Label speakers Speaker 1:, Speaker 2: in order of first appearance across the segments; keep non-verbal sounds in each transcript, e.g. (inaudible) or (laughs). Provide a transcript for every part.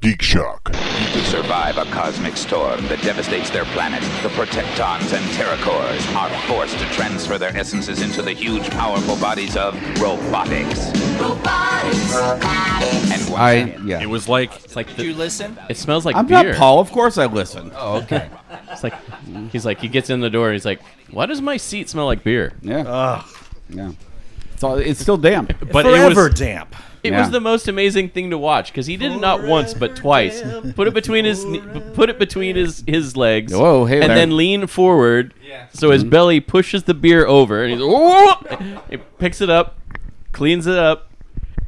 Speaker 1: Geek Shock.
Speaker 2: To survive a cosmic storm that devastates their planet, the Protectons and Terracores are forced to transfer their essences into the huge, powerful bodies of robotics. Robotics. And one
Speaker 3: I yeah.
Speaker 4: It was like
Speaker 5: It's like
Speaker 6: Did
Speaker 5: the,
Speaker 6: you listen?
Speaker 5: it smells like
Speaker 3: I'm
Speaker 5: beer.
Speaker 3: not Paul. Of course
Speaker 5: (laughs)
Speaker 3: I listen.
Speaker 6: Oh, okay.
Speaker 5: It's like he's like he gets in the door and he's like, "Why does my seat smell like beer?"
Speaker 3: Yeah. Yeah. So it's
Speaker 5: (laughs)
Speaker 3: still damp.
Speaker 4: but
Speaker 7: Forever
Speaker 4: it was
Speaker 7: damp.
Speaker 5: It
Speaker 3: Yeah.
Speaker 5: was the most amazing thing to watch because he did it not once but twice. Put it between his kne- put it between his his legs.
Speaker 3: Whoa, hey
Speaker 5: and
Speaker 3: there. Mm-hmm.
Speaker 5: then lean forward so his belly pushes the beer over and he's (laughs) "Whoa!" He picks it up, cleans it up,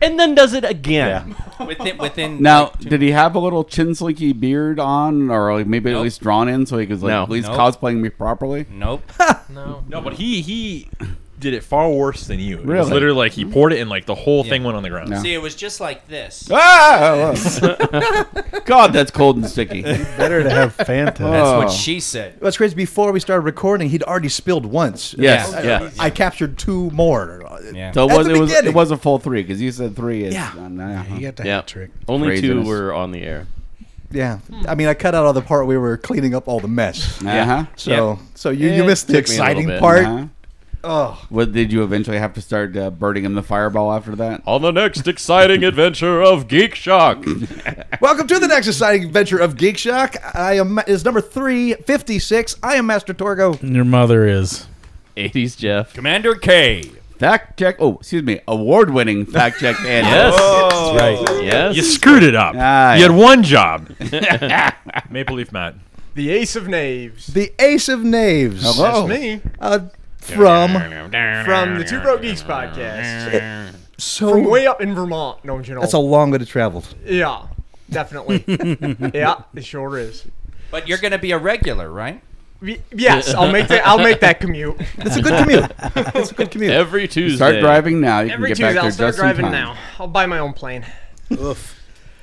Speaker 5: and then does it again. (laughs)
Speaker 6: Within, within
Speaker 3: Now,
Speaker 6: like, two-
Speaker 3: did he have a little chin slinky beard on, or like maybe at least drawn in, so he could like
Speaker 5: No.
Speaker 3: at least
Speaker 6: Nope.
Speaker 3: cosplaying me properly?
Speaker 6: Nope.
Speaker 8: (laughs)
Speaker 4: no, but he he did it far worse than you. It was
Speaker 3: Really?
Speaker 4: literally like he
Speaker 8: Mm-hmm.
Speaker 4: poured it and like the whole thing went on the ground.
Speaker 3: Yeah.
Speaker 8: (laughs)
Speaker 6: See, it was just like this.
Speaker 8: Oh,
Speaker 3: Ah!
Speaker 5: (laughs)
Speaker 3: God, that's cold and sticky.
Speaker 9: Better
Speaker 8: (laughs)
Speaker 9: to have Fanta.
Speaker 3: Oh.
Speaker 6: What she said.
Speaker 8: What's crazy, before we started recording, he'd already spilled once.
Speaker 3: Yes,
Speaker 5: Yeah.
Speaker 3: yeah.
Speaker 8: I captured two more.
Speaker 6: Yeah.
Speaker 3: So it
Speaker 8: At
Speaker 3: was
Speaker 8: the
Speaker 3: it was it
Speaker 8: beginning.
Speaker 3: was a full three because you said three is
Speaker 8: Yeah.
Speaker 3: uh, nah, huh.
Speaker 9: You got the
Speaker 5: Yeah.
Speaker 9: hat trick.
Speaker 5: Only two
Speaker 3: Craziness.
Speaker 5: were on the air.
Speaker 8: Yeah. I mean, I cut out all the part where we were cleaning up all the mess.
Speaker 3: Uh-huh.
Speaker 8: So, so you, you
Speaker 5: It
Speaker 8: missed the
Speaker 5: took me a little
Speaker 8: exciting
Speaker 5: bit.
Speaker 8: part.
Speaker 3: Uh-huh.
Speaker 8: Oh,
Speaker 3: What did you eventually have to start uh, burning him the fireball after that?
Speaker 5: On the next
Speaker 9: (laughs)
Speaker 5: exciting adventure of Geek Shock.
Speaker 8: welcome to the next exciting adventure of Geek Shock. I am is number three fifty six. I am Master Torgo.
Speaker 9: Your mother is.
Speaker 5: 80s Jeff.
Speaker 4: Commander K,
Speaker 3: Fact check. Oh, excuse me. Award winning
Speaker 5: (laughs)
Speaker 3: fact check. And
Speaker 5: Yes.
Speaker 4: right?
Speaker 5: Yes.
Speaker 4: You screwed it up.
Speaker 3: Ah,
Speaker 4: you
Speaker 3: yeah.
Speaker 4: had
Speaker 8: (laughs)
Speaker 4: one job. (laughs) Maple Leaf Matt.
Speaker 10: The Ace of Knaves.
Speaker 8: The Ace of Knaves.
Speaker 3: Hello.
Speaker 10: Me
Speaker 8: Uh, from
Speaker 10: from the Two Broke Geeks
Speaker 3: Eh,
Speaker 10: podcast. Eh,
Speaker 8: so
Speaker 10: Way up in Vermont, don't you know?
Speaker 8: that's a long way to travel.
Speaker 10: yeah,
Speaker 3: (laughs)
Speaker 10: definitely. yeah, it sure is.
Speaker 6: But you're going to be a regular, right?
Speaker 10: Y- Yes, I'll make that. I'll make that commute.
Speaker 8: It's a good commute. It's a good commute.
Speaker 5: Every Tuesday.
Speaker 3: Start driving now. You
Speaker 10: Every
Speaker 3: can
Speaker 10: Tuesday,
Speaker 3: get back
Speaker 10: I'll
Speaker 3: there
Speaker 10: start
Speaker 3: just in
Speaker 10: driving
Speaker 3: time.
Speaker 10: now. I'll buy my own plane.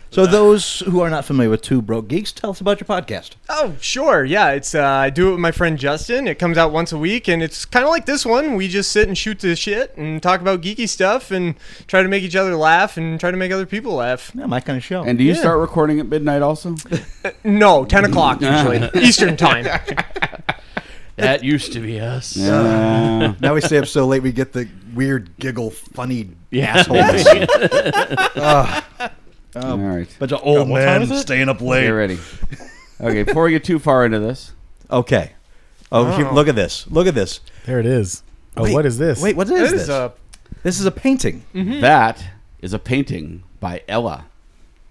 Speaker 8: So, those who are not familiar with Two Broke Geeks, tell us about your podcast.
Speaker 10: Oh, sure. Yeah, it's uh, I do it with my friend Justin. It comes out once a week, and it's kind of like this one. We just sit and shoot the shit and talk about geeky stuff and try to make each other laugh and try to make other people laugh. Uh,
Speaker 8: Yeah, my kind of show.
Speaker 3: And do you start recording at
Speaker 5: (laughs)
Speaker 3: midnight also?
Speaker 10: No, ten
Speaker 3: (laughs)
Speaker 10: o'clock usually Eastern time.
Speaker 5: That used to be us.
Speaker 3: Uh,
Speaker 8: (laughs) now we stay up so late, we get the weird giggle, funny
Speaker 3: (laughs)
Speaker 5: Yeah. (laughs)
Speaker 8: (laughs) Ah.
Speaker 3: all right.
Speaker 8: bunch of old
Speaker 9: Man, staying up
Speaker 3: Get
Speaker 9: late.
Speaker 3: ready. Okay, before we get too far into this,
Speaker 8: Okay. Oh, here- look at this! Look at this!
Speaker 9: There it is. Oh,
Speaker 8: Wait,
Speaker 9: what is this?
Speaker 8: Wait, what
Speaker 10: It
Speaker 8: is
Speaker 10: is
Speaker 8: this?
Speaker 10: a
Speaker 8: this is a painting.
Speaker 5: Mm-hmm.
Speaker 3: that is a painting by Ella,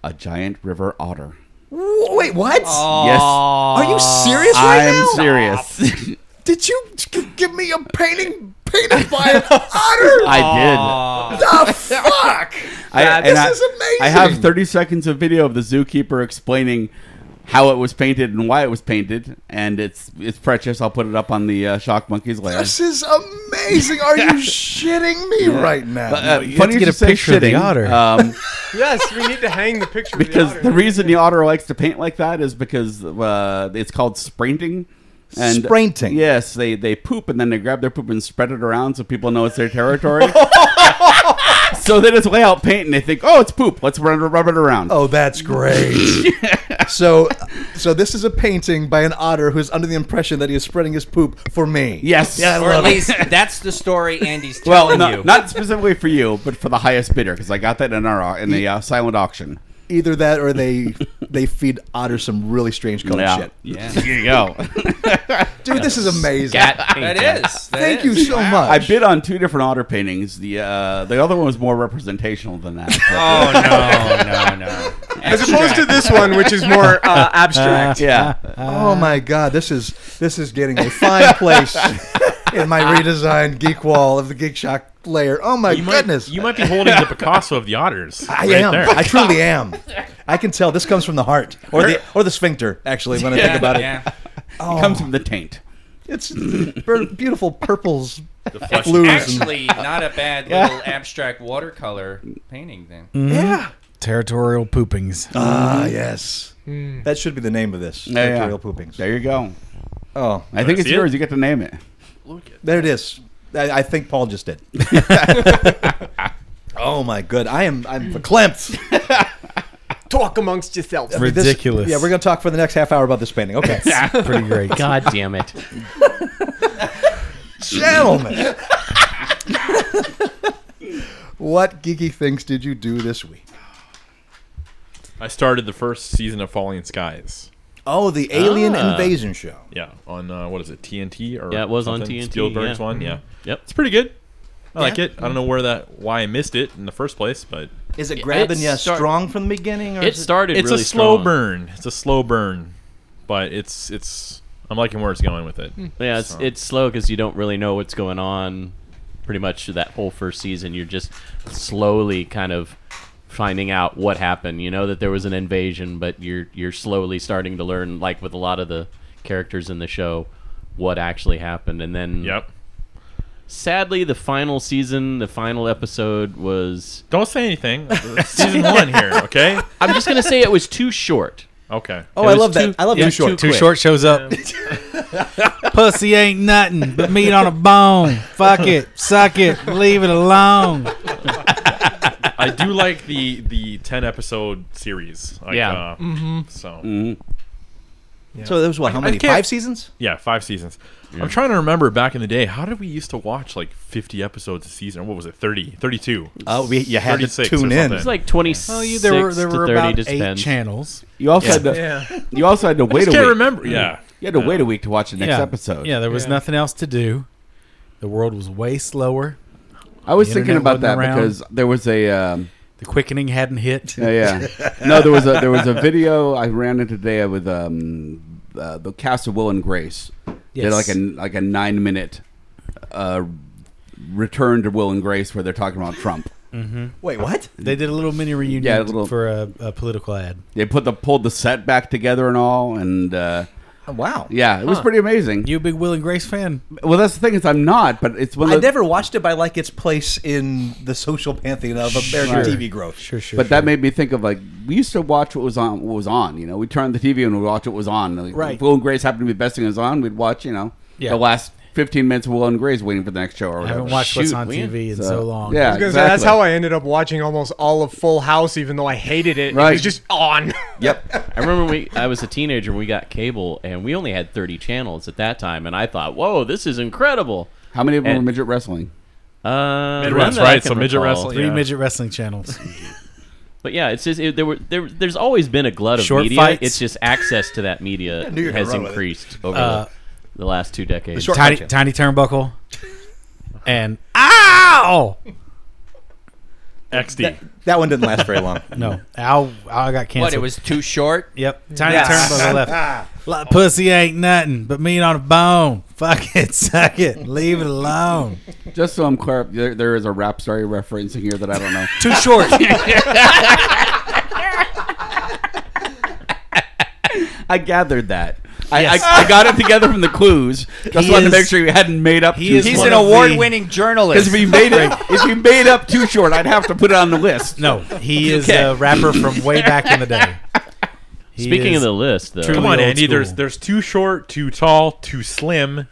Speaker 3: a giant river otter.
Speaker 8: W- Wait, what?
Speaker 3: Yes,
Speaker 8: Are you serious right
Speaker 3: I'm
Speaker 8: now?
Speaker 9: (laughs)
Speaker 3: serious.
Speaker 8: Did you g- give me a painting painted by an otter?
Speaker 3: I (laughs)
Speaker 8: the fuck!
Speaker 3: did. I,
Speaker 8: this
Speaker 3: I-
Speaker 8: is amazing.
Speaker 3: I have 30 seconds of video of the zookeeper explaining how it was painted and why it was painted, and it's it's precious. I'll put it up on the uh, Shock Monkeys later.
Speaker 8: This is amazing. Are you shitting me right now?
Speaker 3: Uh,
Speaker 9: You have
Speaker 3: funny
Speaker 9: to get
Speaker 3: you
Speaker 9: a
Speaker 3: say
Speaker 9: picture of the
Speaker 3: shitting,
Speaker 9: otter. (laughs)
Speaker 3: Um,
Speaker 10: yes. We need to hang the picture
Speaker 3: because
Speaker 10: of
Speaker 3: the reason the otter likes to paint like that is because uh, it's called sprinting. And
Speaker 8: Sprinting.
Speaker 3: Yes, they they poop and then they grab their poop and spread it around so people know it's
Speaker 8: (laughs)
Speaker 3: their territory. so they just lay out paint and they think, oh, it's poop. Let's run rub it around.
Speaker 8: Oh, that's (laughs) great. so, so this is a painting by an otter who's under the impression that he is spreading his poop for me.
Speaker 3: Yes.
Speaker 6: Or at least (laughs) that's the story Andy's
Speaker 3: well,
Speaker 6: telling
Speaker 3: no,
Speaker 6: you.
Speaker 3: not specifically for you, but for the highest bidder because I got that in our au- in the uh, silent auction.
Speaker 8: Either that, or they they feed otters some really strange colored
Speaker 3: Yeah.
Speaker 8: shit.
Speaker 6: yeah.
Speaker 3: Here you go.
Speaker 8: Dude, this is amazing.
Speaker 6: That is. that
Speaker 8: Thank you
Speaker 6: is.
Speaker 8: so
Speaker 3: I
Speaker 8: much.
Speaker 3: bid on two different otter paintings. The uh, the other one was more representational than
Speaker 6: (laughs)
Speaker 3: that. but- uh,
Speaker 6: Oh, no, no, no.
Speaker 10: as opposed to this one, which is more uh, abstract.
Speaker 3: yeah.
Speaker 8: oh my god, this is this is getting a fine place in my redesigned geek wall of the Geek Shock layer. Oh my
Speaker 4: You might,
Speaker 8: goodness.
Speaker 4: you might be holding the Picasso of the otters.
Speaker 8: (laughs) I
Speaker 4: right
Speaker 8: am.
Speaker 4: There.
Speaker 8: I
Speaker 4: (laughs)
Speaker 8: truly am. I can tell this comes from the heart, or the or the sphincter. Actually, when I think about it,
Speaker 6: Yeah.
Speaker 3: It comes from the taint.
Speaker 8: it's bur- beautiful purples,
Speaker 6: It's
Speaker 8: blues. and-
Speaker 6: actually not a bad
Speaker 10: (laughs)
Speaker 6: little abstract watercolor painting then.
Speaker 8: yeah.
Speaker 9: Mm-hmm. Territorial poopings.
Speaker 8: Ah, yes.
Speaker 9: Hmm.
Speaker 8: That should be the name of this.
Speaker 3: Yeah, yeah.
Speaker 8: Material poopings.
Speaker 3: There Mm-hmm. you go.
Speaker 8: Oh,
Speaker 3: I think it's
Speaker 4: see
Speaker 3: yours.
Speaker 4: it?
Speaker 3: You get to name it.
Speaker 8: there it is. I, I think Paul just
Speaker 9: (laughs)
Speaker 8: did.
Speaker 3: (laughs)
Speaker 8: oh my good. I am I'm verklempt.
Speaker 10: Talk amongst yourselves.
Speaker 8: This-
Speaker 9: Ridiculous.
Speaker 8: yeah, we're gonna talk for the next half hour about this painting.
Speaker 3: (laughs)
Speaker 8: Okay,
Speaker 9: pretty
Speaker 5: (laughs)
Speaker 9: great.
Speaker 5: God damn it.
Speaker 9: (laughs)
Speaker 8: gentlemen, what geeky things did you do this week?
Speaker 4: I started the first season of Falling Skies.
Speaker 8: Oh, the alien
Speaker 5: Ah.
Speaker 8: invasion show.
Speaker 4: Yeah, on uh, what is it TNT or
Speaker 5: Yeah, it was on
Speaker 4: something?
Speaker 5: TNT,
Speaker 4: Spielberg's
Speaker 5: yeah. Mm-hmm.
Speaker 4: one. Yeah,
Speaker 5: Yep.
Speaker 4: it's pretty good. I like it. I don't know where that why I missed it in the first place, but
Speaker 8: Is it grabbing you
Speaker 5: start-
Speaker 8: strong from the beginning? Or
Speaker 5: It
Speaker 8: is
Speaker 5: started
Speaker 4: it's
Speaker 5: really
Speaker 4: a slow
Speaker 5: strong.
Speaker 4: burn. It's a slow burn, but it's it's I'm liking where it's going with it.
Speaker 9: Hmm.
Speaker 5: Yeah, it's, it's slow because you don't really know what's going on. Pretty much that whole first season, you're just slowly kind of finding out what happened. You know that there was an invasion, but you're you're slowly starting to learn, like with a lot of the characters in the show, what actually happened. And then,
Speaker 4: Yep.
Speaker 5: sadly, the final season, the final episode was.
Speaker 4: Don't say anything. (laughs) It's season one here, okay?
Speaker 5: (laughs) I'm just gonna say it was too short.
Speaker 4: Okay.
Speaker 8: Oh,
Speaker 5: It
Speaker 8: I
Speaker 5: was
Speaker 8: love
Speaker 5: too-
Speaker 8: that. I love
Speaker 5: yeah,
Speaker 8: too short.
Speaker 9: Too short shows up. (laughs) Pussy ain't nothing but meat on a bone. Fuck it, suck it, leave it
Speaker 3: (laughs)
Speaker 9: alone.
Speaker 4: I do like the the ten episode series. Like,
Speaker 5: Yeah. Mm-hmm.
Speaker 4: Uh,
Speaker 9: Mm-hmm.
Speaker 4: So
Speaker 8: So that was what? How many?
Speaker 4: can't-
Speaker 8: Five seasons?
Speaker 4: yeah, five seasons. I'm trying to remember back in the day. How did we used to watch like 50 episodes a season? Or What was it? 30, 32.
Speaker 8: Oh, we, you had to
Speaker 4: 36
Speaker 8: tune
Speaker 4: or
Speaker 8: in.
Speaker 4: something.
Speaker 5: It's like 26
Speaker 9: Well, you, there were there were
Speaker 5: to 30
Speaker 9: about
Speaker 5: just
Speaker 9: eight
Speaker 5: depends.
Speaker 9: channels.
Speaker 3: You also had to. (laughs) You also had to
Speaker 4: I
Speaker 3: wait
Speaker 4: just
Speaker 3: a
Speaker 4: can't
Speaker 3: week.
Speaker 4: remember. Yeah.
Speaker 3: You had to wait a week to watch the next
Speaker 9: yeah.
Speaker 3: episode.
Speaker 9: Yeah, there was nothing else to do. The world was way slower.
Speaker 3: I was
Speaker 9: The
Speaker 3: thinking
Speaker 9: internet
Speaker 3: about that
Speaker 9: wasn't around.
Speaker 3: because there was a. Um,
Speaker 9: The quickening hadn't hit.
Speaker 3: yeah, yeah. No, there was a there was a video I ran into today with um, uh, the cast of Will and Grace. Did
Speaker 9: Yes.
Speaker 3: like a like a nine minute uh, return to Will and Grace where they're talking about Trump.
Speaker 8: Mm-hmm. Wait, what?
Speaker 9: Mm-hmm. They did a little mini reunion
Speaker 3: Yeah, a little-
Speaker 9: for a, a political ad.
Speaker 3: They put the pulled the set back together and all, and uh,
Speaker 8: Oh, Wow.
Speaker 3: yeah, it was pretty amazing.
Speaker 9: You a big Will and Grace fan?
Speaker 3: well, that's the thing is I'm not, but it's one
Speaker 8: I
Speaker 3: of the,
Speaker 8: never watched it by like its place in the social pantheon of American
Speaker 9: Sure.
Speaker 8: TV growth.
Speaker 9: Sure, sure.
Speaker 3: But that made me think of like we used to watch what was on. What was on, you know, we turned the TV and we watch what was on. Like,
Speaker 9: Right.
Speaker 3: If Will and Grace happened to be the best thing that was on, we'd watch. You know,
Speaker 9: Yeah.
Speaker 3: the last fifteen minutes of Will and Grace waiting for the next show or
Speaker 9: I
Speaker 3: whatever.
Speaker 9: haven't watched what's
Speaker 5: Shoot,
Speaker 9: on
Speaker 5: man.
Speaker 9: TV in so,
Speaker 4: Oh,
Speaker 9: long.
Speaker 3: Yeah,
Speaker 10: I was gonna say,
Speaker 3: exactly.
Speaker 10: that's how I ended up watching almost all of Full House, even though I hated it. It
Speaker 3: Right.
Speaker 10: was just on.
Speaker 3: Yep.
Speaker 5: I remember we I was a teenager when we got cable and we only had 30 channels at that time and I thought, "Whoa, this is incredible."
Speaker 3: How many of them
Speaker 5: And-
Speaker 3: were midget
Speaker 9: (laughs)
Speaker 3: wrestling?
Speaker 5: Uh, none
Speaker 4: Midwest,
Speaker 5: that I
Speaker 4: right,
Speaker 5: can
Speaker 4: so midget
Speaker 5: recall.
Speaker 4: wrestling.
Speaker 9: Three
Speaker 4: Yeah.
Speaker 9: midget wrestling channels.
Speaker 5: But yeah, it's just it, there were there, there's always been a glut of
Speaker 9: Short
Speaker 5: media.
Speaker 9: fights.
Speaker 5: It's just access to that media
Speaker 8: knew you were gonna
Speaker 5: has
Speaker 8: run with it.
Speaker 5: increased over
Speaker 9: Uh,
Speaker 5: the, the last two decades.
Speaker 8: short-
Speaker 9: tiny, tiny turnbuckle. And
Speaker 5: Ah!
Speaker 9: Ah! ow!
Speaker 4: XD.
Speaker 8: That one didn't last very long.
Speaker 9: (laughs) No, ow! I got canceled.
Speaker 6: What? It was too short.
Speaker 9: Yep. Tiny turnbuckle
Speaker 8: (laughs)
Speaker 9: left. Like pussy ain't nothing but meat on a bone. (laughs) Fuck it, suck it, leave it alone.
Speaker 3: Just so I'm clear, there, there is a rap star reference in here that I don't know.
Speaker 9: Too
Speaker 8: (laughs)
Speaker 3: (laughs)
Speaker 9: short.
Speaker 3: I gathered that. I, I, I got it together from the clues. Just
Speaker 9: He
Speaker 3: wanted
Speaker 9: is-
Speaker 3: to make sure you hadn't made up. too
Speaker 9: is
Speaker 6: He's
Speaker 9: one
Speaker 6: an
Speaker 9: of the-
Speaker 6: award-winning journalist.
Speaker 3: Because if you made (laughs) it, if you made up too short, I'd have to put it on the list.
Speaker 9: No,
Speaker 3: (laughs)
Speaker 9: he is a rapper from way back in the day. He
Speaker 5: Speaking
Speaker 9: is-
Speaker 5: of the list, though,
Speaker 9: True.
Speaker 4: Come on,
Speaker 9: old
Speaker 4: Andy. There's
Speaker 9: school.
Speaker 4: there's too short, too tall, too slim.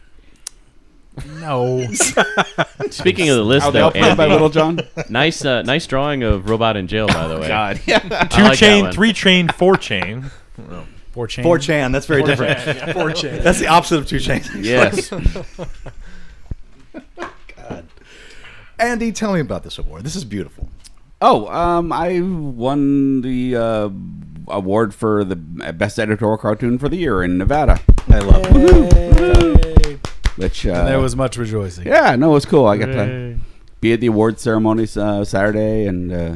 Speaker 9: no,
Speaker 5: (laughs) speaking of the list,
Speaker 3: They
Speaker 5: though,
Speaker 3: all played by
Speaker 5: Andy,
Speaker 3: Little John.
Speaker 5: (laughs)
Speaker 3: Oh,
Speaker 5: nice uh, nice drawing of Robot in Jail, by the way. (laughs)
Speaker 3: God, yeah.
Speaker 4: Two
Speaker 5: like that
Speaker 4: chain,
Speaker 5: one.
Speaker 4: three chain, four chain.
Speaker 9: four chain.
Speaker 8: 4chan, that's very different. 4chan. That's the opposite of
Speaker 5: (laughs)
Speaker 8: 2chan.
Speaker 10: (laughs)
Speaker 3: Yes.
Speaker 8: Andy, tell me about this award. This is beautiful.
Speaker 3: Oh, um, I won the uh, award for the best editorial cartoon for the year in Nevada,
Speaker 8: I love it.
Speaker 3: which uh,
Speaker 9: There was much rejoicing.
Speaker 3: yeah, no, it was cool. I got to be at the award ceremony uh, Saturday, and uh,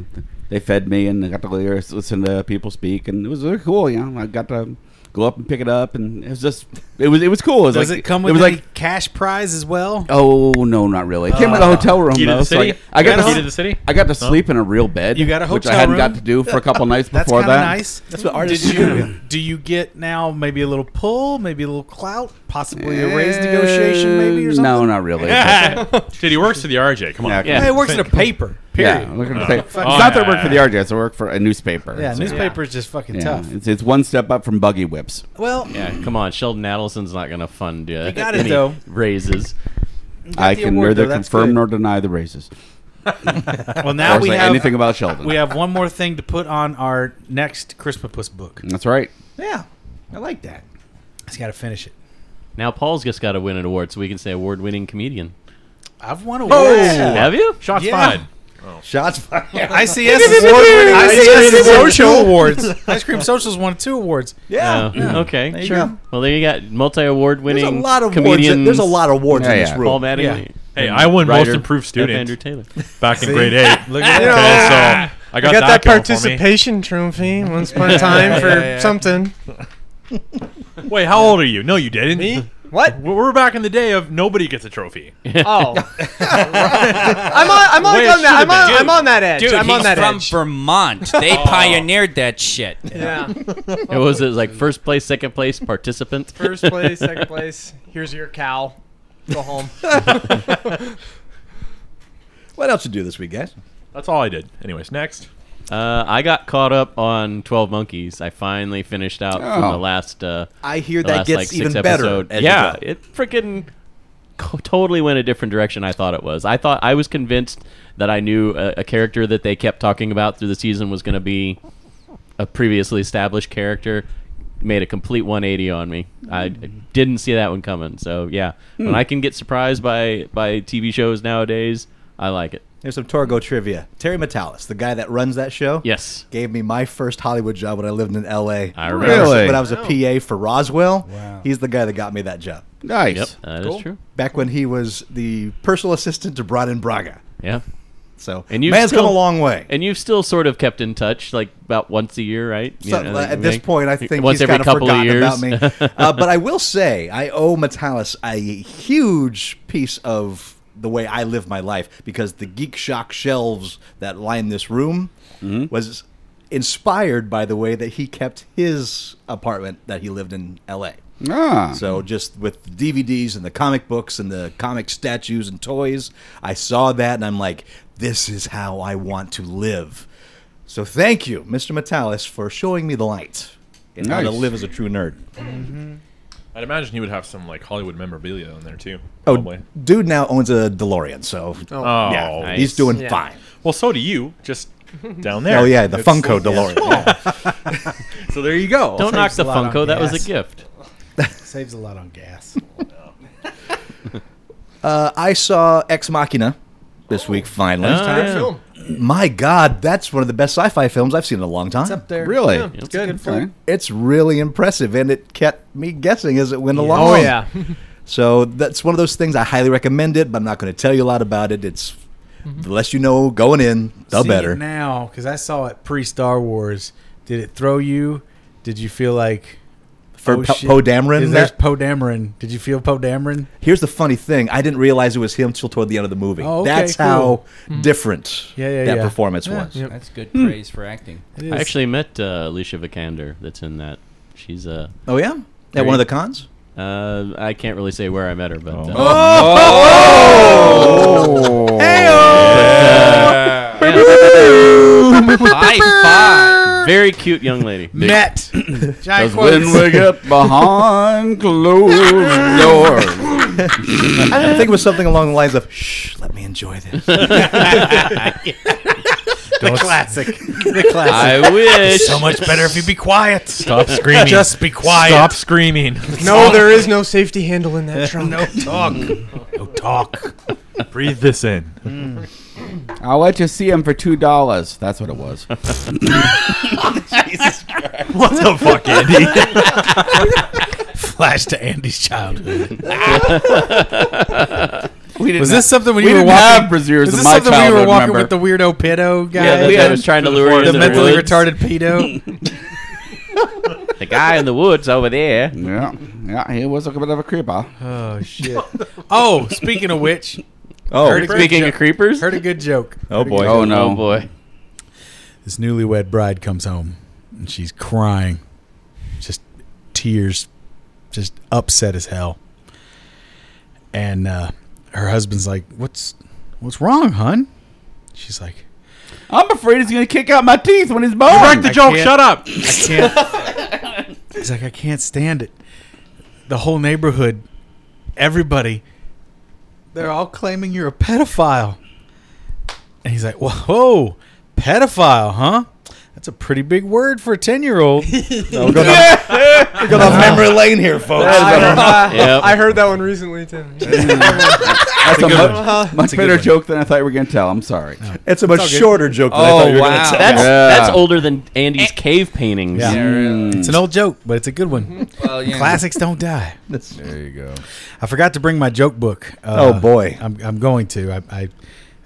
Speaker 3: they fed me, and I got to li- listen to people speak, and it was really cool. You know, I got to go up and pick it up, and it was just it was it was cool. It was
Speaker 9: Does
Speaker 3: like,
Speaker 9: it come with
Speaker 3: was
Speaker 9: any
Speaker 3: like.
Speaker 9: cash prize as well?
Speaker 3: Oh no, not really. It came
Speaker 9: Ah.
Speaker 3: with a hotel room
Speaker 4: Key to
Speaker 3: though.
Speaker 4: the
Speaker 3: so I,
Speaker 4: city?
Speaker 3: I got
Speaker 4: You got a
Speaker 3: to
Speaker 4: key to the city?
Speaker 3: I got to sleep in a real bed.
Speaker 9: You got a
Speaker 3: which I
Speaker 9: hotel
Speaker 3: hadn't
Speaker 9: room?
Speaker 3: got to do for a
Speaker 9: (laughs)
Speaker 3: couple nights
Speaker 9: That's
Speaker 3: before
Speaker 9: kind of
Speaker 3: that. Uh,
Speaker 9: nice. That's what artists Did you, do you get now maybe a little pull, maybe a little clout, possibly a raise negotiation, maybe or something?
Speaker 3: Eh, No, not
Speaker 9: (laughs)
Speaker 3: really.
Speaker 4: Dude, he works for the RJ. Come on.
Speaker 3: Yeah,
Speaker 5: Yeah.
Speaker 9: It works at a paper.
Speaker 3: Yeah,
Speaker 9: Period. Uh, oh,
Speaker 3: I'm looking to say- it's
Speaker 9: fuck
Speaker 3: not that I
Speaker 4: yeah.
Speaker 3: work for the RJs. I work for a newspaper.
Speaker 9: Yeah,
Speaker 3: So,
Speaker 9: newspaper is just fucking
Speaker 3: yeah.
Speaker 9: tough.
Speaker 3: It's, it's one step up from buggy whips.
Speaker 9: Well,
Speaker 5: Yeah, come on, Sheldon Adelson's not gonna fund uh,
Speaker 9: got it,
Speaker 5: any
Speaker 9: though.
Speaker 5: raises.
Speaker 3: I
Speaker 9: the
Speaker 3: can
Speaker 9: award,
Speaker 3: neither
Speaker 9: though, that's
Speaker 3: confirm
Speaker 9: good.
Speaker 3: nor deny the raises.
Speaker 9: (laughs) Well,
Speaker 3: I
Speaker 9: now
Speaker 3: was
Speaker 9: we
Speaker 3: like,
Speaker 9: have
Speaker 3: anything about Sheldon.
Speaker 9: we have one more thing to put on our next Crispopus book.
Speaker 3: That's right.
Speaker 9: Yeah, I like that. Just got to finish it.
Speaker 5: Now Paul's just got to win an award, so we can say award-winning comedian.
Speaker 9: I've won
Speaker 3: Oh!
Speaker 9: awards.
Speaker 5: Oh, Have you?
Speaker 4: Shots
Speaker 9: Yeah.
Speaker 4: fired. Oh.
Speaker 5: (laughs)
Speaker 8: Shots fired.
Speaker 9: (laughs) ICS is award-winning. ICS is social awards. (laughs) Ice Cream Social's won two awards.
Speaker 5: Uh, Okay,
Speaker 8: you
Speaker 5: sure.
Speaker 8: go.
Speaker 5: Well, there you got multi-award
Speaker 8: There's a
Speaker 5: winning
Speaker 8: lot of awards.
Speaker 5: comedian.
Speaker 8: in- There's a lot of awards
Speaker 3: Yeah,
Speaker 8: in this
Speaker 3: yeah.
Speaker 8: room.
Speaker 5: Paul Mattingly.
Speaker 4: Hey, I won
Speaker 5: Writer
Speaker 4: most improved
Speaker 5: F. Andrew
Speaker 4: student
Speaker 5: Taylor. (laughs)
Speaker 4: back in grade eight.
Speaker 9: Look
Speaker 10: (laughs)
Speaker 9: at
Speaker 10: You know,
Speaker 9: that.
Speaker 4: Okay, so I got,
Speaker 10: I got that
Speaker 4: going for me.
Speaker 10: participation
Speaker 4: (laughs)
Speaker 10: trophy once upon a time for something.
Speaker 4: Wait, how old are you? No, you didn't.
Speaker 10: Me? What?
Speaker 4: We- We're back in the day of nobody gets
Speaker 5: (laughs)
Speaker 4: a trophy.
Speaker 10: Oh, I'm on. I'm on,
Speaker 4: Way it
Speaker 10: on that.
Speaker 4: should've
Speaker 10: I'm on,
Speaker 4: been.
Speaker 10: I'm on that edge.
Speaker 6: Dude,
Speaker 10: I'm
Speaker 6: he's
Speaker 10: on that
Speaker 6: from
Speaker 10: edge. Oh. (laughs)
Speaker 6: Vermont. They pioneered
Speaker 8: (laughs)
Speaker 6: that shit.
Speaker 10: yeah.
Speaker 5: It was, it was like first place, second place, participant.
Speaker 10: First place, second place. Here's your cow. Go
Speaker 4: (laughs)
Speaker 10: home.
Speaker 8: What else to do this week, guys?
Speaker 4: That's all I did. Anyways, next.
Speaker 5: Uh, I got caught up on Twelve Monkeys. I finally finished out from
Speaker 3: Oh.
Speaker 5: the last. Uh,
Speaker 8: I hear
Speaker 5: the
Speaker 8: that
Speaker 5: last,
Speaker 8: gets
Speaker 5: like, six
Speaker 8: even better.
Speaker 5: episode.
Speaker 8: as we
Speaker 5: yeah,
Speaker 8: go.
Speaker 5: it freaking co- totally went a different direction. I thought it was. I thought I was convinced that I knew a, a character that they kept talking about through the season was going to be a previously established character. Made a complete 180 on me. I
Speaker 8: Hmm.
Speaker 5: didn't see that one coming. So yeah, when I can get surprised by by TV shows nowadays, I like it.
Speaker 8: Here's some Torgo trivia. Terry Metalis, the guy that runs that show,
Speaker 5: Yes.
Speaker 8: gave me my first Hollywood job when I lived in L.A.
Speaker 5: I remember.
Speaker 3: Really?
Speaker 8: When I was a PA for Roswell.
Speaker 9: Wow.
Speaker 8: He's the guy that got me that job.
Speaker 3: Nice.
Speaker 5: Yep, that is true.
Speaker 8: Back when he was the personal assistant to Braden Braga.
Speaker 5: Yeah.
Speaker 8: So
Speaker 5: And you've
Speaker 8: man's
Speaker 5: still-
Speaker 8: come a long way.
Speaker 5: And you've still sort of kept in touch, like about once a year, right? You
Speaker 8: Something
Speaker 5: know,
Speaker 8: like-
Speaker 5: like,
Speaker 8: at this
Speaker 5: like,
Speaker 8: point, I think
Speaker 5: once
Speaker 8: he's
Speaker 5: every
Speaker 8: kind of
Speaker 5: couple
Speaker 8: forgotten
Speaker 5: of years.
Speaker 8: about me.
Speaker 5: (laughs)
Speaker 8: uh, but I will say, I owe Metalis a huge piece of the way I live my life because the Geek Shock shelves that line this room
Speaker 5: Mm-hmm.
Speaker 8: was inspired by the way that he kept his apartment that he lived in L.A.
Speaker 3: Ah.
Speaker 8: So just with DVDs and the comic books and the comic statues and toys, I saw that and I'm like, this is how I want to live. So thank you, Mr. Metalis, for showing me the light and how to
Speaker 3: Nice.
Speaker 8: live as a true nerd.
Speaker 4: Mm-hmm. I'd imagine he would have some like Hollywood memorabilia in there too.
Speaker 8: Oh,
Speaker 4: Probably.
Speaker 8: dude now owns a DeLorean, so
Speaker 4: Oh,
Speaker 8: yeah,
Speaker 5: nice.
Speaker 8: he's doing
Speaker 10: Yeah.
Speaker 8: fine.
Speaker 4: well, so do you.
Speaker 9: (laughs)
Speaker 4: Just down there.
Speaker 8: Oh yeah, the
Speaker 4: It's-
Speaker 8: Funko DeLorean.
Speaker 4: So there you go.
Speaker 5: Don't knock the
Speaker 9: a lot on
Speaker 5: Funko. That was
Speaker 9: gas.
Speaker 5: a gift.
Speaker 9: (laughs) Saves a lot on gas.
Speaker 8: Uh, I saw Ex Machina this week finally.
Speaker 5: Oh, yeah.
Speaker 8: My God, that's one of the best sci-fi films I've seen in a long time.
Speaker 9: there.
Speaker 3: Really?
Speaker 5: It's
Speaker 10: Good.
Speaker 3: Okay.
Speaker 8: It's really impressive, and it kept me guessing as it went along.
Speaker 10: Oh (laughs) yeah.
Speaker 8: So that's one of those things I highly recommend it, but I'm not going to tell you a lot about it. It's the less you know going in, the
Speaker 9: Mm-hmm. See
Speaker 8: better.
Speaker 9: it now because I saw it pre Star Wars. Did it throw you? Did you feel like
Speaker 8: For
Speaker 9: oh,
Speaker 8: Po-
Speaker 9: shit.
Speaker 8: Poe Dameron,
Speaker 9: Is there's
Speaker 8: that-
Speaker 9: Poe Dameron? Did you feel Poe Dameron?
Speaker 8: Here's the funny thing: I didn't realize it was him till toward the end of the movie.
Speaker 9: Oh, okay,
Speaker 8: That's
Speaker 9: cool. Mm-hmm.
Speaker 8: how different
Speaker 9: Yeah, yeah,
Speaker 8: that
Speaker 9: yeah.
Speaker 8: performance
Speaker 9: Yeah,
Speaker 8: was.
Speaker 9: yeah.
Speaker 6: That's good praise for acting.
Speaker 9: It is.
Speaker 5: I actually met uh, Alicia Vikander. That's in that. She's a.
Speaker 8: Oh yeah, at one of the cons. Oh!
Speaker 5: Uh, uh, I can't really say where I met her, but
Speaker 3: Oh.
Speaker 5: uh, uh,
Speaker 6: High
Speaker 5: very cute young lady.
Speaker 9: met. Giant
Speaker 3: Because when
Speaker 8: (laughs)
Speaker 3: we get behind closed doors.
Speaker 8: I think it was something along the lines of "Shh, let me enjoy
Speaker 9: (laughs)
Speaker 8: this." (laughs)
Speaker 9: the
Speaker 8: (laughs)
Speaker 9: classic. The classic.
Speaker 5: I wish.
Speaker 9: much better if you be quiet.
Speaker 4: Stop
Speaker 9: (laughs)
Speaker 4: screaming.
Speaker 9: Just be quiet.
Speaker 4: Stop screaming.
Speaker 10: No, there is no safety handle in that trunk.
Speaker 9: No talk. no talk.
Speaker 4: Breathe this in.
Speaker 3: Mm. I'll let you see him for two dollars. That's what it
Speaker 9: (laughs)
Speaker 3: was. (laughs)
Speaker 4: What the fuck,
Speaker 8: (laughs)
Speaker 4: Andy?
Speaker 9: Flash to Andy's
Speaker 3: (laughs)
Speaker 9: childhood.
Speaker 3: We didn't
Speaker 9: Was this something when
Speaker 3: we
Speaker 9: you were
Speaker 3: didn't
Speaker 9: walking?
Speaker 3: have brassieres
Speaker 9: Is
Speaker 3: in
Speaker 9: this
Speaker 3: my
Speaker 9: something when you were
Speaker 3: childhood,
Speaker 9: walking
Speaker 3: remember?
Speaker 9: with the weirdo pedo guy?
Speaker 5: yeah, the
Speaker 9: the,
Speaker 5: guy was trying to lure her
Speaker 4: The
Speaker 5: into the
Speaker 9: mentally
Speaker 5: woods.
Speaker 9: retarded pedo.
Speaker 5: (laughs) The guy in the woods over there.
Speaker 3: yeah, yeah, he was a bit of a creeper.
Speaker 9: Oh shit! oh, speaking of which,
Speaker 8: Oh,
Speaker 9: Heard
Speaker 5: (laughs)
Speaker 9: a
Speaker 5: Speaking
Speaker 9: good
Speaker 5: of creepers.
Speaker 9: jo- heard a good joke.
Speaker 8: oh boy!
Speaker 3: Oh no,
Speaker 5: Oh boy.
Speaker 9: This newlywed bride comes home and she's crying, just tears, just upset as hell. And uh, her husband's like, "What's what's wrong, hun?" She's like,
Speaker 3: I'm afraid he's gonna kick out my teeth when he's born.
Speaker 4: the joke.
Speaker 9: can't-
Speaker 4: Shut up.
Speaker 9: "I can't."
Speaker 7: (laughs)
Speaker 9: He's like, "I can't stand it." The whole neighborhood, everybody, they're all claiming you're a pedophile. And he's like, whoa, pedophile, huh? That's a pretty big word for a 10 year old.
Speaker 8: We're going, down, we're going down memory lane here, folks.
Speaker 10: I, uh,
Speaker 5: Yep.
Speaker 10: I heard that one recently
Speaker 9: (laughs)
Speaker 10: too. (laughs)
Speaker 3: That's a much, much better joke than I thought you were going to tell. I'm sorry.
Speaker 8: It's a much shorter joke than I
Speaker 9: Oh,
Speaker 8: thought you were going to tell.
Speaker 5: Oh, That's
Speaker 3: Yeah.
Speaker 5: that's older than Andy's cave paintings.
Speaker 9: Eh. Yeah. Hmm.
Speaker 6: Really.
Speaker 9: It's an old joke, but it's a good one.
Speaker 6: Well, you know,
Speaker 9: Classics don't die.
Speaker 8: There you go.
Speaker 9: I forgot to bring my joke book. Uh,
Speaker 8: Oh, boy.
Speaker 9: I'm, I'm going to. I, I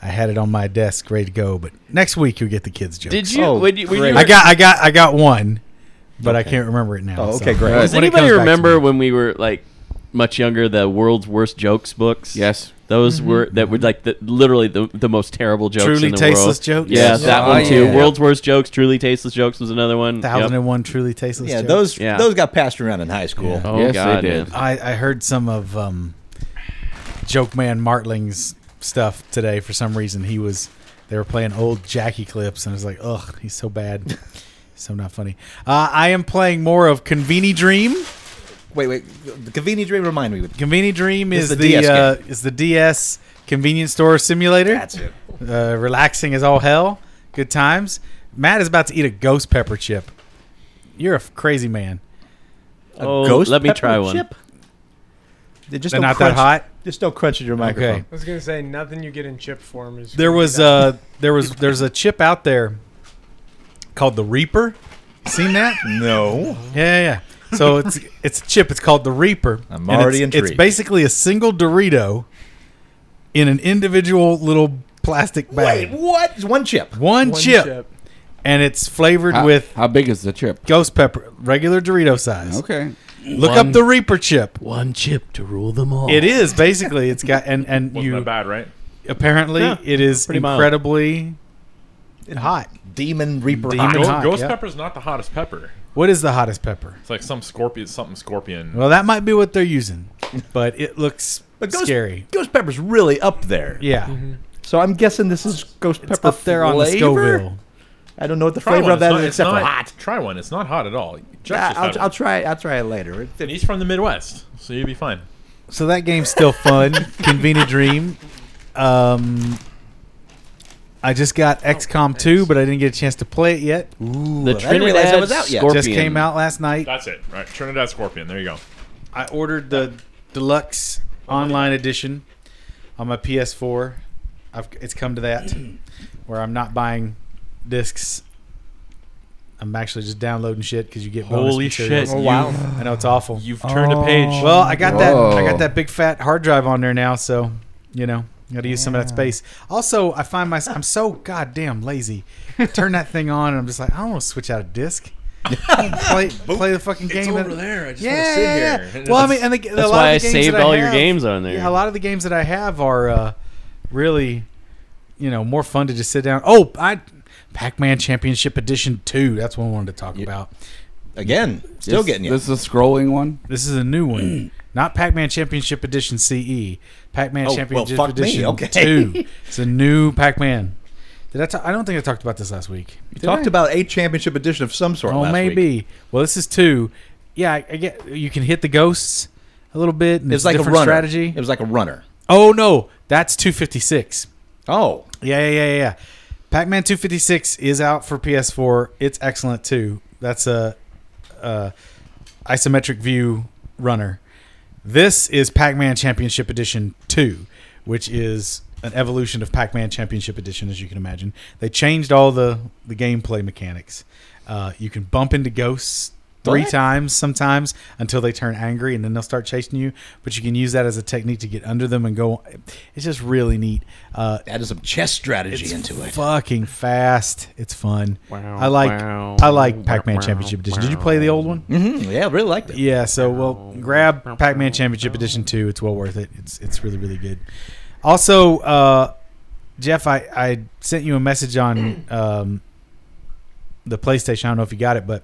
Speaker 9: I had it on my desk ready to go, but next week you get the kids' jokes.
Speaker 5: Did you?
Speaker 8: Oh,
Speaker 5: when you, when you
Speaker 8: great.
Speaker 5: were-
Speaker 9: I got I got I got one, but I can't remember it now.
Speaker 8: Oh,
Speaker 9: so-
Speaker 8: okay, great.
Speaker 9: When
Speaker 5: Does
Speaker 9: it
Speaker 5: anybody
Speaker 9: comes back to
Speaker 5: remember
Speaker 9: me.
Speaker 5: when we were like much younger? The world's worst jokes books.
Speaker 3: Yes.
Speaker 5: Those were that were like the, literally the, the most terrible jokes.
Speaker 9: Mm-hmm. Truly
Speaker 5: in the
Speaker 9: tasteless
Speaker 5: world.
Speaker 9: jokes?
Speaker 5: Yeah,
Speaker 9: Yes.
Speaker 5: that
Speaker 6: Oh,
Speaker 5: one too.
Speaker 6: yeah.
Speaker 5: World's worst jokes. Truly tasteless jokes was another one.
Speaker 9: Thousand and
Speaker 5: Yep.
Speaker 9: one truly tasteless.
Speaker 8: Yeah,
Speaker 9: jokes.
Speaker 8: those
Speaker 5: Yeah.
Speaker 8: those got passed around in high school.
Speaker 5: Oh
Speaker 3: Yes, they
Speaker 5: God,
Speaker 3: did.
Speaker 5: yeah.
Speaker 9: I, I heard some of um, Joke Man Martling's stuff today for some reason. He was they were playing old Jackie clips, and I was like, ugh, he's so bad, so not funny. Uh, I am playing more of Conveni Dream.
Speaker 8: Wait, wait. The Cavini Dream, remind me. what-
Speaker 9: Conveni Dream
Speaker 8: It's
Speaker 9: is
Speaker 8: the
Speaker 9: the,
Speaker 8: DS
Speaker 9: uh, is the DS convenience store simulator.
Speaker 8: That's it.
Speaker 9: Uh, relaxing as all hell. Good times. Matt is about to eat a ghost pepper chip. You're a f- crazy man.
Speaker 5: Oh,
Speaker 8: ghost
Speaker 5: let me
Speaker 8: pepper
Speaker 5: try one.
Speaker 8: chip? They're just
Speaker 9: They're
Speaker 8: no
Speaker 9: not
Speaker 8: crunch,
Speaker 9: that hot.
Speaker 8: Just no crunch in your microphone.
Speaker 9: Okay.
Speaker 10: I was gonna say nothing you get in chip form is.
Speaker 9: There
Speaker 10: really
Speaker 9: was
Speaker 10: that.
Speaker 9: uh there was there's a chip out there called the Reaper. Seen that?
Speaker 8: No.
Speaker 9: Yeah, yeah, yeah.
Speaker 8: (laughs)
Speaker 9: So it's it's a chip. It's called the Reaper.
Speaker 8: I'm
Speaker 9: and it's-
Speaker 8: already
Speaker 9: it's,
Speaker 8: intrigued.
Speaker 9: basically a single Dorito in an individual little plastic
Speaker 8: Wait,
Speaker 9: bag.
Speaker 8: what? It's one chip.
Speaker 9: One,
Speaker 10: One
Speaker 9: chip, and it's flavored
Speaker 3: How,
Speaker 9: with
Speaker 3: how big is the chip?
Speaker 9: ghost pepper, regular Dorito size.
Speaker 3: Okay.
Speaker 9: Look up the Reaper chip.
Speaker 5: One chip to rule them all.
Speaker 9: It (clears throat) is basically it's got and and
Speaker 4: Wasn't that
Speaker 9: you
Speaker 4: bad, right?
Speaker 9: apparently
Speaker 5: Yeah,
Speaker 9: it is
Speaker 5: pretty mild.
Speaker 9: incredibly hot.
Speaker 8: Demon Reaper.
Speaker 9: Demon
Speaker 8: hot.
Speaker 4: Ghost,
Speaker 9: hot,
Speaker 4: ghost
Speaker 9: yeah.
Speaker 4: pepper's not the hottest pepper.
Speaker 9: What is the hottest pepper?
Speaker 4: It's like some scorpion, something scorpion.
Speaker 9: Well, that might be what they're using, but it looks
Speaker 8: But ghost,
Speaker 9: scary.
Speaker 8: Ghost pepper's really up there.
Speaker 9: Yeah,
Speaker 5: Mm-hmm.
Speaker 4: Mm-hmm.
Speaker 8: So I'm guessing this is ghost pepper
Speaker 9: it's up there on the
Speaker 8: flavor?
Speaker 9: Scoville.
Speaker 8: I don't know what the
Speaker 4: Try
Speaker 8: flavor
Speaker 4: one.
Speaker 8: of
Speaker 4: It's
Speaker 8: that
Speaker 4: not,
Speaker 8: is
Speaker 4: it's
Speaker 8: except for
Speaker 4: not-
Speaker 8: hot.
Speaker 4: Try one. It's not hot at all. Just,
Speaker 8: Nah,
Speaker 4: just had
Speaker 8: I'll, I'll
Speaker 4: one.
Speaker 8: try it. I'll try it later. It-
Speaker 4: And he's from the Midwest, so you'll be fine.
Speaker 9: So that game's
Speaker 5: (laughs)
Speaker 9: still fun. Convenient Dream. Um, I just got XCOM 2, but I didn't get a chance to play it yet.
Speaker 5: Oh, The
Speaker 8: I didn't realize that
Speaker 5: Trinidad
Speaker 8: was out yet.
Speaker 5: Scorpion.
Speaker 9: Just came out last night.
Speaker 4: That's it. Right. Trinidad scorpion. There you go.
Speaker 9: I ordered the deluxe online edition on my PS4. I've, it's come
Speaker 10: (clears throat)
Speaker 9: to that where I'm not buying discs. I'm actually just downloading shit because you get bonus
Speaker 4: Holy
Speaker 9: materials.
Speaker 4: shit.
Speaker 10: Oh wow!
Speaker 9: I know it's awful.
Speaker 4: You've turned a page.
Speaker 9: Well, I got that.
Speaker 3: Whoa.
Speaker 9: I got that big fat hard drive on there now, so you know, got to use some of that space. Also, I find myself I'm so goddamn lazy. Turn that thing on, and I'm just like, I don't want to switch out
Speaker 10: (laughs)
Speaker 9: a disc. play play the fucking game.
Speaker 6: over there. I just wanna
Speaker 9: yeah,
Speaker 6: sit
Speaker 9: yeah, yeah.
Speaker 6: here.
Speaker 9: Well, I mean, and the, that's a
Speaker 5: That's
Speaker 9: lot
Speaker 5: why I
Speaker 9: of the games
Speaker 5: saved
Speaker 9: that
Speaker 5: all your
Speaker 9: have-
Speaker 5: games on there.
Speaker 9: Yeah, a lot of the games that I have are uh, really, you know, more fun to just sit down. Oh, I. Pac-Man Championship Edition 2. That's what I wanted to talk about.
Speaker 8: Again, still
Speaker 3: This-
Speaker 8: getting you.
Speaker 3: This is a scrolling one.
Speaker 9: This is a new one, (clears throat) not Pac-Man Championship Edition CE. Pac-Man
Speaker 8: Oh, well,
Speaker 9: Championship
Speaker 8: fuck me,
Speaker 9: Edition
Speaker 8: okay.
Speaker 9: Two. It's a new Pac-Man. Did I? Talk, I don't think I talked about this last week.
Speaker 8: You talked about a championship edition of some sort.
Speaker 9: Oh,
Speaker 8: last
Speaker 9: maybe.
Speaker 8: week.
Speaker 9: Well, this is two. Yeah, I, I get. You can hit the ghosts a little bit. And
Speaker 8: It
Speaker 9: it's
Speaker 8: was like a
Speaker 9: different
Speaker 8: runner.
Speaker 9: strategy.
Speaker 8: It was like a runner.
Speaker 9: oh no, that's two fifty-six.
Speaker 8: Oh,
Speaker 9: Yeah, yeah, yeah, yeah, yeah. Pac-Man 256 is out for PS4. It's excellent too. That's a, a isometric view runner. This is Pac-Man Championship Edition 2, which is an evolution of Pac-Man Championship Edition, as you can imagine. They changed all the the gameplay mechanics. Uh, you can bump into ghosts three
Speaker 8: What?
Speaker 9: times sometimes until they turn angry and then they'll start chasing you but you can use that as a technique to get under them and go it's just really neat uh,
Speaker 8: that is some chess strategy into it.
Speaker 9: Fucking fast. It's fun.
Speaker 7: Oh,
Speaker 9: I like I like Pac-Man Championship Edition. Did you play the old one?
Speaker 8: Mhm, Yeah, I really liked it.
Speaker 9: Yeah, so well grab Pac-Man Championship Edition 2. It's well worth it. It's it's really really good. Also, uh Jeff, I I sent you a message on (clears throat) um the PlayStation. I don't know if you got it, but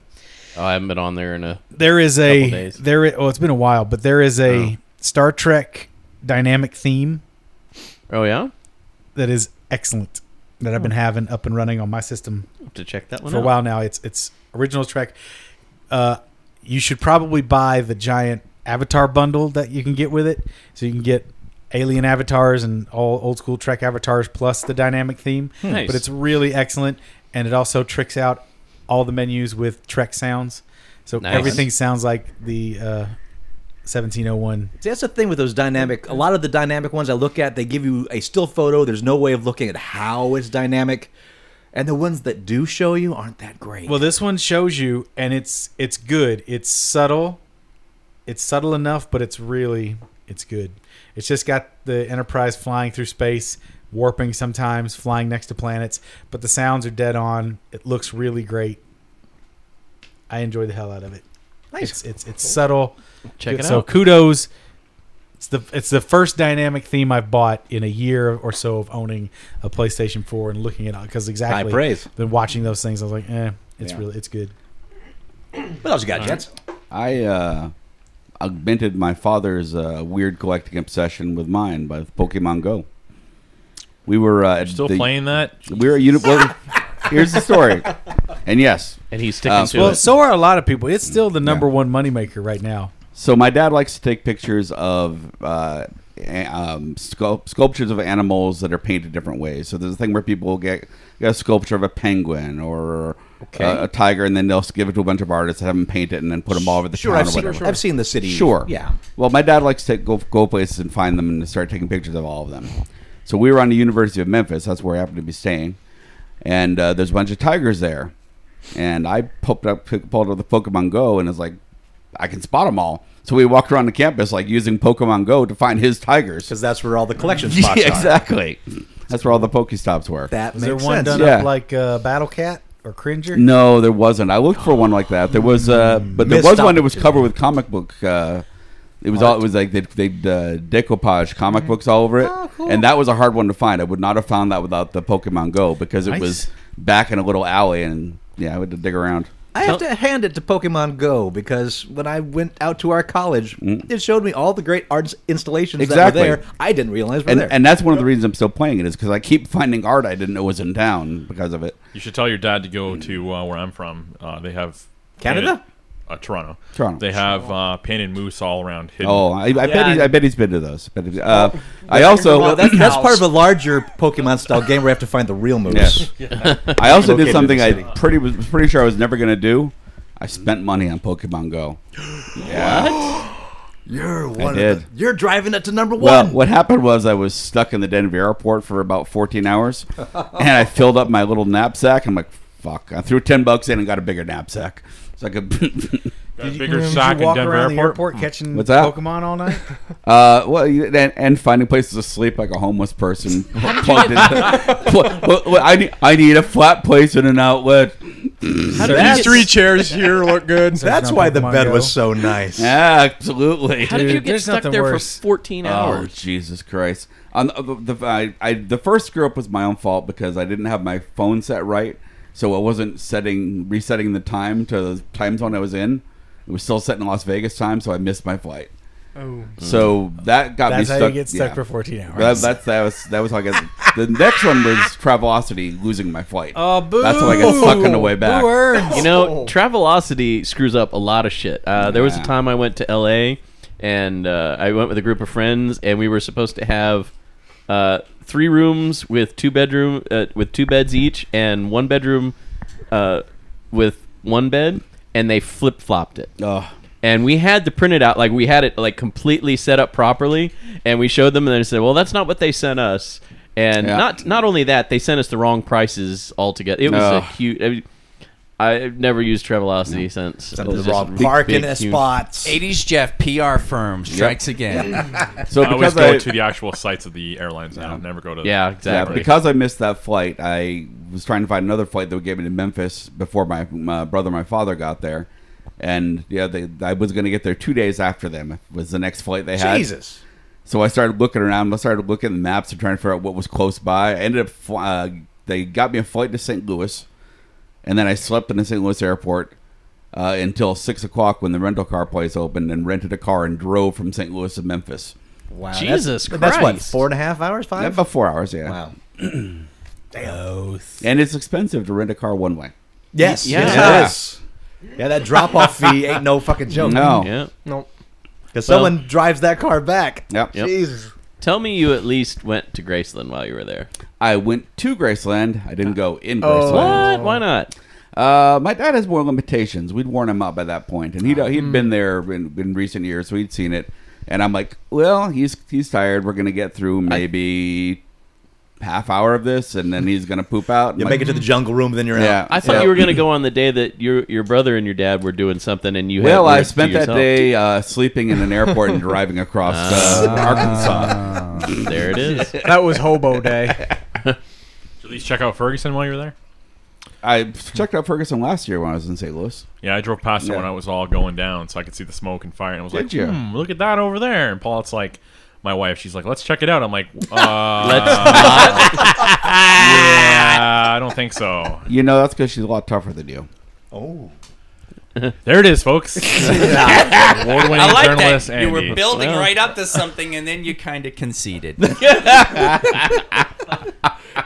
Speaker 5: Oh, I haven't been on there in a.
Speaker 9: there is
Speaker 5: Couple
Speaker 9: a
Speaker 5: days.
Speaker 9: there. i- Oh, it's been a while, but there is a
Speaker 5: Oh.
Speaker 9: Star Trek dynamic theme
Speaker 5: Oh yeah, I'll
Speaker 9: that is excellent that I've been having up and running on my system
Speaker 5: Hmm. have to check that one
Speaker 9: for a
Speaker 5: out.
Speaker 9: while now. It's it's original track. Uh, you should probably buy the giant Avatar bundle that you can get with it, so you can get alien avatars and all old school Trek avatars plus the dynamic theme.
Speaker 5: Hmm. Nice.
Speaker 9: But it's really excellent, and it also tricks out all the menus with Trek sounds. So
Speaker 5: Nice.
Speaker 9: everything sounds like the uh, 1701.
Speaker 8: See, that's the thing with those dynamic. A lot of the dynamic ones I look at, they give you a still photo. There's no way of looking at how it's dynamic, and the ones that do show you aren't that great.
Speaker 9: Well, this one shows you, and it's it's good. It's subtle. It's subtle enough, but it's really it's good. It's just got the Enterprise flying through space, warping sometimes, flying next to planets, but the sounds are dead on. It looks really great. I enjoy the hell out of it. Nice. It's it's, it's subtle.
Speaker 5: Check it
Speaker 9: So
Speaker 5: out.
Speaker 9: kudos. It's the it's the first dynamic theme I've bought in a year or so of owning a PlayStation 4 and looking at it because exactly
Speaker 8: praise.
Speaker 9: Then watching those things, I was like, eh, it's
Speaker 8: Yeah.
Speaker 9: really it's good.
Speaker 8: what else you got, gents?
Speaker 3: I uh, augmented my father's uh, weird collecting obsession with mine by Pokemon Go. We were uh, at
Speaker 4: Still
Speaker 3: the-
Speaker 4: playing that?
Speaker 3: We were uni- well, here's the story, and yes,
Speaker 5: and he's sticking
Speaker 3: Um,
Speaker 5: to
Speaker 9: Well,
Speaker 5: it.
Speaker 9: so are a lot of people. It's still the number one moneymaker right now.
Speaker 3: So my dad likes to take pictures of uh, a- um, sculp- sculptures of animals that are painted different ways. So there's a thing where people will get, get a sculpture of a penguin or uh, a tiger, and then they'll give it to a bunch of artists, have them paint it, and then put them all over the
Speaker 8: Sure,
Speaker 3: town
Speaker 8: I've
Speaker 3: or
Speaker 8: seen.
Speaker 3: whatever.
Speaker 8: I've seen the city.
Speaker 3: Sure.
Speaker 8: Yeah.
Speaker 3: Well, my dad likes to go go places and find them and start taking pictures of all of them. So we were on the University of Memphis. That's where I happened to be staying, and uh, there's a bunch of tigers there. And I popped up, pulled up the Pokemon Go, and it's like, I can spot them all. So we walked around the campus like using Pokemon Go to find his tigers.
Speaker 8: Because that's where all the
Speaker 3: (laughs)
Speaker 8: collection
Speaker 3: Yeah,
Speaker 8: spots are.
Speaker 3: exactly. That's where all the Pokestops were.
Speaker 8: That
Speaker 9: Is
Speaker 8: makes
Speaker 9: there one
Speaker 8: sense.
Speaker 9: done
Speaker 3: Yeah.
Speaker 9: up like uh, Battle Cat or Cringer?
Speaker 3: No, there wasn't. I looked for one like that. There was, uh, but
Speaker 8: Hmm.
Speaker 3: there
Speaker 8: Missed
Speaker 3: was one that was covered with comic book. Uh, it was all. It was like they they uh, decoupage comic books all over it,
Speaker 8: Oh,
Speaker 3: and that was a hard one to find. I would not have found that without the Pokemon Go because it
Speaker 9: Nice.
Speaker 3: was back in a little alley, and yeah, I had to dig around.
Speaker 8: I have to hand it to Pokemon Go because when I went out to our college,
Speaker 4: Mm.
Speaker 8: it showed me all the great arts installations
Speaker 3: Exactly.
Speaker 8: that were there. I didn't realize were
Speaker 3: And,
Speaker 8: there.
Speaker 3: and that's one of the reasons I'm still playing it is because I keep finding art I didn't know was in town because of it.
Speaker 4: You should tell your dad to go to uh, where I'm from. Uh, they have
Speaker 8: Canada?
Speaker 4: painted- uh, Toronto.
Speaker 3: Toronto.
Speaker 4: They have uh, painted moose all around. Hidden.
Speaker 3: Oh, I, I bet he,
Speaker 10: Yeah.
Speaker 3: I bet he's been to those. But uh, I also
Speaker 8: well, (clears throat) that's, that's part of a larger Pokemon style game where I have to find the real (laughs) moves.
Speaker 10: (laughs)
Speaker 3: I also
Speaker 8: Located
Speaker 3: did
Speaker 8: in
Speaker 3: something
Speaker 8: the
Speaker 3: I
Speaker 8: city.
Speaker 3: pretty was pretty sure I was never going to do. I spent money on Pokemon Go.
Speaker 8: (gasps)
Speaker 3: Yeah.
Speaker 8: You're one.
Speaker 3: did.
Speaker 8: Of the, you're driving it to number
Speaker 3: Well,
Speaker 8: one.
Speaker 3: what happened was I was stuck in the Denver airport for about 14
Speaker 9: (laughs)
Speaker 3: hours, and I filled up my little knapsack. I'm like, fuck! I threw 10 bucks in and got a bigger knapsack, so I could. (laughs)
Speaker 4: Got a
Speaker 9: Did you-
Speaker 4: bigger
Speaker 9: did you
Speaker 4: sock in
Speaker 9: walk
Speaker 4: Denver
Speaker 9: around
Speaker 4: airport.
Speaker 9: the airport catching
Speaker 3: What's that?
Speaker 9: Pokemon all night?
Speaker 3: (laughs) uh, well, you- and, and finding places to sleep like a homeless
Speaker 9: (laughs)
Speaker 3: person. plugged into, pl- (laughs) well, well, I need I need a flat place and an outlet. (laughs)
Speaker 10: These
Speaker 9: (laughs)
Speaker 10: three chairs here look good.
Speaker 8: that's
Speaker 9: Not
Speaker 8: why the
Speaker 9: Pokemon
Speaker 8: bed
Speaker 9: Go.
Speaker 8: was so nice.
Speaker 3: Yeah, absolutely.
Speaker 5: How did
Speaker 9: Dude,
Speaker 5: you get
Speaker 9: there's
Speaker 5: stuck
Speaker 9: nothing
Speaker 5: there
Speaker 9: worse.
Speaker 5: for 14
Speaker 3: Oh
Speaker 5: hours?
Speaker 3: Jesus Christ! On the, the I, I the first screw up was my own fault because I didn't have my phone set right, so I wasn't setting resetting the time to the time zone I was in. It was still set in Las Vegas time, so I missed my flight.
Speaker 10: Oh.
Speaker 3: So that got
Speaker 9: That's
Speaker 3: me
Speaker 9: how
Speaker 3: stuck.
Speaker 9: you get stuck
Speaker 3: yeah.
Speaker 9: for 14 hours.
Speaker 3: That, that's that was that was how I got. the next one was Travelocity losing my flight.
Speaker 9: oh, boo!
Speaker 3: That's how I got stuck on the way back.
Speaker 9: Boo earns.
Speaker 5: You know, Travelocity screws up a lot of shit. Uh, there was a
Speaker 3: Oh. Yeah.
Speaker 5: time I went to LA and uh, I went with a group of friends, and we were supposed to have uh, three rooms with two bedroom uh, with two beds each, and one bedroom uh, with one bed, and they flip flopped it.
Speaker 3: Ugh.
Speaker 5: And we had the printed out, like we had it like completely set up properly, and we showed them, and they said, "Well, that's not what they sent us." And
Speaker 3: Yeah.
Speaker 5: not not only that, they sent us the wrong prices altogether. It was a
Speaker 3: Ugh.
Speaker 5: huge. I mean, I've never used Travelocity since. It was
Speaker 8: the
Speaker 5: just
Speaker 8: wrong
Speaker 5: a big,
Speaker 8: parking
Speaker 5: big, huge-
Speaker 8: spots.
Speaker 6: 80s
Speaker 4: (laughs)
Speaker 6: Jeff, PR firm, strikes again.
Speaker 3: (laughs) So
Speaker 4: I
Speaker 3: because
Speaker 4: always go
Speaker 3: I,
Speaker 4: to the actual sites of the airlines. I never go to.
Speaker 5: Yeah,
Speaker 3: Yeah,
Speaker 5: exactly.
Speaker 3: because I missed that flight, I was trying to find another flight that would get me to Memphis before my, my brother and my father got there. And yeah, they, I was going to get there two days after them. Was the next flight they had.
Speaker 8: Jesus.
Speaker 3: So I started looking around. I started looking at the maps and trying to figure out what was close by. I ended up. fl- Uh, they got me a flight to St. Louis, and then I slept in the St. Louis airport uh, until six o'clock when the rental car place opened, and rented a car and drove from St. Louis to Memphis.
Speaker 8: Wow.
Speaker 5: Jesus
Speaker 8: that's, That's what
Speaker 5: Christ.
Speaker 8: four and a half hours, five.
Speaker 3: About four hours, yeah.
Speaker 8: Wow.
Speaker 3: And it's expensive to rent a car one way.
Speaker 8: Yes.
Speaker 5: Yeah.
Speaker 8: Yes. it is. Yeah, that drop off fee ain't no fucking joke.
Speaker 3: No.
Speaker 5: yeah.
Speaker 10: Nope.
Speaker 8: Because someone drives that car back.
Speaker 3: Yep.
Speaker 5: Yep.
Speaker 8: Jesus.
Speaker 5: Tell me you at least went to Graceland while you were there.
Speaker 3: I went to Graceland. I didn't go
Speaker 8: Oh.
Speaker 3: in Graceland.
Speaker 5: What? Why not?
Speaker 3: Uh, my dad has more limitations. We'd worn him out by that point, and he'd
Speaker 8: Hmm.
Speaker 3: he'd been there in, in recent years, so he'd seen it. And I'm like, well, he's he's tired. We're gonna get through maybe half hour of this, and then he's gonna poop out.
Speaker 8: You make it to the jungle room, then you're
Speaker 3: yeah.
Speaker 8: out.
Speaker 5: I thought
Speaker 3: Yeah.
Speaker 5: you were going to go on the day that your your brother and your dad were doing something and you.
Speaker 3: Well,
Speaker 5: had
Speaker 3: I
Speaker 5: work to
Speaker 3: spent that
Speaker 5: yourself.
Speaker 3: day uh, sleeping in an airport and driving across uh,
Speaker 8: Ah.
Speaker 3: Arkansas.
Speaker 5: There it is.
Speaker 10: (laughs) That was hobo day.
Speaker 3: (laughs)
Speaker 4: Did you at least check out Ferguson while you were there?
Speaker 3: I checked out Ferguson last year when I was in St. Louis.
Speaker 4: Yeah, I drove past it when
Speaker 3: Yeah.
Speaker 4: I was all going down, so I could see the smoke and fire. And I was
Speaker 3: Did
Speaker 4: like,
Speaker 3: you?
Speaker 4: Hmm, look at that over there. And Paul's like, my wife, she's like, let's check it out. I'm like, uh, (laughs) yeah, I don't think so.
Speaker 3: You know, that's because she's a lot tougher
Speaker 10: (laughs)
Speaker 3: than you.
Speaker 8: Oh,
Speaker 4: There it is, folks. Award-winning
Speaker 6: I like
Speaker 4: journalist
Speaker 6: that. You
Speaker 4: Andy.
Speaker 6: were building
Speaker 5: Well.
Speaker 6: right up to something, and then you kind of conceded.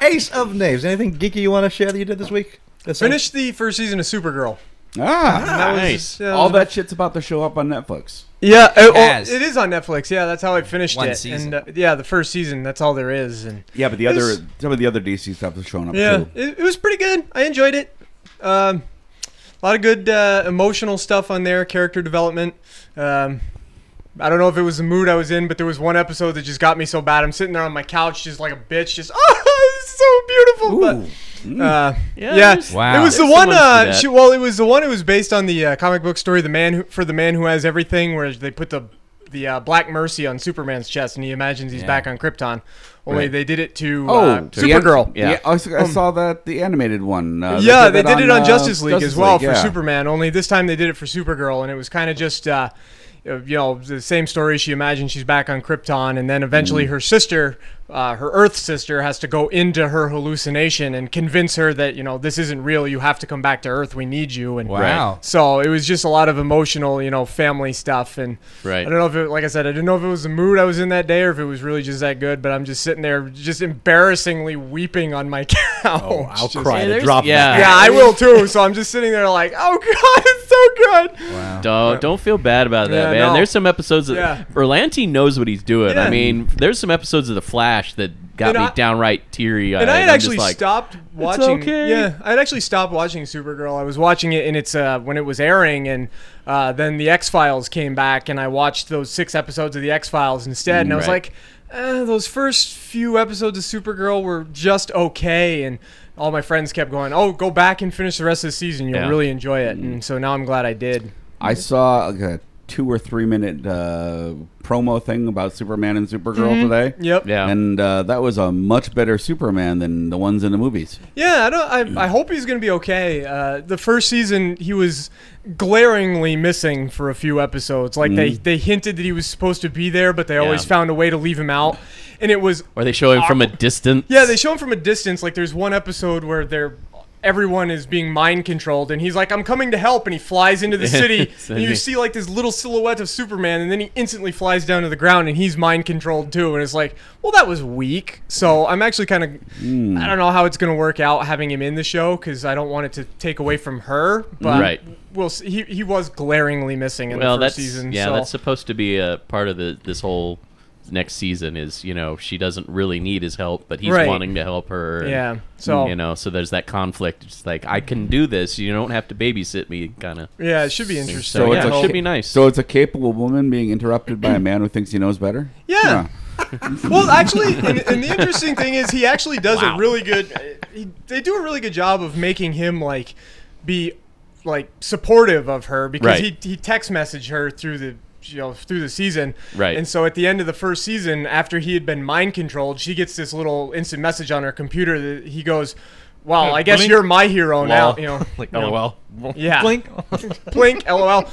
Speaker 8: Ace of Knaves. Anything geeky you want to share that you did this week? That's
Speaker 10: Finished the first season of Supergirl.
Speaker 3: Ah,
Speaker 10: That was-
Speaker 5: Nice.
Speaker 10: yeah, that
Speaker 3: all
Speaker 10: was-
Speaker 3: that shit's about to show up on Netflix.
Speaker 10: Yeah, it, well,
Speaker 6: Has.
Speaker 10: it is on Netflix. Yeah, that's how I finished
Speaker 6: One
Speaker 10: it.
Speaker 6: season.
Speaker 10: And uh, yeah, the first season. That's all there is. And
Speaker 3: Yeah, but the
Speaker 10: It's-
Speaker 3: other some of the other DC stuff is showing up
Speaker 10: yeah,
Speaker 3: too.
Speaker 10: it, it was pretty good. I enjoyed it. Um, a lot of good uh, emotional stuff on there, character development. Um, I don't know if it was the mood I was in, but there was one episode that just got me so bad. I'm sitting there on my couch, just like a bitch, just (laughs) oh, it's so beautiful. But Uh,
Speaker 5: Yeah,
Speaker 10: yeah,
Speaker 5: there's-
Speaker 6: Wow.
Speaker 10: It was the
Speaker 5: there's
Speaker 10: one.
Speaker 5: someone to do
Speaker 10: Uh,
Speaker 5: that.
Speaker 10: she, well, it was the one. It was based on the uh, comic book story, the man who, for the man who has everything, where they put the the uh, Black Mercy on Superman's chest, and he imagines he's back on Krypton. Only
Speaker 3: Right.
Speaker 10: Oh, they did it to
Speaker 3: Oh,
Speaker 10: uh,
Speaker 3: the an-
Speaker 10: Supergirl. Um.
Speaker 3: Yeah,
Speaker 5: Yeah.
Speaker 3: I, saw, I saw that the animated one. Uh,
Speaker 10: yeah, they
Speaker 3: that
Speaker 10: did it on
Speaker 3: uh,
Speaker 10: Justice League as well
Speaker 3: League,
Speaker 10: for
Speaker 3: yeah.
Speaker 10: Superman. Only this time they did it for Supergirl, and it was kind of just, uh, you know, the same story. She imagines she's back on Krypton, and then eventually her sister, uh, her Earth sister, has to go into her hallucination and convince her that you know this isn't real. You have to come back to Earth. We need you. And
Speaker 6: Wow.
Speaker 10: so it was just a lot of emotional, you know, family stuff. And
Speaker 5: Right.
Speaker 10: I don't know if, it, like I said, I didn't know if it was the mood I was in that day or if it was really just that good. But I'm just sitting there, just embarrassingly weeping on my (laughs) couch.
Speaker 8: Oh, I'll
Speaker 10: Just-
Speaker 8: cry to
Speaker 5: there's-
Speaker 8: drop.
Speaker 5: yeah.
Speaker 8: Yeah.
Speaker 10: yeah, I will too. So I'm just sitting there like, oh (laughs) god, it's so good.
Speaker 5: Don't, don't feel bad about that,
Speaker 10: Yeah,
Speaker 5: man.
Speaker 10: no.
Speaker 5: There's some episodes that
Speaker 10: Yeah.
Speaker 5: Berlanti knows what he's doing. I
Speaker 10: Yeah.
Speaker 5: mean, there's some episodes of The Flash that got
Speaker 10: And
Speaker 5: me
Speaker 10: I-
Speaker 5: downright teary eyed.
Speaker 10: And I had actually
Speaker 5: like,
Speaker 10: stopped watching.
Speaker 5: okay.
Speaker 10: Yeah, I had actually stopped watching Supergirl. I was watching it in its uh, when it was airing, and uh, then the X Files came back, and I watched those six episodes of the X Files instead, and I was
Speaker 5: Right.
Speaker 10: like. Uh, those first few episodes of Supergirl were just okay, and all my friends kept going, "Oh, go back and finish the rest of the season. You'll
Speaker 5: Yeah. Mm.
Speaker 10: really enjoy it." And so now I'm glad I did.
Speaker 3: I saw like a two or three minute uh, promo thing about Superman and Supergirl today.
Speaker 10: Mm-hmm. Yep.
Speaker 5: Yeah.
Speaker 3: And uh, that was a much better Superman than the ones in the movies.
Speaker 10: Yeah, I don't. I, I hope he's gonna be okay. Uh, the first season, he was glaringly missing for a few episodes. Like they they hinted that he was supposed to be there, but they always
Speaker 5: Yeah.
Speaker 10: found a way to leave him out. And it was
Speaker 5: Or they show him from a distance.
Speaker 10: yeah, they show him from a distance. Like there's one episode where they're everyone is being mind controlled and he's like i'm coming to help and he flies into
Speaker 5: (laughs)
Speaker 10: the city
Speaker 5: So
Speaker 10: and
Speaker 5: he-
Speaker 10: you see like this little silhouette of superman and then he instantly flies down to the ground and he's mind controlled too and it's like well that was weak so i'm actually kind of
Speaker 5: Hmm.
Speaker 10: i don't know how it's going to work out having him in the show because i don't want it to take away from her but
Speaker 5: Right.
Speaker 10: we'll see. He, he was glaringly missing in
Speaker 5: well,
Speaker 10: the first
Speaker 5: that's
Speaker 10: season
Speaker 5: yeah,
Speaker 10: so.
Speaker 5: that's supposed to be a part of the this whole next season is you know she doesn't really need his help, but he's
Speaker 10: Right.
Speaker 5: wanting to help her. and,
Speaker 10: Yeah, so-
Speaker 5: you know, so there's that conflict. It's like I can do this. You don't have to babysit me, kind of.
Speaker 10: yeah it should be interesting
Speaker 5: So,
Speaker 3: So
Speaker 5: yeah,
Speaker 3: it's
Speaker 5: it
Speaker 3: a-
Speaker 5: should be nice.
Speaker 3: So it's a capable woman being interrupted by a man who thinks he knows better.
Speaker 10: Yeah. (laughs) well, actually, and, and the interesting thing is he actually does a really good. He, they do a really good job of making him like be like supportive of her because
Speaker 5: Right.
Speaker 10: he he text messaged her through the you know through the season.
Speaker 5: Right.
Speaker 10: And so at the end of the first season, after he had been mind controlled, she gets this little instant message on her computer that he goes. Well, I guess
Speaker 4: Uh, blink.
Speaker 10: you're my hero now.
Speaker 4: Lol.
Speaker 10: You know,
Speaker 4: (laughs) like,
Speaker 10: you know,
Speaker 4: lol.
Speaker 10: Yeah. (laughs)
Speaker 4: (laughs) Blink.
Speaker 10: blink, (laughs) lol.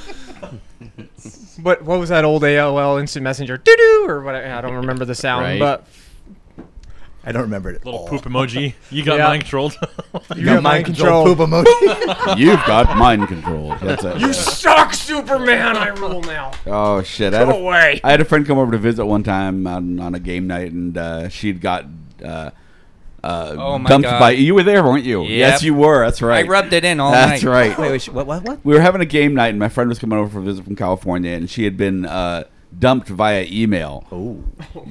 Speaker 10: But what was that old AOL instant messenger? Doo doo or what? I don't remember the sound,
Speaker 5: Right.
Speaker 10: but
Speaker 8: I don't remember it. at
Speaker 4: Little
Speaker 8: all.
Speaker 4: poop emoji. You got
Speaker 10: Yeah.
Speaker 4: mind controlled.
Speaker 10: You got mind control.
Speaker 8: Poop
Speaker 3: (laughs)
Speaker 8: emoji.
Speaker 3: You've got mind control. That's it.
Speaker 10: Suck, Superman! I rule
Speaker 9: (laughs)
Speaker 10: now.
Speaker 3: Oh shit! I had, a,
Speaker 10: away.
Speaker 3: I had a friend come over to visit one time on, on a game night, and uh, she'd got uh, uh,
Speaker 6: Oh, my
Speaker 3: dumped
Speaker 6: God.
Speaker 3: by. You were there, weren't you?
Speaker 6: Yep.
Speaker 3: Yes, you were. That's
Speaker 6: I
Speaker 3: right.
Speaker 6: rubbed it in all
Speaker 3: That's
Speaker 6: night.
Speaker 3: right.
Speaker 8: wait, wait, sh- what, what, what?
Speaker 3: we were having a game night, and my friend was coming over for a visit from California, and she had been uh, dumped via email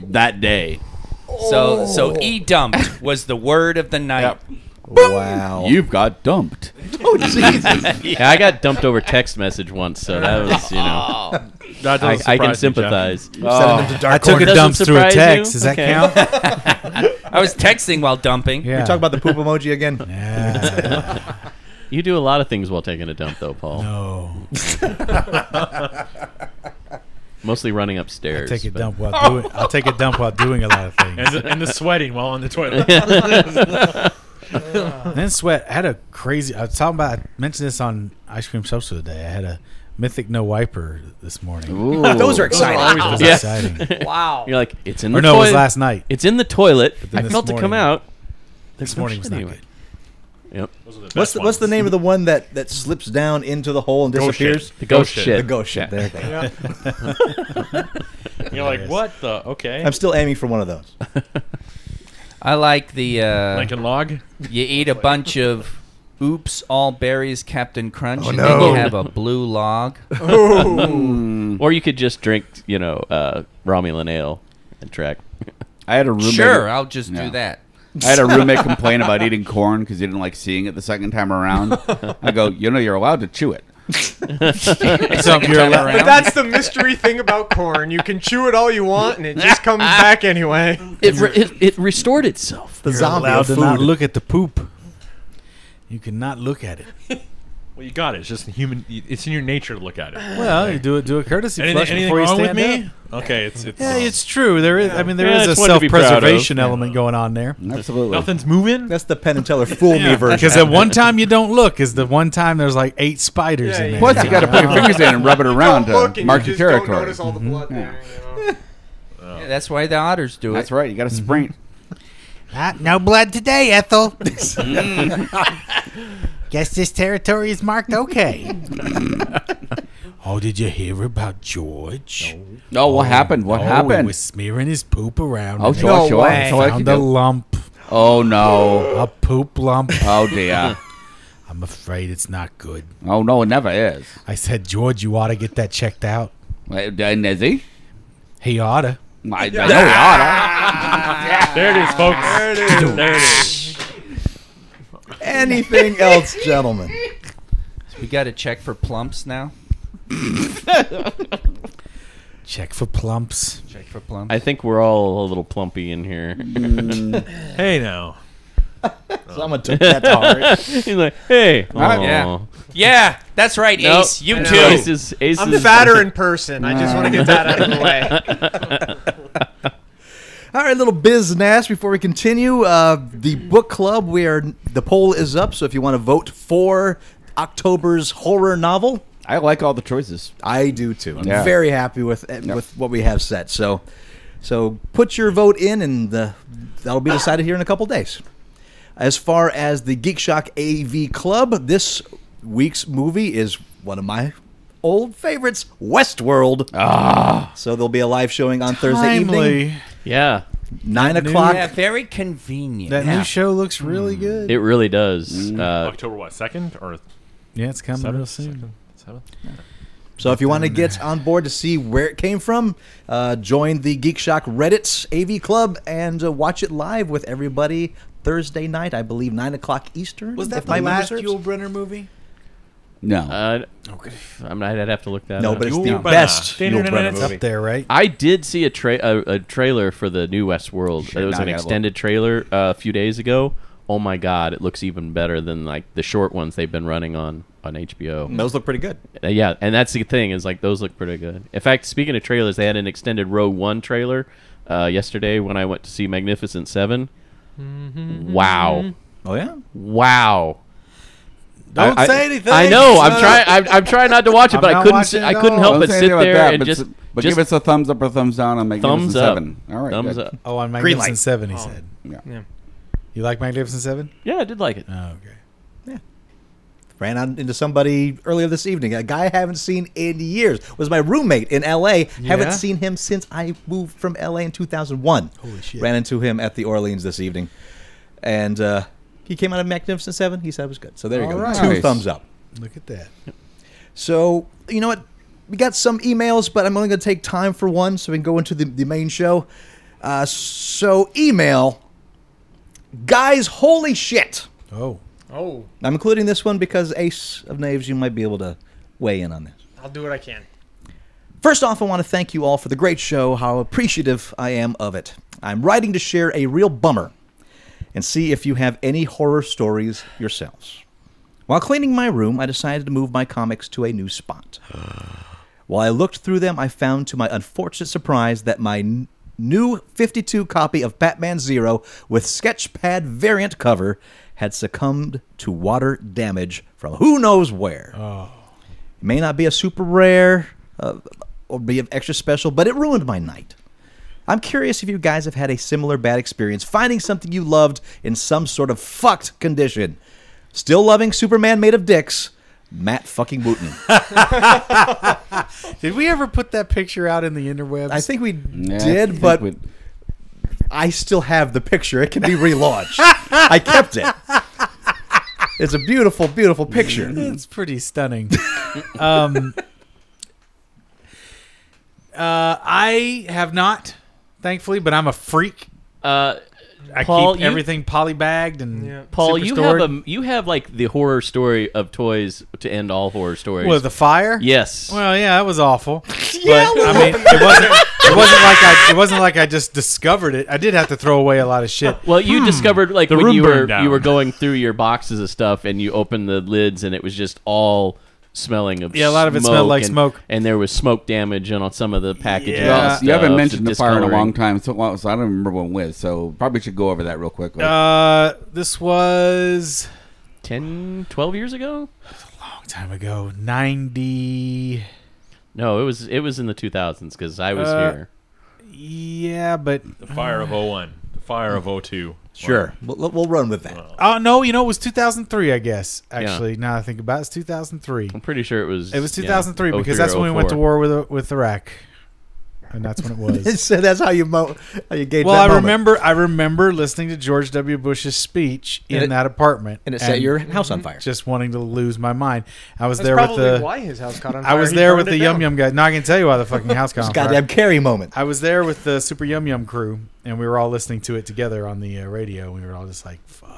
Speaker 3: that day.
Speaker 6: So so e dumped was the word of the night.
Speaker 8: Wow.
Speaker 3: You've got dumped.
Speaker 8: (laughs) oh, Jesus.
Speaker 5: (laughs) Yeah, I got dumped over text message once, so that was you
Speaker 8: Oh.
Speaker 5: know
Speaker 4: That
Speaker 5: I,
Speaker 4: doesn't
Speaker 5: I can
Speaker 4: surprise me, Jeff.
Speaker 5: sympathize.
Speaker 9: Sending them to dark
Speaker 5: took
Speaker 9: corner
Speaker 5: it-
Speaker 9: dumps
Speaker 5: doesn't
Speaker 9: through Oh. a
Speaker 5: surprise
Speaker 9: text.
Speaker 5: you?
Speaker 9: Does that
Speaker 5: Okay.
Speaker 9: count?
Speaker 5: (laughs)
Speaker 6: I was texting while dumping.
Speaker 9: Yeah.
Speaker 8: Talk about the poop emoji again.
Speaker 9: Yeah.
Speaker 5: (laughs) You do a lot of things while taking a dump, though, Paul.
Speaker 9: No.
Speaker 5: (laughs) Mostly running upstairs.
Speaker 9: Take a
Speaker 5: but-
Speaker 9: dump while doing. I'll take a dump while doing a lot of things.
Speaker 4: And the, and the sweating while on the
Speaker 8: (laughs)
Speaker 3: (laughs)
Speaker 4: toilet.
Speaker 9: And then sweat. I had a crazy. I was talking about. I mentioned this on ice cream social today. I had a mythic no wiper
Speaker 5: (laughs)
Speaker 9: this morning.
Speaker 8: Those are
Speaker 9: Those are
Speaker 8: exciting.
Speaker 9: always
Speaker 5: Yeah. (laughs)
Speaker 9: exciting.
Speaker 10: Wow.
Speaker 5: You're like, it's in the
Speaker 9: or no, it
Speaker 5: toilet.
Speaker 9: was last night.
Speaker 5: It's in the toilet.
Speaker 9: then
Speaker 5: I
Speaker 9: this
Speaker 5: felt it come
Speaker 9: morning-
Speaker 5: out.
Speaker 9: This morning was not
Speaker 5: anyway.
Speaker 9: good.
Speaker 5: Yep.
Speaker 8: What's the, what's
Speaker 5: (laughs)
Speaker 8: the name of the one that, that slips down into the hole and
Speaker 4: Ghost
Speaker 8: disappears?
Speaker 4: shit.
Speaker 5: The ghost,
Speaker 4: shit.
Speaker 5: shit.
Speaker 8: The ghost shit. There you go.
Speaker 4: You're like, what the? Okay.
Speaker 8: I'm still aiming for one of those.
Speaker 6: I like the uh,
Speaker 4: Lincoln Log.
Speaker 6: you eat a bunch of oops all berries Captain Crunch and then
Speaker 8: no.
Speaker 6: you have a blue log.
Speaker 8: oh.
Speaker 5: Oh. Hmm. Or you could just drink, you know, uh, Romulan ale and track.
Speaker 3: I had a roommate.
Speaker 6: Sure, I'll just
Speaker 3: Yeah.
Speaker 6: do that.
Speaker 3: I had a roommate complain about eating corn because he didn't like seeing it the second time around. I go, you know, you're allowed to chew
Speaker 6: (laughs)
Speaker 3: it.
Speaker 10: (laughs)
Speaker 6: Second time around.
Speaker 10: But that's the mystery thing about corn. You can chew it all you want, and it
Speaker 9: (laughs)
Speaker 10: just comes back anyway.
Speaker 5: It, re- it, it restored itself.
Speaker 8: The zombie
Speaker 9: allowed
Speaker 8: of
Speaker 9: to
Speaker 8: food.
Speaker 9: not look at the poop. You cannot look at it.
Speaker 4: (laughs) Well, you got it. It's just human. It's in your nature to look at it.
Speaker 9: Well, you do it. Do a courtesy
Speaker 4: Anything,
Speaker 9: flush
Speaker 4: anything
Speaker 9: before you
Speaker 4: wrong
Speaker 9: stand
Speaker 4: with me?
Speaker 9: up.
Speaker 4: Okay, it's it's
Speaker 9: Yeah, it's true. There is. I mean, there
Speaker 5: Yeah,
Speaker 9: is a
Speaker 5: it's one to be proud of.
Speaker 9: self-preservation element going on there.
Speaker 3: Absolutely.
Speaker 4: nothing's moving.
Speaker 8: That's the Penn and Teller
Speaker 4: (laughs)
Speaker 8: fool me version.
Speaker 9: Because at one time you don't look is the one time there's like eight spiders
Speaker 10: Yeah,
Speaker 9: in
Speaker 10: yeah.
Speaker 9: there.
Speaker 3: Plus, you got to put your fingers in and rub it
Speaker 10: (laughs)
Speaker 3: around
Speaker 10: Don't look,
Speaker 3: to
Speaker 10: and
Speaker 3: mark
Speaker 10: you
Speaker 3: your
Speaker 10: just don't
Speaker 3: territory.
Speaker 10: notice all the blood there, you know?
Speaker 6: Mm-hmm. (laughs) Yeah, that's why the otters do
Speaker 3: That's
Speaker 6: it. Mm-hmm.
Speaker 3: right. You got to
Speaker 6: (laughs)
Speaker 3: sprint.
Speaker 9: Ah, no blood
Speaker 8: (laughs)
Speaker 9: today, Ethel. Mm. Guess this territory is marked okay. oh, did you hear about George?
Speaker 3: No, what happened? What
Speaker 9: oh, He
Speaker 3: happened?
Speaker 9: was smearing his poop around.
Speaker 3: Oh,
Speaker 9: and they
Speaker 3: sure, sure.
Speaker 9: found
Speaker 3: So what you
Speaker 9: a
Speaker 3: do?
Speaker 9: lump,
Speaker 3: Oh no.
Speaker 9: a poop lump.
Speaker 3: Oh dear.
Speaker 9: (laughs) I'm afraid it's not good.
Speaker 3: Oh no, it never is.
Speaker 9: I said, George, you ought to get that checked out.
Speaker 3: Wait, And is he?
Speaker 9: He oughta.
Speaker 3: I, I
Speaker 10: (laughs)
Speaker 3: know he oughta.
Speaker 4: (laughs) There it is, folks. There it is. There it is.
Speaker 8: Anything else,
Speaker 6: (laughs)
Speaker 8: gentlemen?
Speaker 6: We got to check for
Speaker 3: (laughs)
Speaker 6: plumps now. (laughs)
Speaker 9: Check for plumps.
Speaker 6: Check for plumps.
Speaker 5: I think we're all a little plumpy in here. (laughs)
Speaker 4: Hey now.
Speaker 8: Someone Mm. took that to heart.
Speaker 5: He's like, hey. aw.
Speaker 6: yeah. yeah, that's right,
Speaker 5: Nope.
Speaker 6: Ace. You too.
Speaker 5: Ace is, Ace
Speaker 10: I'm
Speaker 5: is-
Speaker 10: fatter in person. I just want to get that out of the way.
Speaker 8: (laughs) All right, little bizness. Before we continue, uh, the book club. We are the poll is up, so if you want to vote for October's horror novel,
Speaker 3: I like all the choices.
Speaker 8: I do too. I'm
Speaker 3: Yeah.
Speaker 8: very happy with with what we have set. So, so put your vote in, and the, that'll be decided here in a couple days. As far as the Geek Shock AV Club, this week's movie is one of my old favorites, Westworld. Ah. So there'll be a live showing on Thursday evening,
Speaker 9: Timely.
Speaker 5: Yeah,
Speaker 8: nine
Speaker 9: That new-
Speaker 8: o'clock.
Speaker 6: Yeah, very convenient.
Speaker 9: That new show looks really good.
Speaker 5: it really does.
Speaker 3: Mm.
Speaker 5: Uh,
Speaker 4: October what? Second or
Speaker 9: yeah, it's coming
Speaker 4: seventh?
Speaker 9: real soon.
Speaker 4: Second? Seventh.
Speaker 8: So if you want to get on board to see where it came from, uh, join the Geek Shock Reddit's AV Club and uh, watch it live with everybody Thursday night, I believe, nine o'clock Eastern. if my memory serves.
Speaker 9: Brenner movie?
Speaker 3: No.
Speaker 5: uh, I'm not, I'd have to look that
Speaker 8: No,
Speaker 5: up.
Speaker 8: but it's
Speaker 4: Yul
Speaker 8: the
Speaker 4: Brynner.
Speaker 8: best
Speaker 4: Dun,
Speaker 8: Yul
Speaker 4: dun, dun,
Speaker 8: Brynner
Speaker 4: dun.
Speaker 9: It's
Speaker 8: movie.
Speaker 9: up there, right?
Speaker 5: I did see a, tra- a, a trailer for the new Westworld. it was
Speaker 3: now I
Speaker 5: an
Speaker 3: gotta look.
Speaker 5: extended trailer uh, a few days ago. Oh my god, it looks even better than like the short ones they've been running on on HBO.
Speaker 8: Those look pretty good.
Speaker 5: Uh, Yeah, and that's the thing is like those look pretty good. In fact, speaking of trailers, they had an extended Row One trailer uh, yesterday when I went to see Magnificent 7 Wow,
Speaker 8: Oh yeah.
Speaker 5: wow.
Speaker 9: Don't
Speaker 5: I-
Speaker 9: say anything.
Speaker 5: I know. I'm
Speaker 9: Shut
Speaker 5: trying.
Speaker 9: up.
Speaker 5: I'm, I'm trying not to watch it,
Speaker 9: I'm
Speaker 5: but I
Speaker 9: not
Speaker 5: couldn't.
Speaker 9: watching
Speaker 5: sit-
Speaker 9: it
Speaker 5: I
Speaker 9: at
Speaker 5: couldn't
Speaker 9: all.
Speaker 5: help
Speaker 3: Don't
Speaker 5: but
Speaker 3: say
Speaker 5: sit
Speaker 3: anything about
Speaker 5: there
Speaker 3: that,
Speaker 5: and
Speaker 3: but,
Speaker 5: just,
Speaker 3: s- but
Speaker 5: just
Speaker 3: give us a thumbs up or thumbs down on Magnificent
Speaker 5: thumbs up.
Speaker 3: Seven. All right,
Speaker 5: thumbs
Speaker 3: good.
Speaker 5: up.
Speaker 9: Oh, on
Speaker 8: Green light.
Speaker 9: Magnificent Seven, he said.
Speaker 3: Yeah.
Speaker 9: You like Magnificent Seven?
Speaker 5: Yeah, I did like it.
Speaker 9: Oh, okay.
Speaker 8: Ran on into somebody earlier this evening. A guy I haven't seen in years was my roommate in L.A. Haven't seen him since I moved from L.A. in 2001. Holy
Speaker 9: shit.
Speaker 8: Ran into him at the Orleans this evening, and uh, he came out of Magnificent Seven. He said it was good. So there you
Speaker 9: All
Speaker 8: go.
Speaker 9: right.
Speaker 8: Two
Speaker 3: Nice.
Speaker 8: thumbs up.
Speaker 9: Look at that.
Speaker 8: So you know what? we got some emails, but I'm only going to take time for one so we can go into the, the main show. Uh, so, email. Guys, holy shit.
Speaker 9: Oh,
Speaker 10: Oh,
Speaker 8: I'm including this one because Ace of Knaves, you might be able to weigh in on this.
Speaker 10: I'll do what I can.
Speaker 8: First off, I want to thank you all for the great show. How appreciative I am of it. I'm writing to share a real bummer and see if you have any horror stories yourselves. While cleaning my room, I decided to move my comics to a new spot. While I looked through them, I found to my unfortunate surprise that my n- new 52 copy of Batman Zero with sketchpad variant cover had succumbed to water damage from who knows where. It may not be a super rare uh, or be of extra special, but it ruined my night. I'm curious if you guys have had a similar bad experience finding something you loved in some sort of fucked condition. Still loving Superman made of dicks, Matt fucking Wooten.
Speaker 9: did we ever put that picture out in the interwebs?
Speaker 8: I think we
Speaker 3: Yeah, I
Speaker 8: did,
Speaker 3: think
Speaker 8: but
Speaker 3: we-
Speaker 8: I still have the picture. It can be
Speaker 9: (laughs)
Speaker 8: relaunched. I kept it. It's a beautiful, beautiful picture.
Speaker 9: (laughs) It's pretty
Speaker 8: (laughs)
Speaker 9: stunning. um, uh, I have not, thankfully, but I'm a freak.
Speaker 5: Uh,
Speaker 9: I
Speaker 5: Paul,
Speaker 9: keep
Speaker 5: you-
Speaker 9: everything polybagged and
Speaker 10: Yeah.
Speaker 5: Paul, you
Speaker 9: superstored.
Speaker 5: have a you have like the horror story of toys to end all horror stories.
Speaker 9: What, the fire?
Speaker 5: yes.
Speaker 9: Well, yeah, that
Speaker 8: (laughs)
Speaker 9: was awful. but I mean, it wasn't. It wasn't like I. It wasn't like I just discovered it. I did have to throw away a lot of shit.
Speaker 5: Uh,
Speaker 9: Hmm.
Speaker 5: Well,
Speaker 3: Hmm.
Speaker 5: you discovered like when
Speaker 4: room
Speaker 5: you were
Speaker 4: burned down.
Speaker 5: you were going through your boxes of stuff, and you opened the lids, and it was just all smelling of
Speaker 9: Yeah, a lot of it smelled like
Speaker 5: and-
Speaker 9: smoke.
Speaker 5: and there was smoke damage on on some of the packaging. and
Speaker 9: Yeah.
Speaker 5: stuff,
Speaker 3: you haven't mentioned the fire in a
Speaker 5: discoloring.
Speaker 3: long time, so, well, so I don't remember when it was. So probably should go over that real quick.
Speaker 9: Uh, this was
Speaker 5: 10, 12 years ago.
Speaker 9: a long time ago. Ninety.
Speaker 5: No, it was it was in the two thousands because I was
Speaker 9: Uh,
Speaker 5: here.
Speaker 9: Yeah, but
Speaker 4: The fire of 01. The fire of 02.
Speaker 8: Sure, we'll, we'll run with that.
Speaker 9: oh no, you know it was 2003. I guess actually, now that I think about it, it's 2003.
Speaker 5: I'm pretty sure it was.
Speaker 9: It was
Speaker 5: yeah,
Speaker 9: 2003
Speaker 5: 03
Speaker 9: because that's when we
Speaker 8: oh
Speaker 9: went to
Speaker 5: 04.
Speaker 9: war with uh, with Iraq, and
Speaker 8: (laughs)
Speaker 9: that's when it was.
Speaker 8: so that's how you mo- how you gauge.
Speaker 9: well,
Speaker 8: that
Speaker 9: I
Speaker 8: moment.
Speaker 9: remember I remember listening to George W. Bush's speech in
Speaker 8: And it-
Speaker 9: that apartment,
Speaker 8: and it set your house on fire.
Speaker 9: Just wanting to lose my mind. I was
Speaker 10: That's
Speaker 9: there with
Speaker 10: probably
Speaker 9: the
Speaker 10: why his house caught on fire.
Speaker 9: I was
Speaker 10: He
Speaker 9: there
Speaker 10: burned
Speaker 9: with
Speaker 10: it
Speaker 9: the
Speaker 10: down.
Speaker 9: Yum Yum guy. Now I can tell you why the fucking house got on fire.
Speaker 8: Goddamn carry moment.
Speaker 9: I was there with the Super Yum Yum crew, and we were all listening to it together on the uh, radio. We were all just like, "Fuck."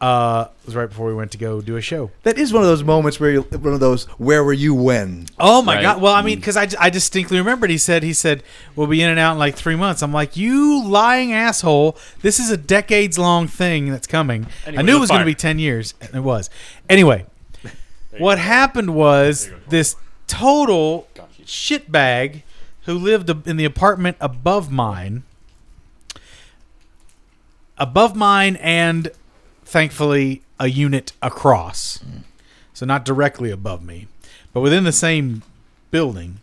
Speaker 9: Uh, it was right before we went to go do a show.
Speaker 8: That is one of those moments where you one of those where were you when?
Speaker 9: Oh my
Speaker 5: Right.
Speaker 9: god! Well, I mean, because I, I distinctly remembered he said he said we'll be in and out in like three months. I'm like, you lying asshole! This is a decades long thing that's coming. I
Speaker 4: Anyway,
Speaker 9: knew it
Speaker 4: the
Speaker 9: was going to
Speaker 4: fire.
Speaker 9: be ten years, and it was. Anyway, what happened was this total shitbag who lived ab- in the apartment above mine, above mine, and thankfully a unit across so not directly above me, but within the same building,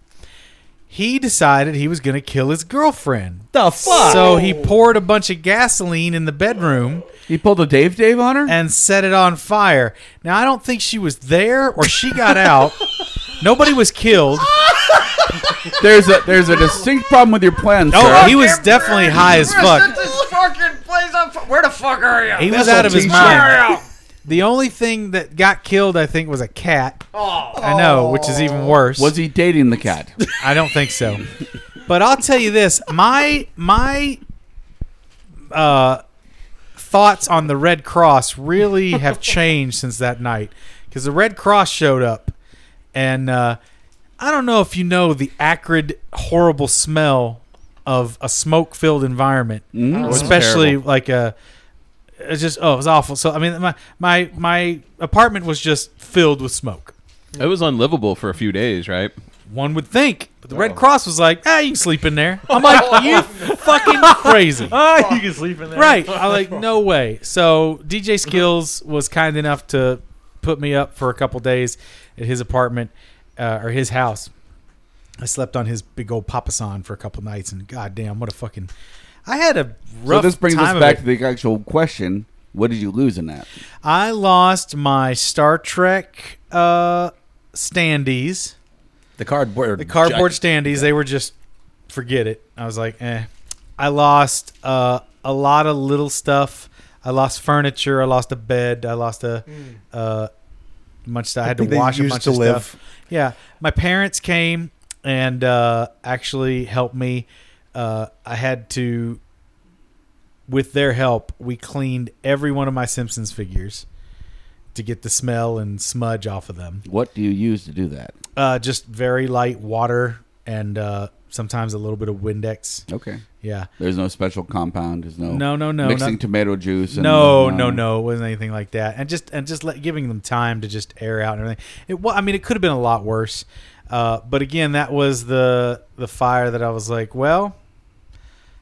Speaker 9: he decided he was going to kill his girlfriend.
Speaker 8: The fuck.
Speaker 9: So he poured a bunch of gasoline in the bedroom
Speaker 3: he pulled a Dave Dave on her.
Speaker 9: and set it on fire. Now, I don't think she was there or she got out. Nobody was killed.
Speaker 3: There's a there's a distinct problem with your plan,
Speaker 9: Oh,
Speaker 3: sir.
Speaker 9: he was definitely high as fuck.
Speaker 10: Where the fuck are you?
Speaker 9: He was out of his mind. The only thing that got killed, I think, was a cat. I know, which is even worse.
Speaker 3: was he dating the cat?
Speaker 9: (laughs) I don't think so. (laughs) but I'll tell you this: my my uh, thoughts on the Red Cross really (laughs) have changed since that night because the Red Cross showed up, and uh, I don't know if you know the acrid, horrible smell of a smoke-filled environment, especially like a. It's just oh, it was awful. So I mean, my my my apartment was just filled with smoke
Speaker 5: It was unlivable for a few days, right?
Speaker 9: one would think. But the
Speaker 3: Oh.
Speaker 9: Red Cross was like, ah, you can sleep in there. I'm
Speaker 10: (laughs)
Speaker 3: (laughs)
Speaker 9: like, you fucking crazy.
Speaker 10: Ah,
Speaker 3: Ah,
Speaker 4: Oh, you can sleep in there.
Speaker 9: Right. I'm like, no way. So DJ Skills was kind enough to put me up for a couple days at his apartment uh, or his house. I slept on his big old papasan for a couple nights, and goddamn, what a fucking. I had a
Speaker 3: so
Speaker 9: rough
Speaker 3: this brings us
Speaker 9: time of
Speaker 3: back
Speaker 9: it.
Speaker 3: to the actual question: What did you lose in that?
Speaker 9: I lost my Star Trek uh, standees.
Speaker 8: The cardboard.
Speaker 9: The cardboard standees, they were just forget it. I was like, eh. I lost uh, a lot of little stuff. I lost furniture. I lost a bed. I lost a uh, much. Stuff. I had to
Speaker 8: Hmm. think they
Speaker 9: wash a
Speaker 8: used
Speaker 9: bunch
Speaker 8: to
Speaker 9: of
Speaker 8: live.
Speaker 9: stuff. Yeah, my parents came and uh, actually helped me. Uh, I had to, with their help, we cleaned every one of my Simpsons figures to get the smell and smudge off of them.
Speaker 3: What do you use to do that?
Speaker 9: Uh, just very light water and uh, sometimes a little bit of Windex.
Speaker 3: Okay.
Speaker 9: Yeah.
Speaker 3: There's no special compound. There's no
Speaker 9: No, no, no,
Speaker 3: mixing
Speaker 9: not-
Speaker 3: tomato juice. And,
Speaker 9: No,
Speaker 3: uh,
Speaker 9: no, no, it wasn't anything like that, and just and just let, giving them time to just air out and everything. It, well, I mean, it could have been a lot worse, uh, but again, that was the the fire that I was like, well,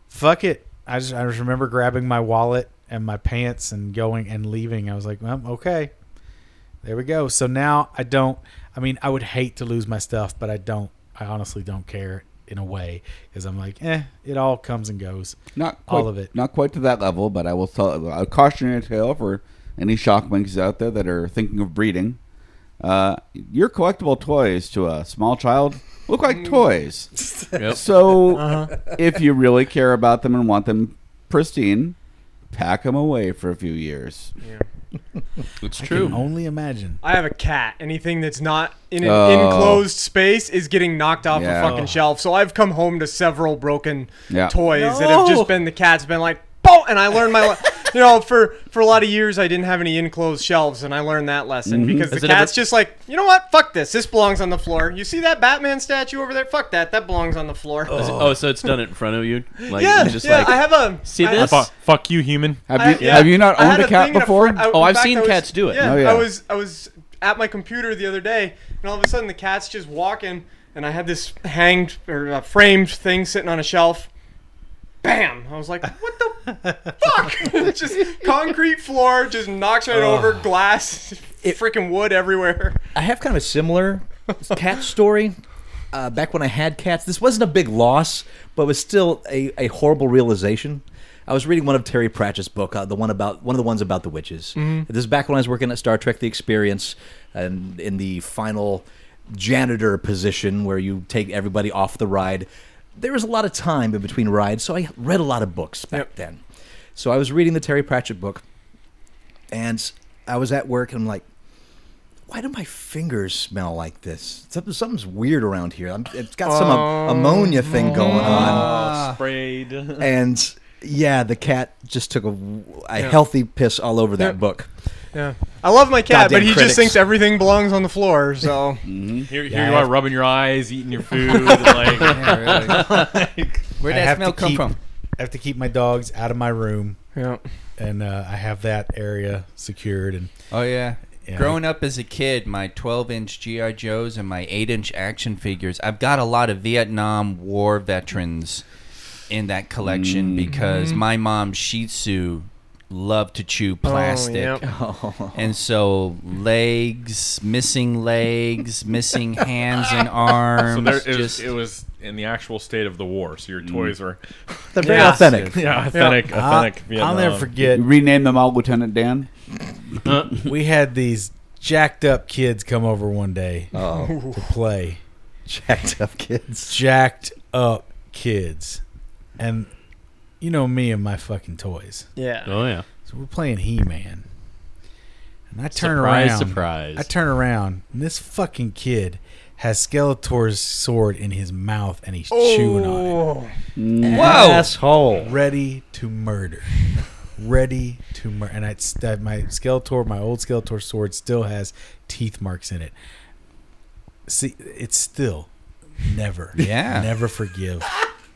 Speaker 9: fuck it. I just I just remember grabbing my wallet and my pants and going and leaving. I was like, well, okay, there we go. So now I don't. I mean, I would hate to lose my stuff, but I don't. I honestly don't care in a way because I'm like, eh, it all comes and goes.
Speaker 3: Not quite,
Speaker 9: all of it.
Speaker 3: Not quite to that level, but I will tell a cautionary tale for any shockminks out there that are thinking of breeding. Uh, your collectible toys to a small child look
Speaker 4: Mm.
Speaker 3: like
Speaker 4: (laughs)
Speaker 3: toys.
Speaker 5: Yep.
Speaker 3: So,
Speaker 4: Uh-huh.
Speaker 3: if you really care about them and want them pristine, pack them away for a few years.
Speaker 5: It's
Speaker 9: I can only (laughs) imagine.
Speaker 10: I have a cat. Anything that's not in an
Speaker 3: Oh.
Speaker 10: enclosed space is getting knocked off
Speaker 3: Yeah.
Speaker 10: a
Speaker 5: Oh.
Speaker 10: fucking shelf. So I've come home to several broken
Speaker 3: Yeah.
Speaker 10: toys that have
Speaker 9: No.
Speaker 10: just been the cat's been like, boom, and I learned my, le- (laughs) you know, for for a lot of years I didn't have any enclosed shelves, and I learned that
Speaker 3: Mm-hmm.
Speaker 10: lesson because
Speaker 5: Has
Speaker 10: the
Speaker 5: it ever-
Speaker 10: cat's just like, you know what, fuck this, this belongs on the floor. You see that Batman statue over there? Fuck that, that belongs on the floor.
Speaker 5: Oh, so it's done it in front of you. Like,
Speaker 10: yeah,
Speaker 5: you just
Speaker 10: yeah,
Speaker 5: like,
Speaker 10: I have a
Speaker 5: See
Speaker 10: I-
Speaker 5: this?
Speaker 4: Fu- fuck you, human.
Speaker 3: Have
Speaker 10: I-
Speaker 3: you
Speaker 10: yeah.
Speaker 3: have you not
Speaker 10: I had
Speaker 3: owned a cat
Speaker 10: thing in
Speaker 3: before?
Speaker 10: fr- I-
Speaker 5: Oh,
Speaker 10: in
Speaker 5: I've seen
Speaker 10: I was-
Speaker 5: cats do it.
Speaker 10: Yeah,
Speaker 3: Oh, yeah.
Speaker 10: I
Speaker 3: (laughs)
Speaker 10: was I was at my computer the other day, and all of a sudden the cat's just walking, and I had this hanged or uh, framed thing sitting on a shelf. Bam! I was
Speaker 5: (laughs)
Speaker 10: like, (laughs) what the fuck? just concrete floor, just knocks right over, glass, freaking wood everywhere.
Speaker 8: I have kind of a similar cat story. Uh, back when I had cats, this wasn't a big loss, but was still a, a horrible realization. I was reading one of Terry Pratchett's book, uh, the one about one of the ones about the witches. This is back when I was working at Star Trek: The Experience, and in the final janitor position where you take everybody off the ride. There was a lot of time in between rides, so I read a lot of books back then. So I was reading the Terry Pratchett book, and I was at work, and I'm like, why do my fingers smell like this? Something, something's weird around here. I'm, it's got some
Speaker 10: Oh.
Speaker 8: am- ammonia thing going
Speaker 10: (laughs)
Speaker 8: on.
Speaker 5: sprayed.
Speaker 8: And yeah, the cat just took a, a healthy piss all over that
Speaker 10: Yeah.
Speaker 8: book.
Speaker 10: Yeah, I love my cat,
Speaker 8: Goddamn
Speaker 10: but he
Speaker 8: critics.
Speaker 10: just thinks everything belongs on the
Speaker 3: (laughs)
Speaker 10: floor. So
Speaker 3: Mm-hmm.
Speaker 4: Here, here you are, rubbing your eyes, eating your food. and, like, (laughs)
Speaker 6: (laughs) Where'd
Speaker 9: I
Speaker 6: that
Speaker 9: have to
Speaker 6: smell come
Speaker 9: keep-
Speaker 6: from?
Speaker 9: I have to keep my dogs out of my room,
Speaker 10: yeah,
Speaker 9: and uh, I have that area secured. And
Speaker 6: Oh yeah.
Speaker 9: Yeah.
Speaker 6: Growing up as a kid, my 12-inch GI Joes and my 8-inch action figures. I've got a lot of Vietnam War veterans in that collection because my mom Shih Tzu loved to chew plastic.
Speaker 10: yep.
Speaker 6: And so legs, missing legs, missing hands
Speaker 10: (laughs)
Speaker 6: and
Speaker 4: (laughs)
Speaker 6: arms.
Speaker 4: so there, it, was,
Speaker 6: just,
Speaker 4: it was in the actual state of the war. So
Speaker 3: Mm.
Speaker 4: your toys were
Speaker 8: They're very
Speaker 10: Yeah.
Speaker 8: authentic.
Speaker 4: yeah, authentic, authentic.
Speaker 9: Uh, I'll, I'll never
Speaker 4: Vietnam.
Speaker 9: forget.
Speaker 3: You rename them all Lieutenant Dan.
Speaker 9: we had these jacked up kids come over one day
Speaker 8: Oh,
Speaker 9: to play.
Speaker 8: jacked up kids.
Speaker 9: Jacked up kids, and you know me and my fucking toys.
Speaker 10: yeah.
Speaker 5: Oh yeah.
Speaker 9: So we're playing He Man, and I turn
Speaker 5: surprise,
Speaker 9: around.
Speaker 5: surprise.
Speaker 9: I turn around, and this fucking kid has Skeletor's sword in his mouth, and he's chewing on it.
Speaker 10: Oh,
Speaker 8: Asshole.
Speaker 9: ready to murder. ready to murder. And I, that my Skeletor, my old Skeletor sword still has teeth marks in it. See, it's still never,
Speaker 6: Yeah.
Speaker 9: never forgive,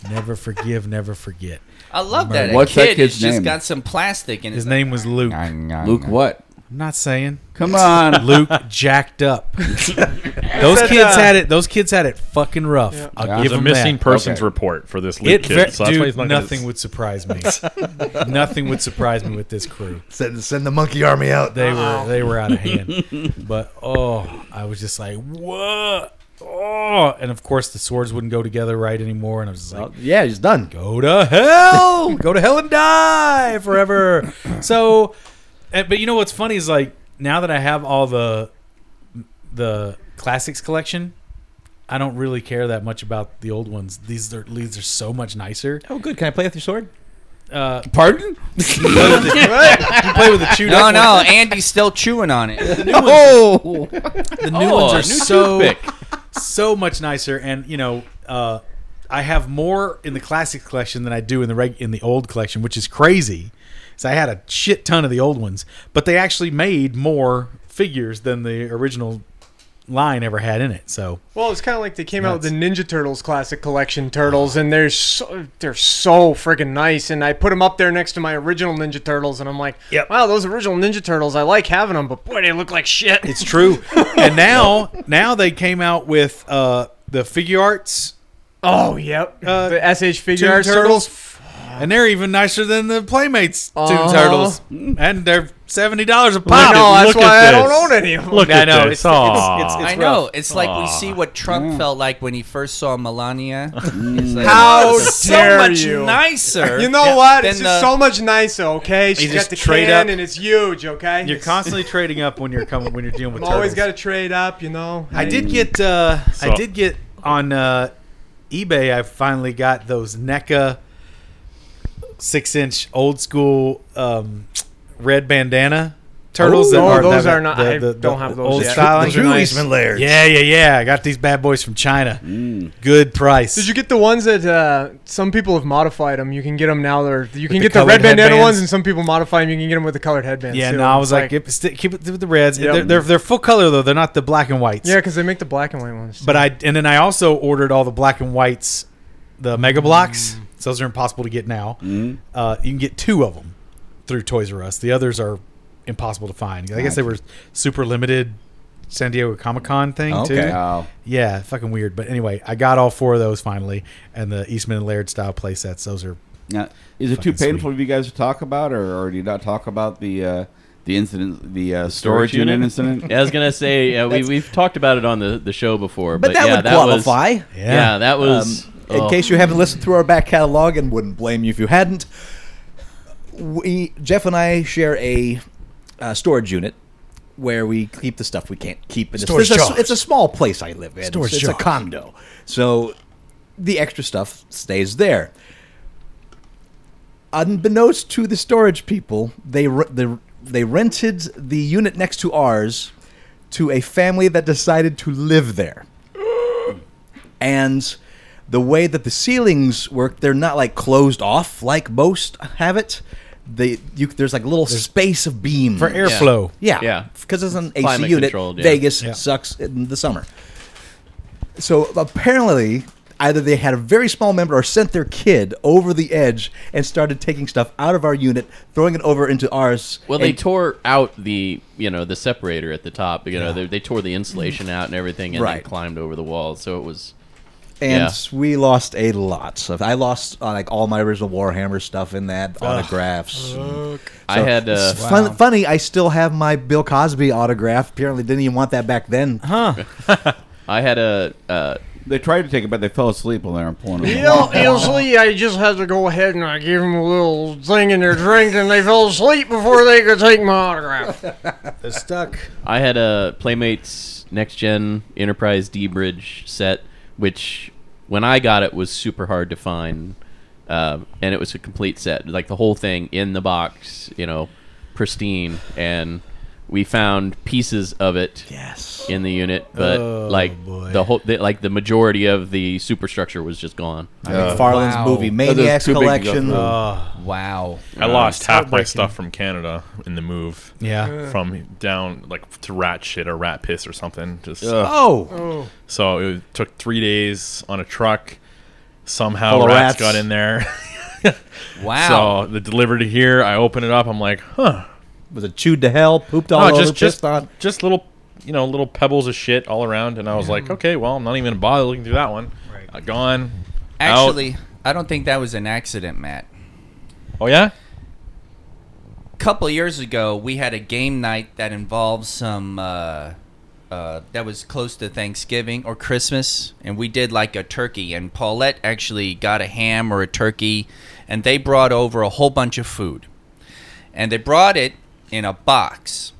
Speaker 9: never forgive, never forget.
Speaker 6: I love that.
Speaker 3: What's
Speaker 6: a
Speaker 3: that
Speaker 6: kid
Speaker 3: kid's
Speaker 6: has
Speaker 3: name?
Speaker 6: just got some plastic in (laughs)
Speaker 9: His name was Luke. I'm
Speaker 6: Luke.
Speaker 3: Luke, what?
Speaker 9: not saying
Speaker 3: Come on.
Speaker 9: (laughs) Luke jacked up. those
Speaker 10: that,
Speaker 9: kids
Speaker 10: uh,
Speaker 9: had it. Those kids had it fucking rough. I'll
Speaker 3: Yeah.
Speaker 9: give
Speaker 4: There's a
Speaker 9: them
Speaker 4: missing
Speaker 9: that.
Speaker 4: persons
Speaker 3: Okay.
Speaker 4: report for this leak
Speaker 9: It,
Speaker 4: kid.
Speaker 9: ver-
Speaker 4: so that's why he's
Speaker 9: dude,
Speaker 4: not
Speaker 9: nothing
Speaker 4: gonna,
Speaker 9: would surprise
Speaker 4: (laughs)
Speaker 9: me. nothing would surprise me with this crew.
Speaker 8: Send, send the monkey army out.
Speaker 9: They
Speaker 6: Oh.
Speaker 9: were they were out of hand. but oh, I was just like, what? Oh, and of course the swords wouldn't go together right anymore. And I was just like,
Speaker 8: yeah, he's done.
Speaker 9: go to hell, go to hell and die forever. so, eh, but you know what's funny is like now that I have all the the classics collection. I don't really care that much about the old ones. These are these are so much nicer.
Speaker 8: Oh, good. Can I play with your sword?
Speaker 9: Uh,
Speaker 3: Pardon?
Speaker 9: (laughs) you play with the, you play with the chewed
Speaker 6: No,
Speaker 9: up (laughs)
Speaker 6: no, Andy's still chewing on it.
Speaker 3: Oh,
Speaker 9: The new ones are so so much nicer, and you know, uh, I have more in the classic collection than I do in the reg- in the old collection, which is crazy. So I had a shit ton of the old ones, but they actually made more figures than the original line ever had in it. So
Speaker 10: Well, it's kind of like they came out with the Ninja Turtles classic collection Turtles, and they're so, they're so friggin' nice. And I put them up there next to my original Ninja Turtles, and I'm like,
Speaker 9: Yep.
Speaker 10: wow, those original Ninja Turtles, I like having them, but boy, they look like shit.
Speaker 9: It's true. and now now they came out with uh the figure arts
Speaker 10: oh, (laughs) yep.
Speaker 9: Uh,
Speaker 10: the SH Figure
Speaker 9: Toon
Speaker 10: Arts
Speaker 9: Turtles?
Speaker 10: Turtles.
Speaker 9: and they're even nicer than the Playmates Toon
Speaker 10: Uh-huh.
Speaker 9: Turtles. And they're seventy dollars a
Speaker 10: I
Speaker 9: pop.
Speaker 10: know, that's
Speaker 4: look
Speaker 10: why
Speaker 4: at
Speaker 10: I don't
Speaker 4: this.
Speaker 10: own any of them.
Speaker 4: Look
Speaker 9: I
Speaker 4: at
Speaker 9: know, it's-
Speaker 4: this.
Speaker 9: it's-
Speaker 4: Aw.
Speaker 9: it's- it's-
Speaker 6: I
Speaker 9: rough.
Speaker 6: know. It's like we
Speaker 4: Aw.
Speaker 6: see what Trump felt like when he first saw Melania. It's
Speaker 10: Mm.
Speaker 6: like,
Speaker 10: How
Speaker 6: "Oh, so
Speaker 10: dare
Speaker 6: much
Speaker 10: you."
Speaker 6: nicer. uh,
Speaker 10: You know what? It's
Speaker 6: than
Speaker 10: just
Speaker 6: the-
Speaker 10: so much nicer, okay? She's got
Speaker 9: just
Speaker 10: the
Speaker 9: trade
Speaker 10: trade
Speaker 9: up.
Speaker 10: can, and it's huge, okay?
Speaker 9: You're
Speaker 10: It's- (laughs)
Speaker 9: constantly trading up when you're coming when you're dealing with
Speaker 10: I'm always
Speaker 9: turtles.
Speaker 10: got to trade up, you know?
Speaker 9: I did get uh I
Speaker 4: So-
Speaker 9: did get on uh eBay I finally got those E NECA six inch old school um red bandana turtles
Speaker 10: Ooh.
Speaker 9: that
Speaker 10: No,
Speaker 9: are
Speaker 10: Oh, those
Speaker 9: that
Speaker 10: are not- I don't have those
Speaker 9: old
Speaker 10: yet.
Speaker 9: style
Speaker 10: Those
Speaker 9: Those are nice.
Speaker 8: layers.
Speaker 9: Yeah, yeah, yeah. I got these bad boys from China. Good price.
Speaker 10: Mm. Did you get the ones that uh, some people have modified them? You can get them now. They're you can
Speaker 9: the
Speaker 10: get the red
Speaker 9: colored
Speaker 10: bandana
Speaker 9: headbands?
Speaker 10: ones, and some people modify them. You can get them with the colored headbands.
Speaker 9: yeah,
Speaker 10: too.
Speaker 9: no, I was
Speaker 10: It's
Speaker 9: like, keep, st- keep it with the reds.
Speaker 10: Yep.
Speaker 9: They're, they're they're full color though. They're not the black and whites.
Speaker 10: yeah, because they make the black and white ones.
Speaker 9: But I and then I also ordered all the black and whites, the mega blocks. So those are impossible to get now. Uh, you can get two of them through Toys R Us. The others are impossible to find. I guess they were super limited San Diego Comic Con thing
Speaker 8: Okay. Oh,
Speaker 9: too.
Speaker 3: Wow.
Speaker 9: Yeah, fucking weird. But anyway, I got all four of those finally, and the Eastman and Laird style playsets. Those are
Speaker 3: Now, is it too
Speaker 9: Fucking
Speaker 3: painful for you guys to talk about, or, or do you not talk about the uh, the incident, the uh,
Speaker 4: storage
Speaker 3: storage unit,
Speaker 4: unit?
Speaker 3: incident?
Speaker 5: Yeah, I was gonna say yeah, we we've talked about it on the, the show before, but,
Speaker 8: But that
Speaker 5: yeah,
Speaker 8: would
Speaker 5: that was-
Speaker 8: qualify. Um,
Speaker 5: yeah. that was.
Speaker 8: in
Speaker 5: oh.
Speaker 8: case you haven't listened through our back catalog and wouldn't blame you if you hadn't, we Jeff and I share a uh, storage unit where we keep the stuff we can't keep. in
Speaker 9: Storage
Speaker 8: it's,
Speaker 9: jars.
Speaker 8: a, it's a small place I live in. It's-
Speaker 9: Storage
Speaker 8: it's
Speaker 9: jars.
Speaker 8: a condo, so the extra stuff stays there. Unbeknownst to the storage people, they re- the, they rented the unit next to ours to a family that decided to live there and the way that the ceilings work, they're not like closed off like most have it. They you, there's like a little space of beam
Speaker 9: for airflow.
Speaker 8: Yeah,
Speaker 5: Yeah.
Speaker 8: because it's an AC
Speaker 5: Climate
Speaker 8: unit.
Speaker 5: controlled, yeah.
Speaker 8: Vegas
Speaker 9: Yeah.
Speaker 8: sucks in the summer. So apparently, either they had a very (laughs) small member or sent their kid over the edge and started taking stuff out of our unit, throwing it over into ours.
Speaker 5: Well, they
Speaker 8: and-
Speaker 5: tore out the you know the separator at the top. You know they, they tore the insulation out and everything, and then
Speaker 8: Right.
Speaker 5: climbed over the wall. So it was
Speaker 8: and
Speaker 5: Yeah.
Speaker 8: we lost a lot of. I lost uh, like all my original Warhammer stuff in that autographs. and-
Speaker 5: I had, uh,
Speaker 8: it's fun- funny. I still have my Bill Cosby autograph. Apparently, didn't even want that back then.
Speaker 5: (laughs) I had a uh,
Speaker 3: They tried to take it, but they fell asleep when they were pulling it.
Speaker 10: You know, usually I just had to go ahead and I gave them a little thing in their drink, and they fell asleep before they could take my autograph.
Speaker 9: They're stuck.
Speaker 5: I had a Playmates Next Gen Enterprise D Bridge set, which when I got it was super hard to find, uh, and it was a complete set, like the whole thing in the box, you know, pristine. And we found pieces of it
Speaker 8: Yes.
Speaker 5: in the unit, but
Speaker 9: Oh,
Speaker 5: like
Speaker 9: boy.
Speaker 5: the whole, the, like the majority of the superstructure was just gone.
Speaker 8: Farland's
Speaker 6: wow.
Speaker 8: movie
Speaker 3: Those are
Speaker 8: Maniacs
Speaker 3: too big to go
Speaker 8: collection.
Speaker 3: through.
Speaker 6: Wow.
Speaker 4: I lost half my
Speaker 9: heartbreaking.
Speaker 4: stuff from Canada in the move.
Speaker 9: Yeah.
Speaker 4: From down like to rat shit or rat piss or something. Just
Speaker 8: Oh,
Speaker 4: so it took three days on a truck. Somehow
Speaker 8: Full of rats.
Speaker 4: rats, got in there. (laughs)
Speaker 6: Wow.
Speaker 4: So the delivered to here, I open it up. I'm like, huh?
Speaker 8: was it chewed to hell? Pooped all
Speaker 4: No,
Speaker 8: over,
Speaker 4: Oh, just just
Speaker 8: pissed on.
Speaker 4: just little you know little pebbles of shit all around. And I was like, okay, well, I'm not even gonna bother looking through that one. Uh, gone. Out.
Speaker 6: Actually, I don't think that was an accident, Matt.
Speaker 4: oh yeah.
Speaker 6: couple years ago, we had a game night that involved some uh, uh, that was close to Thanksgiving or Christmas, and we did like a turkey. And Paulette actually got a ham or a turkey, and they brought over a whole bunch of food, and they brought it in a box.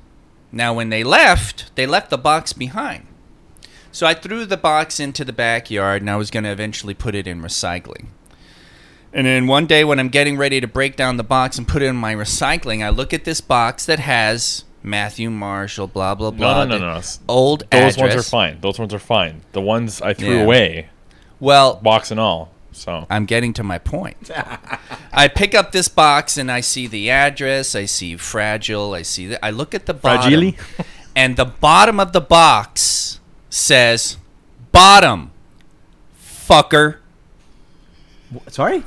Speaker 6: Now, when they left, they left the box behind. So I threw the box into the backyard, and I was going to eventually put it in recycling. And then one day when I'm getting ready to break down the box and put it in my recycling, I look at this box that has Matthew Marshall, blah blah blah.
Speaker 4: No, no, no, no. no.
Speaker 6: the Old
Speaker 4: Those
Speaker 6: address.
Speaker 4: ones are fine. Those ones are fine. The ones I threw
Speaker 6: Yeah. (laughs)
Speaker 4: away,
Speaker 6: Well,
Speaker 4: box and all. So
Speaker 6: I'm getting to my point. (laughs) I pick up this box and I see the address. I see fragile. I see. The, I look at the bottom,
Speaker 4: Fragile?
Speaker 6: (laughs) and the bottom of the box says "bottom, fucker." (laughs)
Speaker 8: Sorry?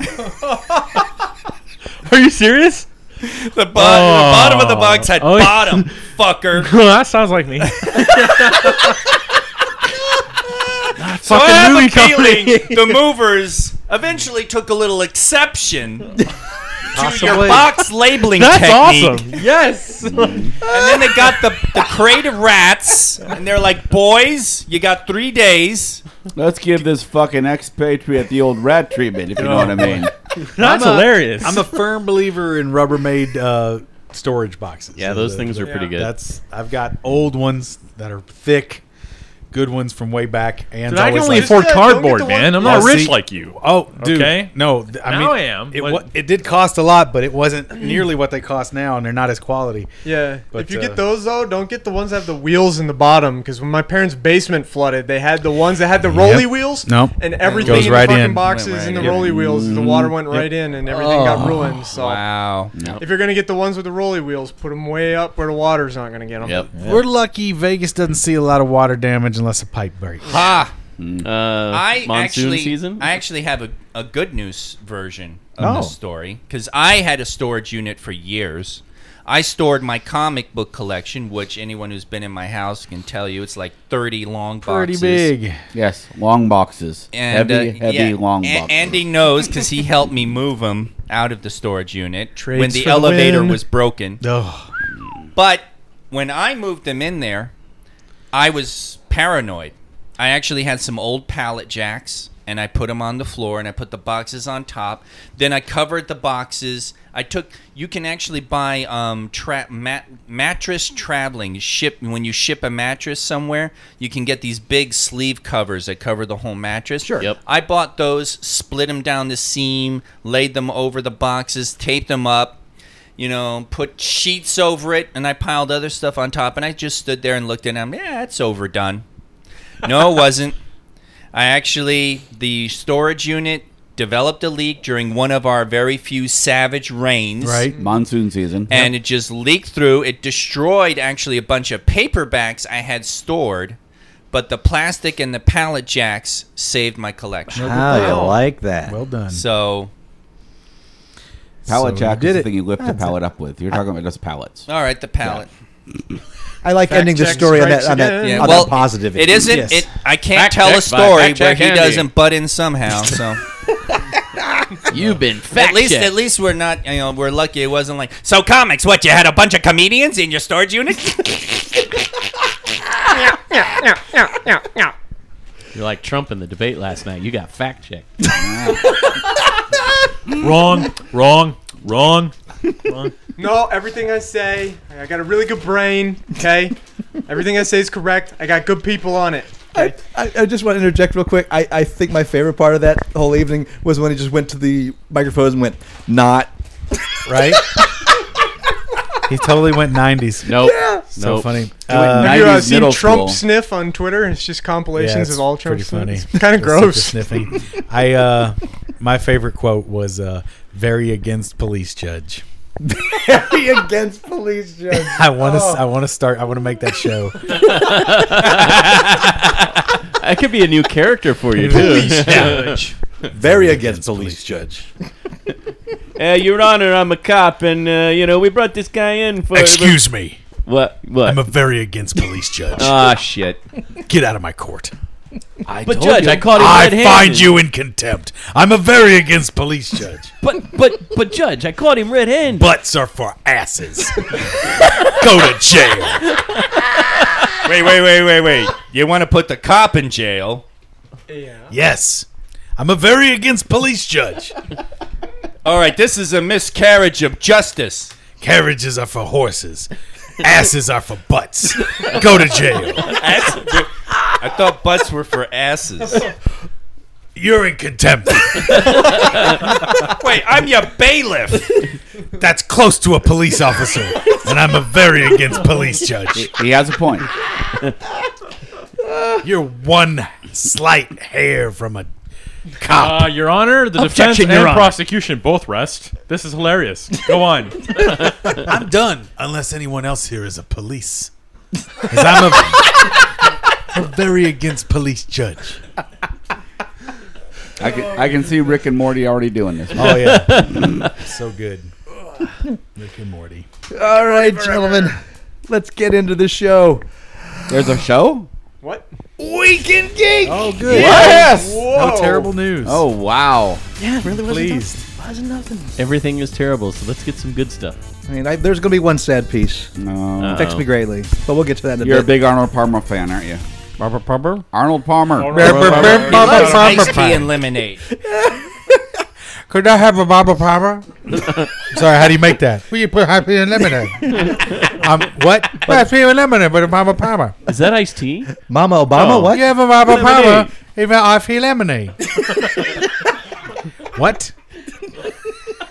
Speaker 4: are you serious?
Speaker 6: (laughs) The, bo- the bottom of the box had
Speaker 4: Oh, yeah.
Speaker 6: "bottom,
Speaker 9: (laughs)
Speaker 4: (laughs)
Speaker 6: fucker." (laughs)
Speaker 4: that sounds like me.
Speaker 6: So I have a
Speaker 4: movie
Speaker 6: feeling the movers eventually took a little exception to your box labeling
Speaker 4: That's
Speaker 6: technique.
Speaker 4: awesome. Yes.
Speaker 6: And then they got the, the crate of rats, and they're like, boys, you got three days.
Speaker 3: Let's give this fucking expatriate the old rat treatment, if you know what I
Speaker 9: (laughs)
Speaker 3: mean.
Speaker 4: That's
Speaker 9: I'm a-
Speaker 4: hilarious.
Speaker 9: I'm a firm believer in Rubbermaid uh, storage boxes.
Speaker 5: Yeah, those things are pretty good.
Speaker 9: That's I've got old ones that are thick, good ones from way back, and
Speaker 4: Dude, I can
Speaker 9: always
Speaker 4: only
Speaker 9: like-
Speaker 4: afford
Speaker 10: Yeah, don't get
Speaker 4: cardboard,
Speaker 10: the one-
Speaker 4: man. I'm
Speaker 9: Yeah,
Speaker 4: not rich
Speaker 9: see-
Speaker 4: like you.
Speaker 9: Oh, dude,
Speaker 4: Okay.
Speaker 9: no. th- I
Speaker 4: Now
Speaker 9: mean,
Speaker 4: I am,
Speaker 9: It,
Speaker 4: but-
Speaker 9: wa- it did cost a lot, but it wasn't (clears throat) nearly what they cost now, and they're not as quality.
Speaker 10: Yeah.
Speaker 9: But,
Speaker 10: if you
Speaker 9: uh,
Speaker 10: get those though, don't get the ones that have the wheels in the bottom because when my parents' basement flooded, they had the ones that had the rolly wheels.
Speaker 9: Nope.
Speaker 10: And everything
Speaker 9: Goes
Speaker 10: in
Speaker 9: right
Speaker 10: the fucking
Speaker 9: in.
Speaker 10: boxes
Speaker 6: Went right
Speaker 10: and the
Speaker 6: in.
Speaker 10: rolly wheels, the water went right in and everything got ruined. So
Speaker 6: Wow.
Speaker 10: if you're gonna get the ones with the rolly wheels, put them way up where the water's not gonna get them.
Speaker 5: Yep.
Speaker 9: We're lucky Vegas doesn't see a lot of water damage unless a pipe breaks.
Speaker 6: Ha!
Speaker 5: Uh,
Speaker 6: I
Speaker 5: monsoon
Speaker 6: actually,
Speaker 5: season.
Speaker 6: I actually have a, a good news version of
Speaker 9: Oh.
Speaker 6: this story because I had a storage unit for years. I stored my comic book collection, which anyone who's been in my house can tell you it's like 30 long
Speaker 9: Pretty
Speaker 6: boxes.
Speaker 9: big.
Speaker 3: Yes, long boxes.
Speaker 6: And,
Speaker 3: heavy,
Speaker 6: uh,
Speaker 3: heavy,
Speaker 6: yeah,
Speaker 3: long
Speaker 6: A-
Speaker 3: boxes.
Speaker 6: Andy knows because he helped me move them out of the storage unit when
Speaker 9: Trades
Speaker 6: the
Speaker 9: for the
Speaker 6: elevator
Speaker 9: win.
Speaker 6: was broken.
Speaker 9: Oh,
Speaker 6: But when I moved them in there, I was paranoid. I actually had some old pallet jacks and I put them on the floor and I put the boxes on top. Then I covered the boxes. I took you can actually buy um tra- mat- mattress traveling ship when you ship a mattress somewhere, you can get these big sleeve covers that cover the whole mattress. Sure.
Speaker 5: Yep.
Speaker 6: I bought those, split them down the seam, laid them over the boxes, taped them up, you know, put sheets over it, and I piled other stuff on top, and I just stood there and looked at them. Yeah, it's overdone. No, it wasn't. I actually, the storage unit developed a leak during one of our very few savage rains.
Speaker 9: right.
Speaker 3: Monsoon season.
Speaker 6: And it just leaked through. It destroyed actually a bunch of paperbacks I had stored, but the plastic and the pallet jacks saved my collection.
Speaker 8: How you like that?
Speaker 9: Well done.
Speaker 6: So,
Speaker 3: pallet
Speaker 9: so
Speaker 3: jack
Speaker 9: you
Speaker 3: is
Speaker 9: did
Speaker 3: the
Speaker 9: it.
Speaker 3: thing you lift the pallet up with. You're talking about just pallets.
Speaker 6: all right, the pallet.
Speaker 8: I like ending the
Speaker 10: check
Speaker 8: story on that,
Speaker 10: strikes
Speaker 8: on that,
Speaker 10: again.
Speaker 6: Yeah,
Speaker 8: on
Speaker 6: well,
Speaker 8: that positivity.
Speaker 6: It isn't.
Speaker 9: Yes.
Speaker 6: It. I can't
Speaker 5: Fact
Speaker 6: tell a
Speaker 5: check by
Speaker 6: story
Speaker 5: fact
Speaker 6: where
Speaker 5: check
Speaker 6: he
Speaker 5: Andy.
Speaker 6: doesn't butt in somehow. So
Speaker 5: You've been (laughs) fact
Speaker 6: at least,
Speaker 5: checked.
Speaker 6: at least we're not. You know, we're lucky. It wasn't like so. Comics. What you had a bunch of comedians in your storage unit?
Speaker 5: (laughs) You're like Trump in the debate last night. You got fact checked.
Speaker 4: wrong,
Speaker 5: (laughs)
Speaker 4: wrong, (laughs) wrong.
Speaker 10: (laughs) No, everything I say, I got a really good brain. Okay, everything I say is correct. I got good people on it.
Speaker 1: I, I, I just want to interject real quick. I, I think my favorite part of that whole evening was when he just went to the microphones and went, not.
Speaker 8: (laughs)
Speaker 9: right? he totally went 90s.
Speaker 5: Nope.
Speaker 9: So
Speaker 5: Oh, Nope.
Speaker 9: funny.
Speaker 3: went
Speaker 10: Have you uh,
Speaker 3: 90s
Speaker 10: seen
Speaker 3: middle
Speaker 10: Trump
Speaker 3: school.
Speaker 10: sniff on Twitter? It's just compilations
Speaker 9: yeah, it's
Speaker 10: of all Trump
Speaker 9: pretty funny. (laughs)
Speaker 10: sniffs. Kind of
Speaker 9: Just like the
Speaker 10: gross.
Speaker 9: sniffing. I uh, my favorite quote was uh, "very against police judge." (laughs)
Speaker 1: Be against police (laughs) judge.
Speaker 9: I want
Speaker 10: Oh.
Speaker 9: to.
Speaker 8: Oh.
Speaker 9: I want to start. I want to make that show.
Speaker 5: (laughs) That could be a new character (laughs) for
Speaker 9: (laughs)
Speaker 5: you too.
Speaker 8: Very against police judge.
Speaker 5: uh, Your Honor, I'm a cop, and uh, you know we brought this guy in for
Speaker 9: Excuse me.
Speaker 5: what? What?
Speaker 9: I'm a very against police judge.
Speaker 5: Ah, shit.
Speaker 9: Get out of my court.
Speaker 5: But judge, I caught him
Speaker 9: I
Speaker 5: red-handed.
Speaker 9: find you in contempt. I'm a very
Speaker 5: (laughs)
Speaker 9: against police judge.
Speaker 5: But but but judge, I caught him red-handed.
Speaker 9: Butts are for asses. (laughs) Go to
Speaker 6: (laughs)
Speaker 9: jail.
Speaker 6: wait, wait, wait, wait, wait. You want to put the cop in jail?
Speaker 9: Yes. I'm a very against police judge.
Speaker 6: All right, this is a miscarriage of justice.
Speaker 9: Carriages are for horses. Asses are for butts. Go to jail.
Speaker 6: I thought butts were for asses.
Speaker 1: You're in contempt. Wait, I'm your bailiff. That's close to a police officer, and I'm a very against police judge.
Speaker 3: He has a point.
Speaker 1: You're one slight hair from a cop.
Speaker 4: Uh, Your Honor, the defense
Speaker 1: Objection,
Speaker 4: and
Speaker 1: Your Honor.
Speaker 4: prosecution both rest. This is hilarious. (laughs) Go on.
Speaker 1: I'm done. Unless anyone else here is a police. 'Cause I'm a,
Speaker 9: (laughs)
Speaker 1: a very against police judge.
Speaker 3: I can, I can see Rick and Morty already doing this.
Speaker 9: Oh yeah,
Speaker 3: (laughs)
Speaker 9: so good. Rick and Morty.
Speaker 8: All right, gentlemen, let's get into the show.
Speaker 3: There's a show?
Speaker 10: What?
Speaker 1: Weekend geek. Oh, good.
Speaker 3: Yes!
Speaker 10: Whoa.
Speaker 1: terrible news.
Speaker 3: Oh, wow.
Speaker 8: Yeah, really wasn't
Speaker 1: Pleased.
Speaker 8: nothing. Wasn't nothing.
Speaker 5: Everything is terrible, so let's get some good stuff. Um,
Speaker 8: I mean, I, there's gonna be one sad piece.
Speaker 3: No.
Speaker 8: Affects me greatly, but we'll get to that in a
Speaker 3: You're a
Speaker 8: bit.
Speaker 3: big Arnold Palmer fan, aren't you?
Speaker 5: Barber, barber.
Speaker 3: Arnold Palmer.
Speaker 1: He loves
Speaker 7: iced tea
Speaker 8: (laughs)
Speaker 7: and lemonade.
Speaker 1: Could I have a Baba Papa?
Speaker 9: Sorry, how do you make that?
Speaker 1: Will you put happy and lemonade? um, what? Happy and lemonade, but a Baba Papa.
Speaker 5: Is that iced tea?
Speaker 8: Mama Obama,
Speaker 5: Oh.
Speaker 8: what?
Speaker 1: You have a Baba Papa,
Speaker 5: Lemonade.
Speaker 1: even happy lemonade.
Speaker 9: What?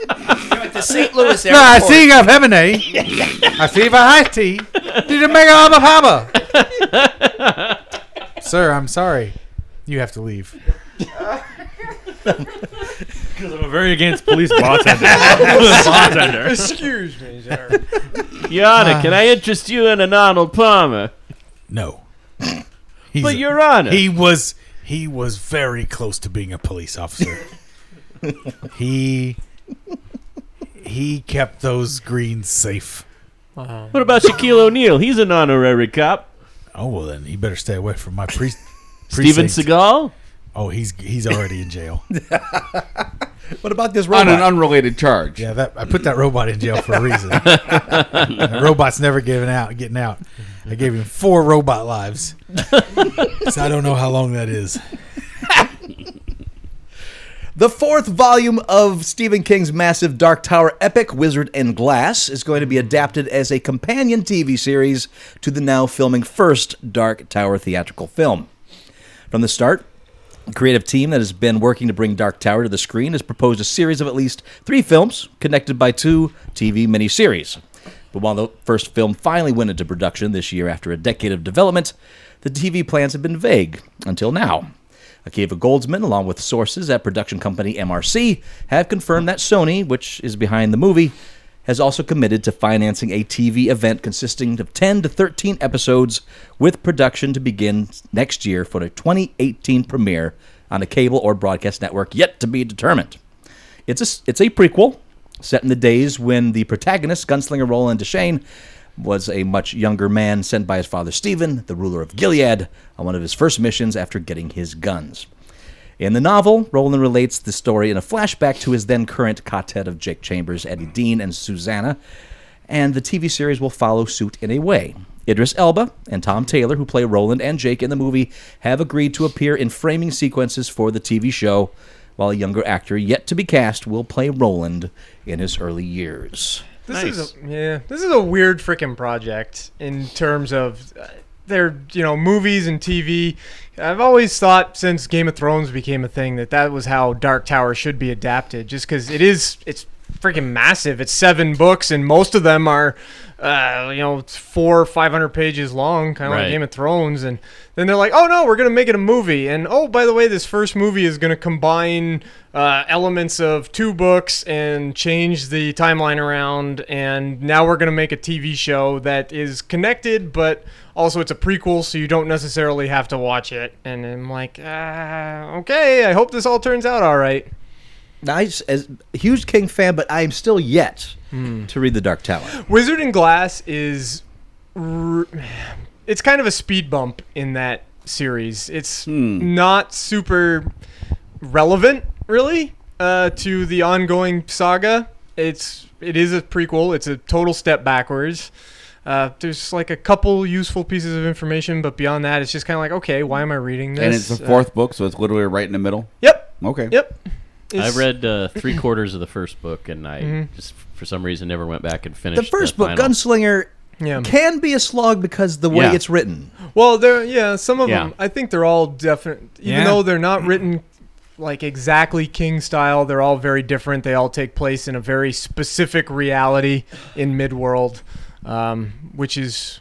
Speaker 7: At the St. Louis
Speaker 1: No, I
Speaker 7: airport.
Speaker 1: see you have (laughs) eh? lemonade. I see you have high tea. Did you make a Baba
Speaker 5: (laughs)
Speaker 1: Papa?
Speaker 9: Sir, I'm sorry. You have to leave.
Speaker 4: I'm a very against police
Speaker 5: (laughs)
Speaker 4: bartender. bartender.
Speaker 10: Excuse me, sir.
Speaker 5: Your Honor, can I interest you in an Arnold Palmer?
Speaker 9: No. He's
Speaker 5: But Your Honor,
Speaker 9: he was he was very close to being a
Speaker 5: (laughs)
Speaker 9: police officer. he he kept those greens safe.
Speaker 4: Uh-huh.
Speaker 5: what about Shaquille O'Neal? He's an honorary cop.
Speaker 9: Oh well, then he better stay away from
Speaker 3: (laughs)
Speaker 9: my priest.
Speaker 5: Steven
Speaker 9: Precinct.
Speaker 5: Seagal.
Speaker 9: Oh, he's he's already
Speaker 3: (laughs)
Speaker 9: in jail.
Speaker 8: What about this
Speaker 3: On an
Speaker 8: robot?
Speaker 3: unrelated charge.
Speaker 9: Yeah, that I put that robot in jail for
Speaker 3: (laughs)
Speaker 9: a reason. that robot's never giving out, getting out. I gave him four robot lives, so I don't know how long that is.
Speaker 8: The fourth volume of Stephen King's massive Dark Tower epic, Wizard and Glass, is going to be adapted as a companion TV series to the now filming first Dark Tower theatrical film. From the start, the creative team that has been working to bring Dark Tower to the screen has proposed a series of at least three films connected by two TV miniseries. But while the first film finally went into production this year after a decade of development, the TV plans have been vague until now. Akiva Goldsman, along with sources at production company MRC, have confirmed that Sony, which is behind the movie, has also committed to financing a TV event consisting of 10 to 13 episodes, with production to begin next year for a 2018 premiere on a cable or broadcast network yet to be determined. It's a, it's a prequel set in the days when the protagonist, gunslinger Roland Deschain, was a much younger man sent by his father Stephen, the ruler of Gilead, on one of his first missions after getting his guns. In the novel, Roland relates the story in a flashback to his then current quartet of Jake Chambers, Eddie Dean, and Susanna, and the TV series will follow suit in a way. Idris Elba and Tom Taylor, who play Roland and Jake in the movie, have agreed to appear in framing sequences for the TV show, while a younger actor yet to be cast will play Roland in his early years.
Speaker 10: (laughs) This is a, yeah. This is a weird freaking project in terms of uh, their you know movies and TV. I've always thought since Game of Thrones became a thing that that was how Dark Tower should be adapted, just because it is it's freaking massive. It's seven books and most of them are. Uh, you know, it's four or five hundred pages long, kind of
Speaker 5: Right.
Speaker 10: like Game of Thrones, and then they're like, "Oh no, we're gonna make it a movie," and oh, by the way, this first movie is gonna combine uh, elements of two books and change the timeline around, and now we're gonna make a TV show that is connected, but also it's a prequel, so you don't necessarily have to watch it. And I'm like, uh, okay, I hope this all turns out all right.
Speaker 8: Now, I, s- as a huge King fan, but I am still yet to read The Dark Tower.
Speaker 10: Wizard and Glass is r- it's kind of a speed bump in that series. It's
Speaker 3: Hmm.
Speaker 10: not super relevant really uh, to the ongoing saga. It's it is a prequel. It's a total step backwards. Uh, there's like a couple useful pieces of information, but beyond that, it's just kind of like, okay, why am I reading this?
Speaker 3: And it's the
Speaker 10: Uh,
Speaker 3: fourth book, so it's literally right in the middle.
Speaker 10: yep,
Speaker 3: Okay.
Speaker 10: yep.
Speaker 5: I
Speaker 10: It's- Mm-hmm.
Speaker 5: read uh, three quarters of the first book, and I just for some reason never went back and finished
Speaker 8: The first book,
Speaker 5: final.
Speaker 8: Gunslinger,
Speaker 10: Yeah.
Speaker 8: can be a slog because the way
Speaker 5: Yeah.
Speaker 8: it's written.
Speaker 10: Well, they're yeah, some of
Speaker 5: Yeah.
Speaker 10: them. I think they're all definite, even
Speaker 1: Yeah.
Speaker 10: though they're not written like exactly King style. They're all very different. They all take place in a very specific reality in Midworld, um, which is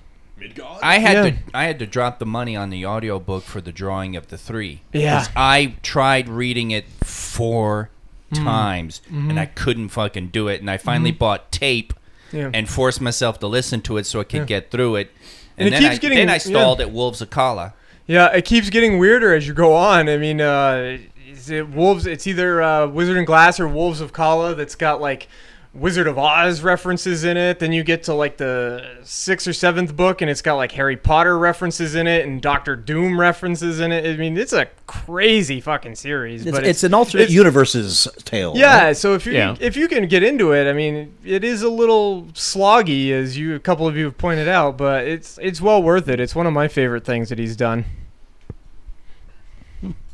Speaker 6: I had
Speaker 10: Yeah.
Speaker 6: to I had to drop the money on the audiobook for the drawing of the three.
Speaker 10: Yeah.
Speaker 6: 'Cause I tried reading it four
Speaker 10: Mm.
Speaker 6: times
Speaker 10: Mm-hmm.
Speaker 6: and I couldn't fucking do it. And I finally bought tape
Speaker 10: Yeah.
Speaker 6: and forced myself to listen to it so I could get through it.
Speaker 10: And
Speaker 6: And,
Speaker 10: it
Speaker 6: then,
Speaker 10: keeps
Speaker 6: I,
Speaker 10: getting-
Speaker 6: then I
Speaker 10: yeah.
Speaker 6: stalled at Wolves of Kala.
Speaker 10: yeah, it keeps getting weirder as you go on. I mean, uh, is it wolves? It's either uh, Wizard and Glass or Wolves of Kala that's got like Wizard of Oz references in it. Then you get to like the sixth or seventh book, and it's got like Harry Potter references in it and Doctor Doom references in it. I mean, it's a crazy fucking series.
Speaker 8: It's,
Speaker 10: but
Speaker 8: it's an alternate
Speaker 10: it's-
Speaker 8: universe's tale.
Speaker 10: Yeah, so if you
Speaker 5: Yeah.
Speaker 10: if you can get into it, I mean, it is a little sloggy, as you a couple of you have pointed out, but it's it's well worth it. It's one of my favorite things that he's done.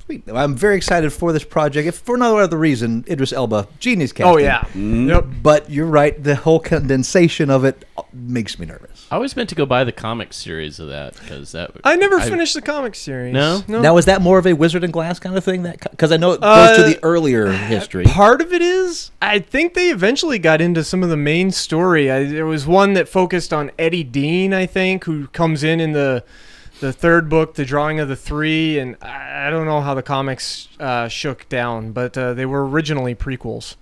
Speaker 8: Sweet. I'm very excited for this project. If for no other reason, Idris Elba, genius casting.
Speaker 10: Oh yeah,
Speaker 3: Mm-hmm.
Speaker 10: yep.
Speaker 8: But you're right. The whole condensation of it makes me nervous.
Speaker 5: I always meant to go buy the comic series of that because that.
Speaker 10: I never finished the comic series.
Speaker 5: No?
Speaker 10: no.
Speaker 8: Now, is that more of a Wizard and Glass kind of thing? That because I know it goes to
Speaker 10: Uh,
Speaker 8: the earlier history.
Speaker 10: Part of it is, I think they eventually got into some of the main story. I, there was one that focused on Eddie Dean, I think, who comes in in the the third book, The Drawing of the Three, and I, I don't know how the comics uh, shook down, but uh, they were originally prequels.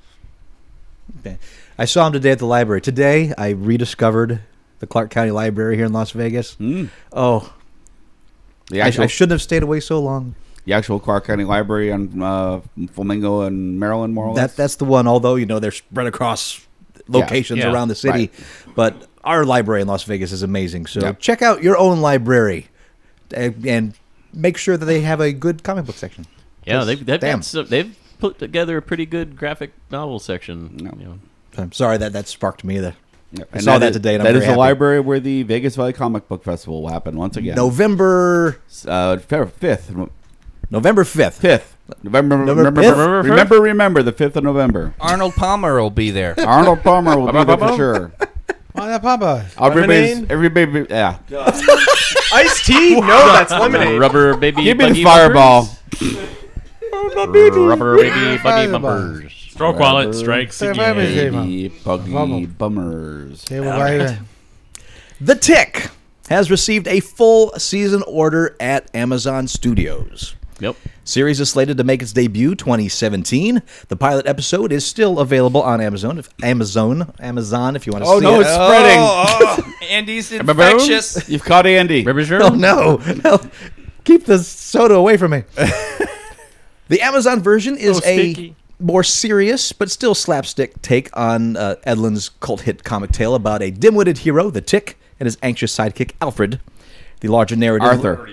Speaker 8: Okay. I saw him today at the library. Today, I rediscovered the Clark County Library here in Las Vegas.
Speaker 3: Mm.
Speaker 8: Oh,
Speaker 3: The
Speaker 8: I,
Speaker 3: actual,
Speaker 8: I shouldn't have stayed away so long.
Speaker 3: the actual Clark County Library on uh, Flamingo and Maryland, more or less.
Speaker 8: That that's the one. Although you know they're spread across locations
Speaker 5: Yeah.
Speaker 8: around the city,
Speaker 3: Right.
Speaker 8: but our library in Las Vegas is amazing. So
Speaker 3: Yeah.
Speaker 8: check out your own library, and, and make sure that they have a good comic book section.
Speaker 5: Yeah, they've they've,
Speaker 8: Damn.
Speaker 5: got some, they've put together a pretty good graphic novel section. you know.
Speaker 8: I'm sorry that that sparked me. The
Speaker 3: Yep.
Speaker 8: I saw that today, and I'm
Speaker 3: that is
Speaker 8: very
Speaker 3: the
Speaker 8: happy.
Speaker 3: library where the Vegas Valley Comic Book Festival will happen once again.
Speaker 8: November
Speaker 3: uh, fair- fifth,
Speaker 8: November fifth.
Speaker 3: fifth, November,
Speaker 8: November
Speaker 3: remember,
Speaker 8: fifth?
Speaker 3: remember, remember the fifth of November.
Speaker 6: Arnold Palmer will be there.
Speaker 3: (laughs) Arnold Palmer will be there
Speaker 6: (laughs)
Speaker 3: for sure.
Speaker 9: Why that Papa?
Speaker 3: Everybody's,
Speaker 10: Lemonade?
Speaker 3: everybody, yeah.
Speaker 10: Iced tea? no, that's lemonade.
Speaker 5: Rubber baby.
Speaker 3: Give me the
Speaker 5: buggy
Speaker 3: fireball.
Speaker 5: bumpers. Rubber baby buggy bumpers.
Speaker 4: Stroke while it strikes
Speaker 9: Say
Speaker 4: again.
Speaker 9: bye-bye.
Speaker 3: Buggy, buggy bummers.
Speaker 9: They were right.
Speaker 8: The Tick has received a full season order at Amazon Studios.
Speaker 5: Yep.
Speaker 8: Series is slated to make its debut 2017. The pilot episode is still available on Amazon. If Amazon, Amazon, if you want to
Speaker 3: Oh
Speaker 8: see
Speaker 3: no,
Speaker 8: it.
Speaker 3: it's spreading.
Speaker 6: Oh, (laughs) oh, Andy's infectious.
Speaker 3: You've caught Andy.
Speaker 5: Rubber
Speaker 8: Oh no, no! Keep the soda away from me. the Amazon version is
Speaker 5: So
Speaker 8: a
Speaker 5: sticky.
Speaker 8: more serious but still slapstick take on uh, Edlin's cult hit comic tale about a dim-witted hero, the Tick, and his anxious sidekick Alfred. The larger narrative.
Speaker 3: Arthur.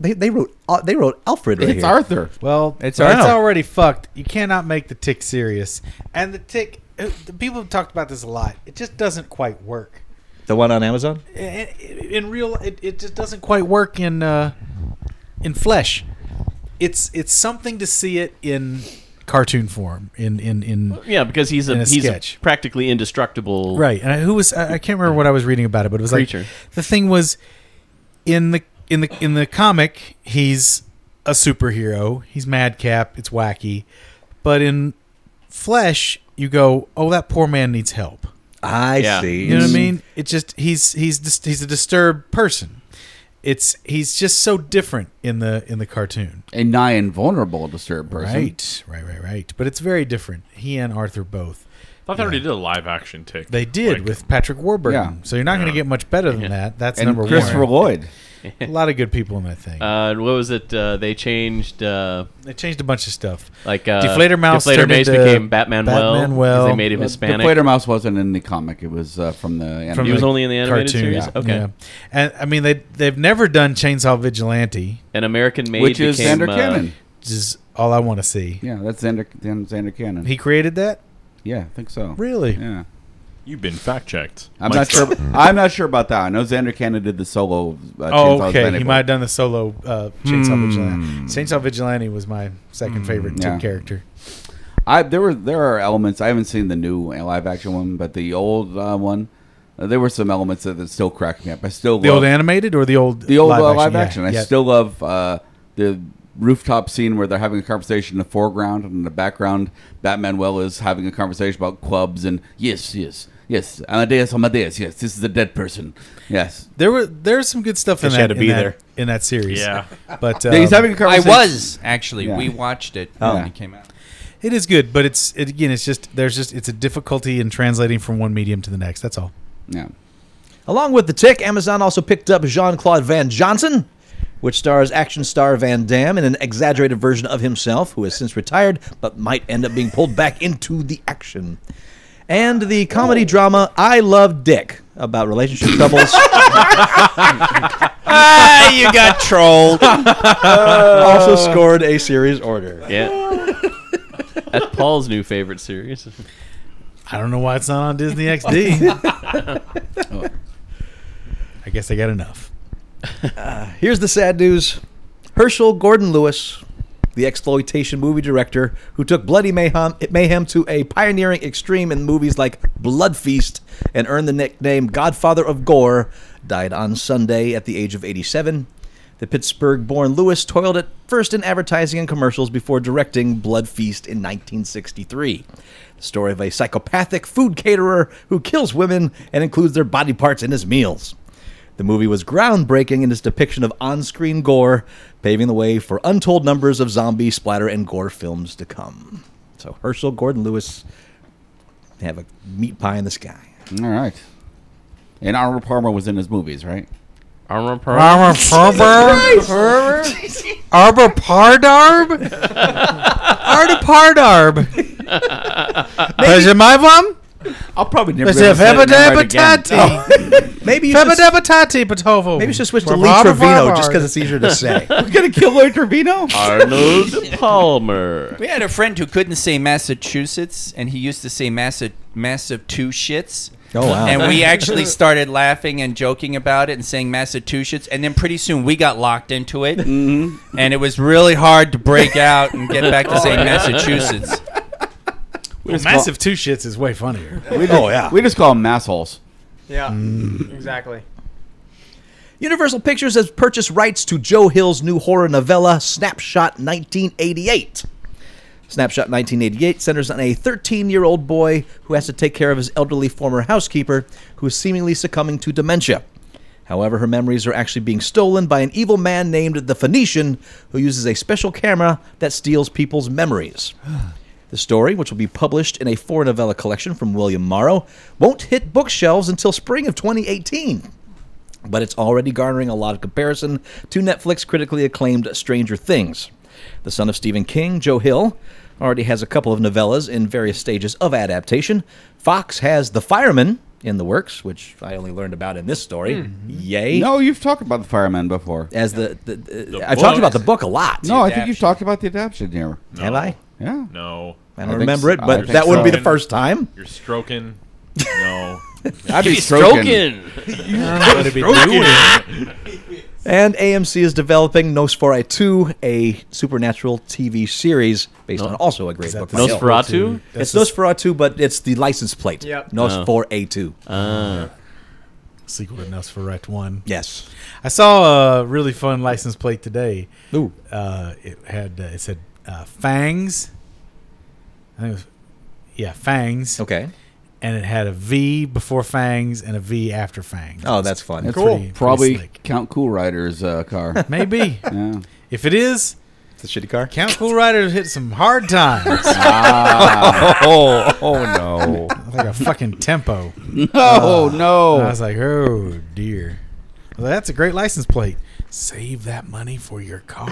Speaker 8: They, they wrote uh, they wrote Alfred right
Speaker 3: (laughs) It's
Speaker 8: here.
Speaker 3: Arthur.
Speaker 9: Well, it's,
Speaker 8: Wow.
Speaker 9: already fucked. You cannot make the tick serious, and the tick. uh, The people have talked about this a lot. It just doesn't quite work.
Speaker 8: The one on Amazon.
Speaker 9: I- I- In real, it, it just doesn't quite work in uh, in flesh. It's it's something to see it in cartoon form. In in in
Speaker 5: Yeah, because he's a,
Speaker 9: In a
Speaker 5: he's a
Speaker 9: sketch.
Speaker 5: practically indestructible.
Speaker 9: Right. And I, who was I, I can't remember what I was reading about it, but it was
Speaker 5: Creature.
Speaker 9: like the thing was in the in the in the comic he's a superhero. He's madcap. It's wacky, but in flesh you go, oh, that poor man needs help.
Speaker 8: I
Speaker 5: Yeah.
Speaker 8: see.
Speaker 9: You know what I mean? It's just he's he's dis- he's a disturbed person. It's he's just so different in the in the cartoon.
Speaker 3: A nigh invulnerable disturbed person.
Speaker 9: Right, right, right, right. But it's very different. He and Arthur both.
Speaker 4: I thought they already did a live action tick.
Speaker 9: They did
Speaker 4: Like,
Speaker 9: with Patrick Warburton.
Speaker 3: Yeah.
Speaker 9: So you're not going to get much better than that. That's
Speaker 3: And
Speaker 9: number
Speaker 3: Christopher
Speaker 5: (laughs)
Speaker 9: one.
Speaker 3: Lloyd.
Speaker 9: A lot of good people in that thing.
Speaker 5: Uh, and what was it? Uh, they changed uh,
Speaker 9: they changed a bunch of stuff.
Speaker 5: like uh,
Speaker 9: Deflator Mouse
Speaker 5: Deflator
Speaker 9: turned
Speaker 5: Mace
Speaker 9: into
Speaker 5: became Batman, Well.
Speaker 9: Batman
Speaker 5: 'cause
Speaker 9: Well.
Speaker 5: They made him
Speaker 3: Uh, The
Speaker 5: Hispanic.
Speaker 3: Deflator Mouse wasn't in the comic. It was uh, from the anime.
Speaker 5: He was only in the animated series? Okay.
Speaker 9: And I mean they they've never done Chainsaw Vigilante,
Speaker 5: An American made
Speaker 3: which is
Speaker 5: became,
Speaker 3: Xander
Speaker 5: uh,
Speaker 3: Cannon.
Speaker 9: which is all I want to see.
Speaker 3: Yeah, that's Xander, Dan- Xander Cannon.
Speaker 9: He created that?
Speaker 3: yeah, I think so.
Speaker 9: Really?
Speaker 3: Yeah.
Speaker 4: You've been fact checked.
Speaker 3: I'm not sure. I'm not sure about that. I know Xander Cannon did the solo. Uh,
Speaker 9: Oh,
Speaker 3: Chainsaw
Speaker 9: okay.
Speaker 3: Xander
Speaker 9: He
Speaker 3: book.
Speaker 9: might have done the solo uh, Chainsaw Vigilante. Chainsaw Vigilante was my second favorite
Speaker 3: Hmm, yeah.
Speaker 9: Tick character.
Speaker 3: I there were there are elements. I haven't seen the new live action one, but the old uh, one, uh, there were some elements that, that still crack me up. I still
Speaker 9: The
Speaker 3: love,
Speaker 9: old animated or the old
Speaker 3: the old
Speaker 9: live
Speaker 3: uh,
Speaker 9: action?
Speaker 3: live
Speaker 9: Yeah,
Speaker 3: action. I
Speaker 9: yeah.
Speaker 3: still love uh, the rooftop scene where they're having a conversation in the foreground and in the background Batman well is having a conversation about clubs and yes, yes, yes, Amadeus, Amadeus, yes, this is a dead person. Yes.
Speaker 9: There were there's some good stuff in
Speaker 11: Wish I had
Speaker 9: that,
Speaker 11: to
Speaker 9: in,
Speaker 11: be
Speaker 9: that
Speaker 11: there.
Speaker 9: in that series.
Speaker 4: Yeah.
Speaker 9: but
Speaker 3: Yeah, he's
Speaker 9: um,
Speaker 3: having a
Speaker 6: I
Speaker 3: conversation.
Speaker 6: was actually.
Speaker 3: Yeah.
Speaker 6: We watched it
Speaker 8: Oh.
Speaker 6: when it came out.
Speaker 9: it is good, but it's it, again it's just there's just it's a difficulty in translating from one medium to the next. That's all.
Speaker 3: Yeah.
Speaker 8: Along with the tick, Amazon also picked up Jean Claude Van Johnson, which stars action star Van Damme in an exaggerated version of himself, who has since retired but might end up being pulled back into the action. And the comedy
Speaker 6: Oh.
Speaker 8: drama I Love Dick about relationship troubles.
Speaker 6: (laughs) ah, you got trolled.
Speaker 8: also scored a series order.
Speaker 5: uh, (laughs) Yeah. That's Paul's new favorite series.
Speaker 9: I don't know why it's not on
Speaker 8: (laughs)
Speaker 9: Disney XD. I guess I
Speaker 8: (laughs)
Speaker 9: got enough.
Speaker 8: Uh, Here's the sad news Herschel Gordon Lewis, the exploitation movie director who took Bloody Mayhem, Mayhem to a pioneering extreme in movies like Blood Feast and earned the nickname Godfather of Gore, died on Sunday at the age of 87. The Pittsburgh born Lewis toiled at first in advertising and commercials before directing Blood Feast in 1963. The story of a psychopathic food caterer who kills women and includes their body parts in his meals. The movie was groundbreaking in its depiction of on screen gore, paving the way for untold numbers of zombie, splatter, and gore films to come. So Herschel Gordon Lewis have a meat pie in the sky.
Speaker 3: All right. And Arnold Palmer was in his movies, right?
Speaker 5: Armor Pro.
Speaker 9: Arbor Pardarb? Arda Pardarb. Is it my mom?
Speaker 3: I'll probably never
Speaker 9: Is
Speaker 3: be
Speaker 9: it
Speaker 3: able to say that name right again.
Speaker 8: (laughs)
Speaker 9: Febadabatati?
Speaker 8: Maybe you should,
Speaker 9: Febadabatati, Patovo.
Speaker 8: maybe you should switch to Lee Trevino just because it's easier
Speaker 3: (laughs)
Speaker 8: to say.
Speaker 3: We're gonna kill Lloyd Trevino.
Speaker 6: (laughs)
Speaker 5: Arnold Palmer.
Speaker 6: We had a friend who couldn't say Massachusetts, and he used to say massa massive two shits.
Speaker 8: Oh, wow.
Speaker 6: And
Speaker 8: (laughs)
Speaker 6: we actually started laughing and joking about it and saying Massachusetts, and then pretty soon we got locked into it, mm-hmm. and it was really hard to break out and get back to
Speaker 8: (laughs) Oh,
Speaker 6: saying Massachusetts.
Speaker 9: (laughs) massive two shits is way funnier.
Speaker 3: oh yeah. (laughs) We just call him massholes.
Speaker 10: Yeah,
Speaker 8: Mm.
Speaker 10: exactly.
Speaker 8: Universal Pictures has purchased rights to Joe Hill's new horror novella, Snapshot 1988. Snapshot 1988 centers on a 13 year old boy who has to take care of his elderly former housekeeper who is seemingly succumbing to dementia. However, her memories are actually being stolen by an evil man named the Phoenician who uses a special camera that steals people's memories. The story, which will be published in a four novella collection from William Morrow, won't hit bookshelves until spring of 2018 but it's already garnering a lot of comparison to Netflix critically acclaimed Stranger Things. The son of Stephen King, Joe Hill, already has a couple of novellas in various stages of adaptation. Fox has The Fireman in the works, which I only learned about in this story. Yay.
Speaker 3: No, you've talked about the fireman before.
Speaker 8: As the, the, I've talked
Speaker 4: book.
Speaker 8: about the book a lot.
Speaker 3: No, I think you've talked about the adaptation here.
Speaker 8: Have I?
Speaker 3: Yeah.
Speaker 4: No.
Speaker 8: I
Speaker 3: I
Speaker 8: don't
Speaker 3: think
Speaker 8: remember
Speaker 3: so.
Speaker 8: it,
Speaker 3: I
Speaker 8: but
Speaker 3: think
Speaker 8: that wouldn't
Speaker 4: so.
Speaker 8: be the first time.
Speaker 4: You're stroking. No.
Speaker 3: I'd be
Speaker 8: And AMC is developing Nosferatu 2, a supernatural TV series based
Speaker 9: Oh.
Speaker 8: on also a great book. by Hill.
Speaker 5: Nosferatu?
Speaker 8: It's Nosferatu, but it's the license plate.
Speaker 10: Yep.
Speaker 8: Nosferatu.
Speaker 9: Sequel to Nosferatu 1.
Speaker 8: Yes.
Speaker 9: I saw a really fun license plate today.
Speaker 8: Ooh.
Speaker 9: Uh, it had uh, it said uh, fangs. I think it was, yeah, fangs.
Speaker 8: Okay.
Speaker 9: And it had a V before fangs and a V after fangs.
Speaker 8: Oh, that's fun.
Speaker 3: That's
Speaker 9: Cool.
Speaker 3: cool.
Speaker 9: pretty-
Speaker 3: Probably
Speaker 9: pretty slick.
Speaker 3: Count Cool Rider's uh, car.
Speaker 9: (laughs) Maybe
Speaker 3: yeah.
Speaker 9: if it is,
Speaker 8: It's a shitty car.
Speaker 9: Count Cool Rider hit some
Speaker 3: (laughs)
Speaker 9: hard times,
Speaker 3: oh, oh no.
Speaker 9: like a fucking tempo. Uh,
Speaker 3: No, no.
Speaker 9: I was like, oh dear. I was like, that's a great license plate.
Speaker 3: (laughs)
Speaker 9: Save that money for your
Speaker 1: (laughs)
Speaker 9: car.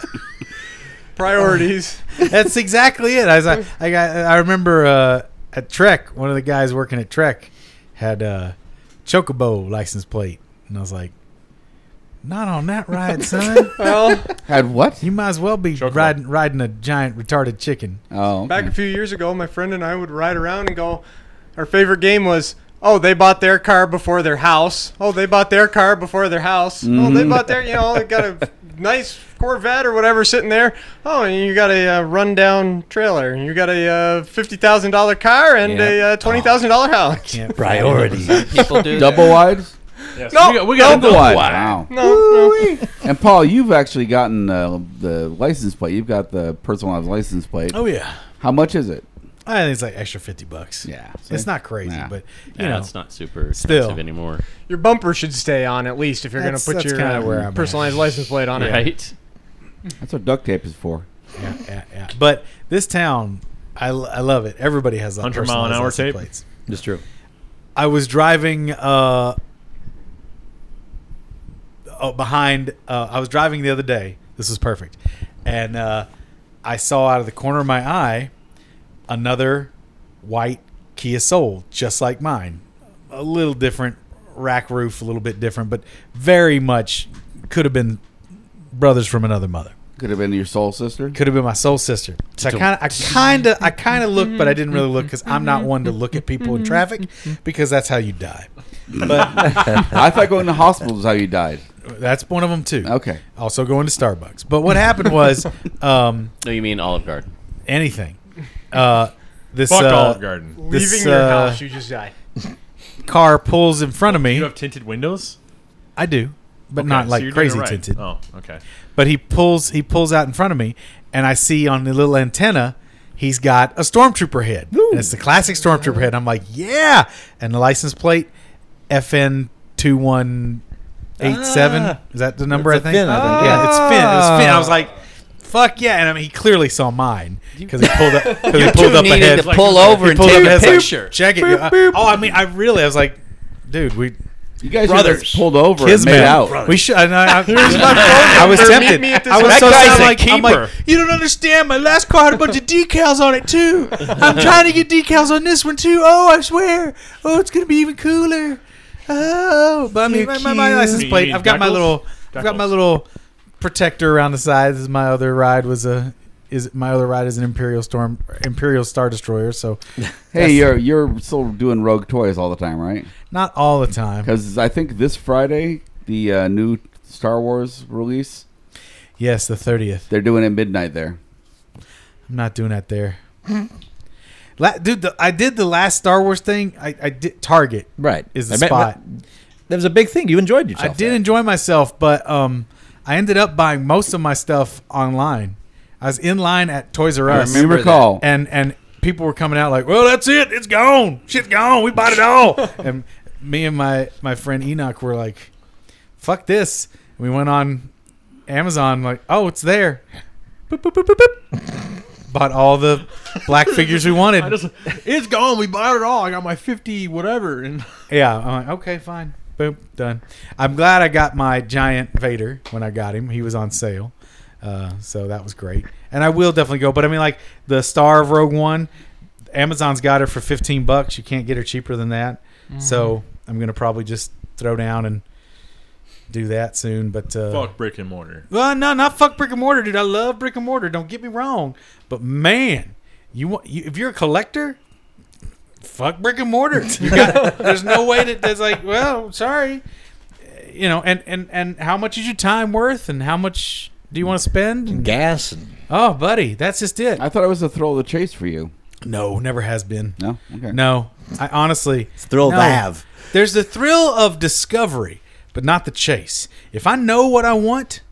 Speaker 9: (sighs)
Speaker 10: Priorities.
Speaker 9: That's exactly it. I was like, I got, I remember uh, at Trek, one of the guys working at Trek had a Chocobo license plate, and I was like, "Not on that ride, son.
Speaker 10: Well,
Speaker 3: (laughs) Had what?
Speaker 9: you might as well be
Speaker 4: Chocobo.
Speaker 9: riding riding a giant retarded chicken."
Speaker 3: Oh.
Speaker 10: back a few years ago, my friend and I would ride around and go. Our favorite game was. Oh, they bought their car before their house. Oh, they bought their car before their house. Oh,
Speaker 9: Mm-hmm.
Speaker 10: they bought their, you know, they got
Speaker 9: (laughs)
Speaker 10: a nice Corvette or whatever sitting there. Oh, and you got a uh, rundown trailer. And you got a uh,
Speaker 9: Oh.
Speaker 10: $50,000 car and a uh, $20,000 house.
Speaker 9: (laughs) Can't
Speaker 6: People do that.
Speaker 3: Double wides?
Speaker 4: we got, we got another
Speaker 3: Elkawad.
Speaker 4: one.
Speaker 3: Wow.
Speaker 10: No, no.
Speaker 3: And Paul, you've actually gotten uh, the license plate. You've got the personalized license plate.
Speaker 9: Oh yeah,
Speaker 3: How much is it?
Speaker 9: I think it's like extra fifty bucks.
Speaker 3: Yeah, see?
Speaker 9: it's not crazy,
Speaker 3: Nah.
Speaker 9: but you
Speaker 5: Yeah,
Speaker 9: know,
Speaker 5: it's not super
Speaker 9: Still.
Speaker 5: expensive anymore,
Speaker 10: Your bumper should stay on at least if you're going to
Speaker 9: That's-
Speaker 10: put
Speaker 9: that's
Speaker 10: your
Speaker 9: kinda
Speaker 10: uh,
Speaker 9: where I'm at.
Speaker 10: personalized license plate on it.
Speaker 5: right?
Speaker 3: That's what duct tape is for.
Speaker 9: yeah, yeah, yeah. But this town, I, l- I love it. Everybody has that
Speaker 4: 100 mile an hour
Speaker 9: personalized license
Speaker 4: tape?
Speaker 9: plates.
Speaker 8: It's true.
Speaker 9: I was driving uh, oh, behind. Uh, I was driving the other day. This was perfect, and uh, I saw out of the corner of my eye another white Kia Soul, just like mine. A little different rack roof, a little bit different, but very much could have been brothers from another mother.
Speaker 3: Could have been your soul sister.
Speaker 9: Could have been my soul sister. So I kind of, I kind of, I kind of looked, but
Speaker 10: Mm-hmm.
Speaker 9: I didn't really look because I'm not one to look at people in traffic because that's how you die.
Speaker 3: (laughs) I thought going to hospital is how you died.
Speaker 9: That's one of them too.
Speaker 3: Okay.
Speaker 9: Also going to Starbucks. But what happened was (laughs) um,
Speaker 5: No, you mean Olive Garden.
Speaker 9: anything. Uh, this
Speaker 4: Fuck
Speaker 9: uh,
Speaker 4: Olive Garden.
Speaker 10: Leaving
Speaker 9: This,
Speaker 10: your
Speaker 9: uh,
Speaker 10: house, you just die.
Speaker 9: car pulls in front of me.
Speaker 4: You have tinted windows,
Speaker 9: I do, but
Speaker 4: Okay,
Speaker 9: not
Speaker 4: so
Speaker 9: like
Speaker 4: you're doing it
Speaker 9: crazy
Speaker 4: right.
Speaker 9: tinted.
Speaker 4: Oh, okay.
Speaker 9: But he pulls he pulls out in front of me, and I see on the little antenna he's got a stormtrooper head. And it's the classic stormtrooper head. I'm like, yeah. And the license plate FN two one eight seven.
Speaker 7: Ah.
Speaker 9: Is that the number? I
Speaker 8: It's a
Speaker 9: think.
Speaker 8: fin, I think,
Speaker 9: Yeah, it's Finn. It's Finn. I was like. Fuck yeah! And I mean, he clearly saw mine because he pulled up. Because he pulled up
Speaker 7: needed
Speaker 9: ahead.
Speaker 7: to pull over and
Speaker 9: pulled
Speaker 7: take
Speaker 9: up
Speaker 7: a
Speaker 9: ahead, it's like,
Speaker 7: picture.
Speaker 9: Check it. Uh, oh, I mean, I really, I was like, dude, we
Speaker 3: You guys should've
Speaker 8: Brothers.
Speaker 3: just pulled over
Speaker 9: Kismet.
Speaker 3: and made out.
Speaker 9: We should. And I,
Speaker 7: (laughs)
Speaker 9: I, (laughs) I was
Speaker 10: number. Meet
Speaker 9: tempted.
Speaker 10: me at this
Speaker 9: I was
Speaker 10: hotel.
Speaker 9: so
Speaker 10: That
Speaker 9: sad,
Speaker 4: guy's a
Speaker 9: like, I'm like,
Speaker 4: keeper.
Speaker 9: you don't understand. My last car had a bunch of decals on it too. I'm trying to get decals on this one too. Oh, I swear. Oh, it's gonna be even cooler. Oh, but I mean, my, my, my license
Speaker 4: You
Speaker 9: plate.
Speaker 4: mean
Speaker 9: I've got my
Speaker 4: decals?
Speaker 9: little. I've got my
Speaker 4: Decals.
Speaker 9: little protector around the sides. This is My other ride was a. Is my other ride is an Imperial Storm, Imperial Star Destroyer. So,
Speaker 3: Hey, you're you're still doing Rogue Toys all the time, right?
Speaker 9: not all the time.
Speaker 3: Because I think this Friday the uh, new Star Wars release
Speaker 9: Yes, the thirtieth.
Speaker 3: they're doing it midnight there.
Speaker 9: I'm not doing that there. La- Dude, the, I did the last Star Wars thing. I, I did Target
Speaker 8: Right.
Speaker 9: is the
Speaker 8: I bet-
Speaker 9: spot.
Speaker 8: That was a big thing. You enjoyed
Speaker 9: I
Speaker 8: yourself.
Speaker 9: did enjoy myself, but um, I ended up buying most of my stuff online. I was in line at Toys R Us,
Speaker 3: You recall?
Speaker 9: and and people were coming out like, "Well, that's it. It's gone. Shit's gone. We bought
Speaker 8: (laughs)
Speaker 9: it all." and me and my my friend Enoch were like, "Fuck this." We went on Amazon, like, "Oh, it's there." Boop, boop, boop, boop,
Speaker 8: (laughs)
Speaker 9: boop. Bought all the black figures we wanted.
Speaker 4: (laughs) I just, it's gone. We bought it all. I got my fifty whatever. And
Speaker 9: Yeah, I'm like, okay, fine. Boom, done. I'm glad I got my giant Vader when I got him. He was on sale. Uh, so that was great. And I will definitely go. But I mean, like, the star of Rogue One, Amazon's got her for 15 bucks. You can't get her cheaper than that. So I'm going to probably just throw down and do that soon. But, uh,
Speaker 4: fuck brick and mortar. (laughs)
Speaker 9: well, no, not fuck brick and mortar, dude. I love brick and mortar. Don't get me wrong, but man, you want you, if you're a collector, fuck brick and mortar. You got there's no way that there's like, well, sorry, you know, and and and how much is your time worth, and how much do you want to spend?
Speaker 8: gas and
Speaker 9: Oh, buddy, that's just it.
Speaker 3: I thought it was a throw of the chase for you.
Speaker 9: No, never has been.
Speaker 3: No, okay.
Speaker 9: No, I honestly
Speaker 8: thrill
Speaker 9: no.
Speaker 8: valve.
Speaker 9: There's the thrill of discovery, but not the chase. If I know what I want,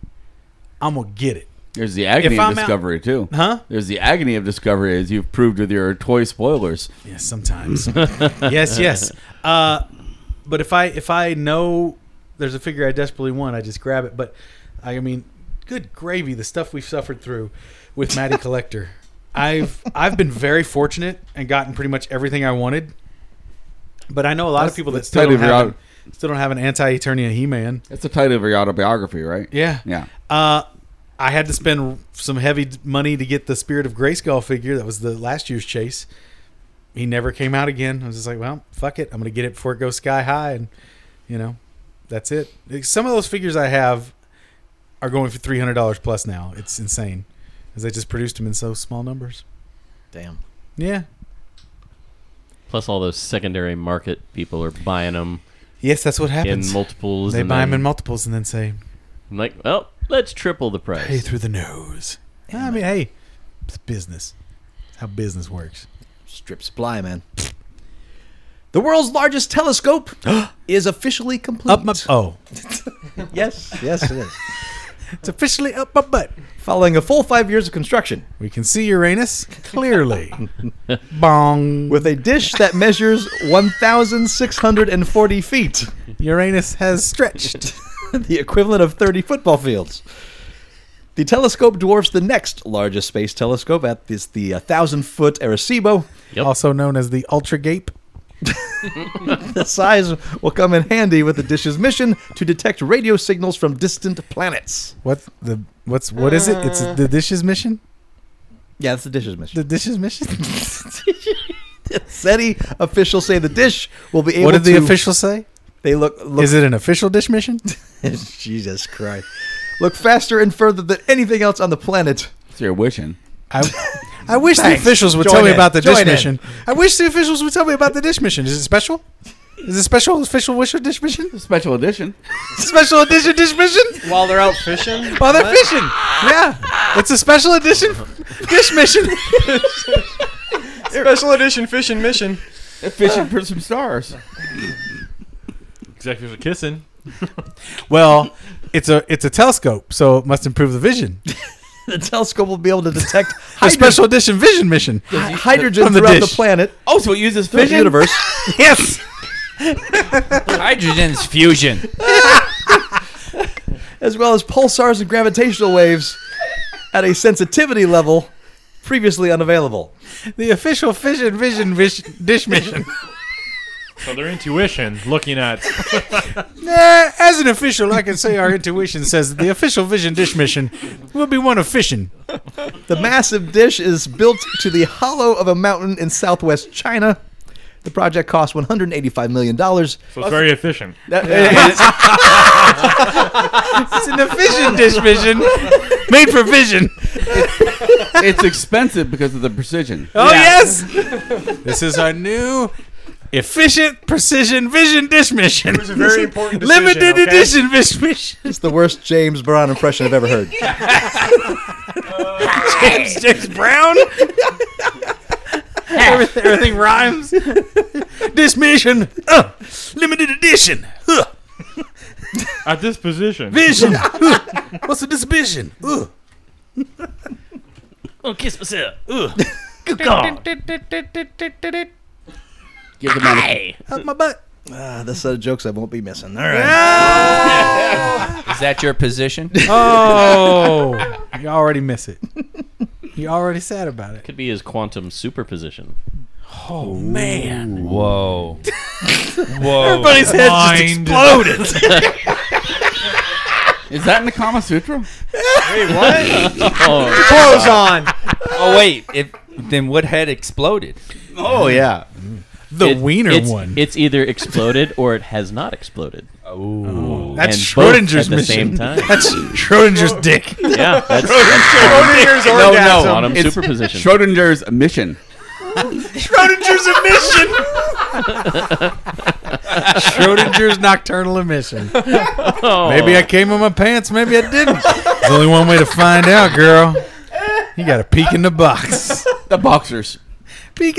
Speaker 9: I'm gonna get it.
Speaker 3: There's the agony
Speaker 9: If
Speaker 3: of
Speaker 9: I'm out-
Speaker 3: discovery too.
Speaker 9: Huh?
Speaker 3: There's the agony of discovery as you've proved with your toy spoilers.
Speaker 9: Yes, sometimes. (laughs) yes, yes. (laughs) Uh, but if I if I know there's a figure I desperately want, I just grab it. But I mean, good gravy, the stuff we've suffered through with Matty
Speaker 3: (laughs)
Speaker 9: Collector. I've I've been very fortunate and gotten pretty much everything I wanted. But I know a lot
Speaker 3: That's-
Speaker 9: of people that
Speaker 3: that's
Speaker 9: still
Speaker 3: kind
Speaker 9: don't
Speaker 3: of your
Speaker 9: have
Speaker 3: out-
Speaker 9: an, still don't have an anti Eternia He Man.
Speaker 3: That's the title of your autobiography, right?
Speaker 9: Yeah.
Speaker 3: Yeah.
Speaker 9: Uh, I had to spend some heavy d- money to get the Spirit of Grayskull figure. That was the last year's chase. He never came out again. I was just like, well, fuck it. I'm gonna get it before it goes sky high, and you know, that's it. Like, Some of those figures I have are going for three hundred dollars plus now. It's insane, because they just produced them in so small numbers.
Speaker 8: Damn.
Speaker 9: Yeah.
Speaker 5: Plus, all those secondary market people are buying them
Speaker 9: Yes, that's what
Speaker 5: in
Speaker 9: happens.
Speaker 5: multiples.
Speaker 9: they
Speaker 5: and
Speaker 9: buy them in
Speaker 5: then
Speaker 9: multiples and then say,
Speaker 5: I'm like, well, let's triple the price.
Speaker 9: "Pay through the nose." I mean, hey, it's business. It's how business works.
Speaker 8: Strip supply, man. The world's largest
Speaker 7: (gasps)
Speaker 8: telescope is officially complete.
Speaker 7: Up my oh,
Speaker 8: (laughs) yes, yes, it is.
Speaker 7: it's officially up my butt.
Speaker 8: Following a full five years of construction,
Speaker 7: We can see Uranus clearly.
Speaker 8: (laughs)
Speaker 7: Bong.
Speaker 8: with a dish that measures 1,640 feet,
Speaker 7: Uranus has stretched.
Speaker 8: (laughs) the equivalent of 30 football fields. The telescope dwarfs the next largest space telescope at this the 1,000 foot Arecibo.
Speaker 5: Yep.
Speaker 7: Also known as the Ultra Gape.
Speaker 10: (laughs)
Speaker 8: The size will come in handy with the dish's mission to detect radio signals from distant planets.
Speaker 7: What the what's what is it?
Speaker 8: Uh.
Speaker 7: It's the dishes mission?
Speaker 8: Yeah, that's the dish's mission. (laughs)
Speaker 7: The dishes mission?
Speaker 8: SETI officials say the dish will be able
Speaker 7: what did the
Speaker 8: to-
Speaker 7: official say?
Speaker 8: They look, look
Speaker 7: Is it an official dish mission?
Speaker 8: (laughs) Jesus Christ. Look faster and further than anything else on the planet.
Speaker 3: So you're wishing.
Speaker 8: (laughs)
Speaker 7: I, (laughs) I wish
Speaker 8: Thanks.
Speaker 7: the officials would
Speaker 8: Join
Speaker 7: tell me
Speaker 8: in.
Speaker 7: about the
Speaker 8: Join
Speaker 7: dish
Speaker 8: in.
Speaker 7: mission. I wish the officials would tell me about the dish mission. Is it special? Is it special official wish or dish mission?
Speaker 3: (laughs) Special edition.
Speaker 7: special edition dish mission?
Speaker 1: While they're out fishing,
Speaker 7: While they're
Speaker 1: What?
Speaker 7: fishing. Yeah. It's a special edition dish
Speaker 9: (laughs)
Speaker 10: (laughs)
Speaker 7: mission.
Speaker 1: special edition fishing mission.
Speaker 3: Fishing for some stars.
Speaker 4: Executive are kissing.
Speaker 7: well, it's a it's a telescope, so it must improve
Speaker 3: (laughs)
Speaker 7: the vision.
Speaker 8: The (laughs) telescope will be able to
Speaker 4: (laughs)
Speaker 8: detect
Speaker 7: A
Speaker 8: hydro-
Speaker 7: special edition vision mission.
Speaker 8: hydrogen
Speaker 7: from the
Speaker 8: throughout
Speaker 7: dish.
Speaker 8: the planet,
Speaker 3: Oh, so it uses
Speaker 8: throughout the
Speaker 3: vision.
Speaker 8: universe.
Speaker 7: (laughs) Yes.
Speaker 6: Hydrogen's fusion.
Speaker 8: as well as pulsars and gravitational waves at a sensitivity level previously unavailable.
Speaker 7: The official vision vision vish, dish mission.
Speaker 4: So their intuition, looking at
Speaker 7: Nah, as an official, I can say our intuition says the official vision dish mission will be one of fishing.
Speaker 8: The massive dish is built to the hollow of a mountain in southwest China. The project cost $185 million.
Speaker 4: so it's very efficient.
Speaker 7: It's an efficient dish mission made for vision.
Speaker 3: (laughs) it's expensive because of the precision.
Speaker 7: (laughs) Oh yes, this is our new efficient precision vision dish mission.
Speaker 1: It was a very important decision.
Speaker 7: Limited
Speaker 1: okay?
Speaker 7: edition vision mission.
Speaker 8: It's the worst James Brown impression I've ever heard.
Speaker 7: James, James Brown. (laughs) everything, everything rhymes. Dish mission. Uh, limited edition. Uh,
Speaker 4: At this position,
Speaker 1: (laughs)
Speaker 7: vision. Uh, what's with this vision? Uh.
Speaker 5: Oh, kiss myself.
Speaker 7: (laughs)
Speaker 3: Give the man a-
Speaker 7: Up my
Speaker 5: (laughs)
Speaker 7: butt.
Speaker 8: Ah, that's the jokes I won't be missing. All right.
Speaker 6: Is that your position?
Speaker 7: Oh, you already
Speaker 3: (laughs)
Speaker 7: miss it. You already sad about it.
Speaker 5: Could be his quantum superposition.
Speaker 7: Oh
Speaker 9: (laughs)
Speaker 7: man,
Speaker 6: Whoa. Whoa.
Speaker 7: everybody's head just
Speaker 3: (laughs)
Speaker 4: Mind.
Speaker 7: exploded.
Speaker 3: Is that in the Kama Sutra?
Speaker 6: (laughs)
Speaker 1: Clothes on.
Speaker 6: Oh wait, if then what had exploded?
Speaker 3: Oh yeah.
Speaker 7: The
Speaker 5: Mm. It-
Speaker 7: wiener
Speaker 5: it's,
Speaker 7: one.
Speaker 5: It's either exploded or it has not exploded.
Speaker 7: Oh. That's
Speaker 5: and both
Speaker 7: Schrodinger's
Speaker 5: at the
Speaker 7: mission.
Speaker 5: same time.
Speaker 7: That's Schrodinger's dick.
Speaker 5: Yeah, that's,
Speaker 1: Schrodinger's orgasm.
Speaker 5: quantum
Speaker 3: It's
Speaker 5: superposition.
Speaker 3: Schrodinger's mission.
Speaker 7: Schrodinger's emission. Schrodinger's nocturnal emission.
Speaker 5: Oh.
Speaker 7: Maybe I came in my pants. Maybe I didn't. There's only one way to find out, girl. You got to peek in the box.
Speaker 3: The boxers.
Speaker 7: Peek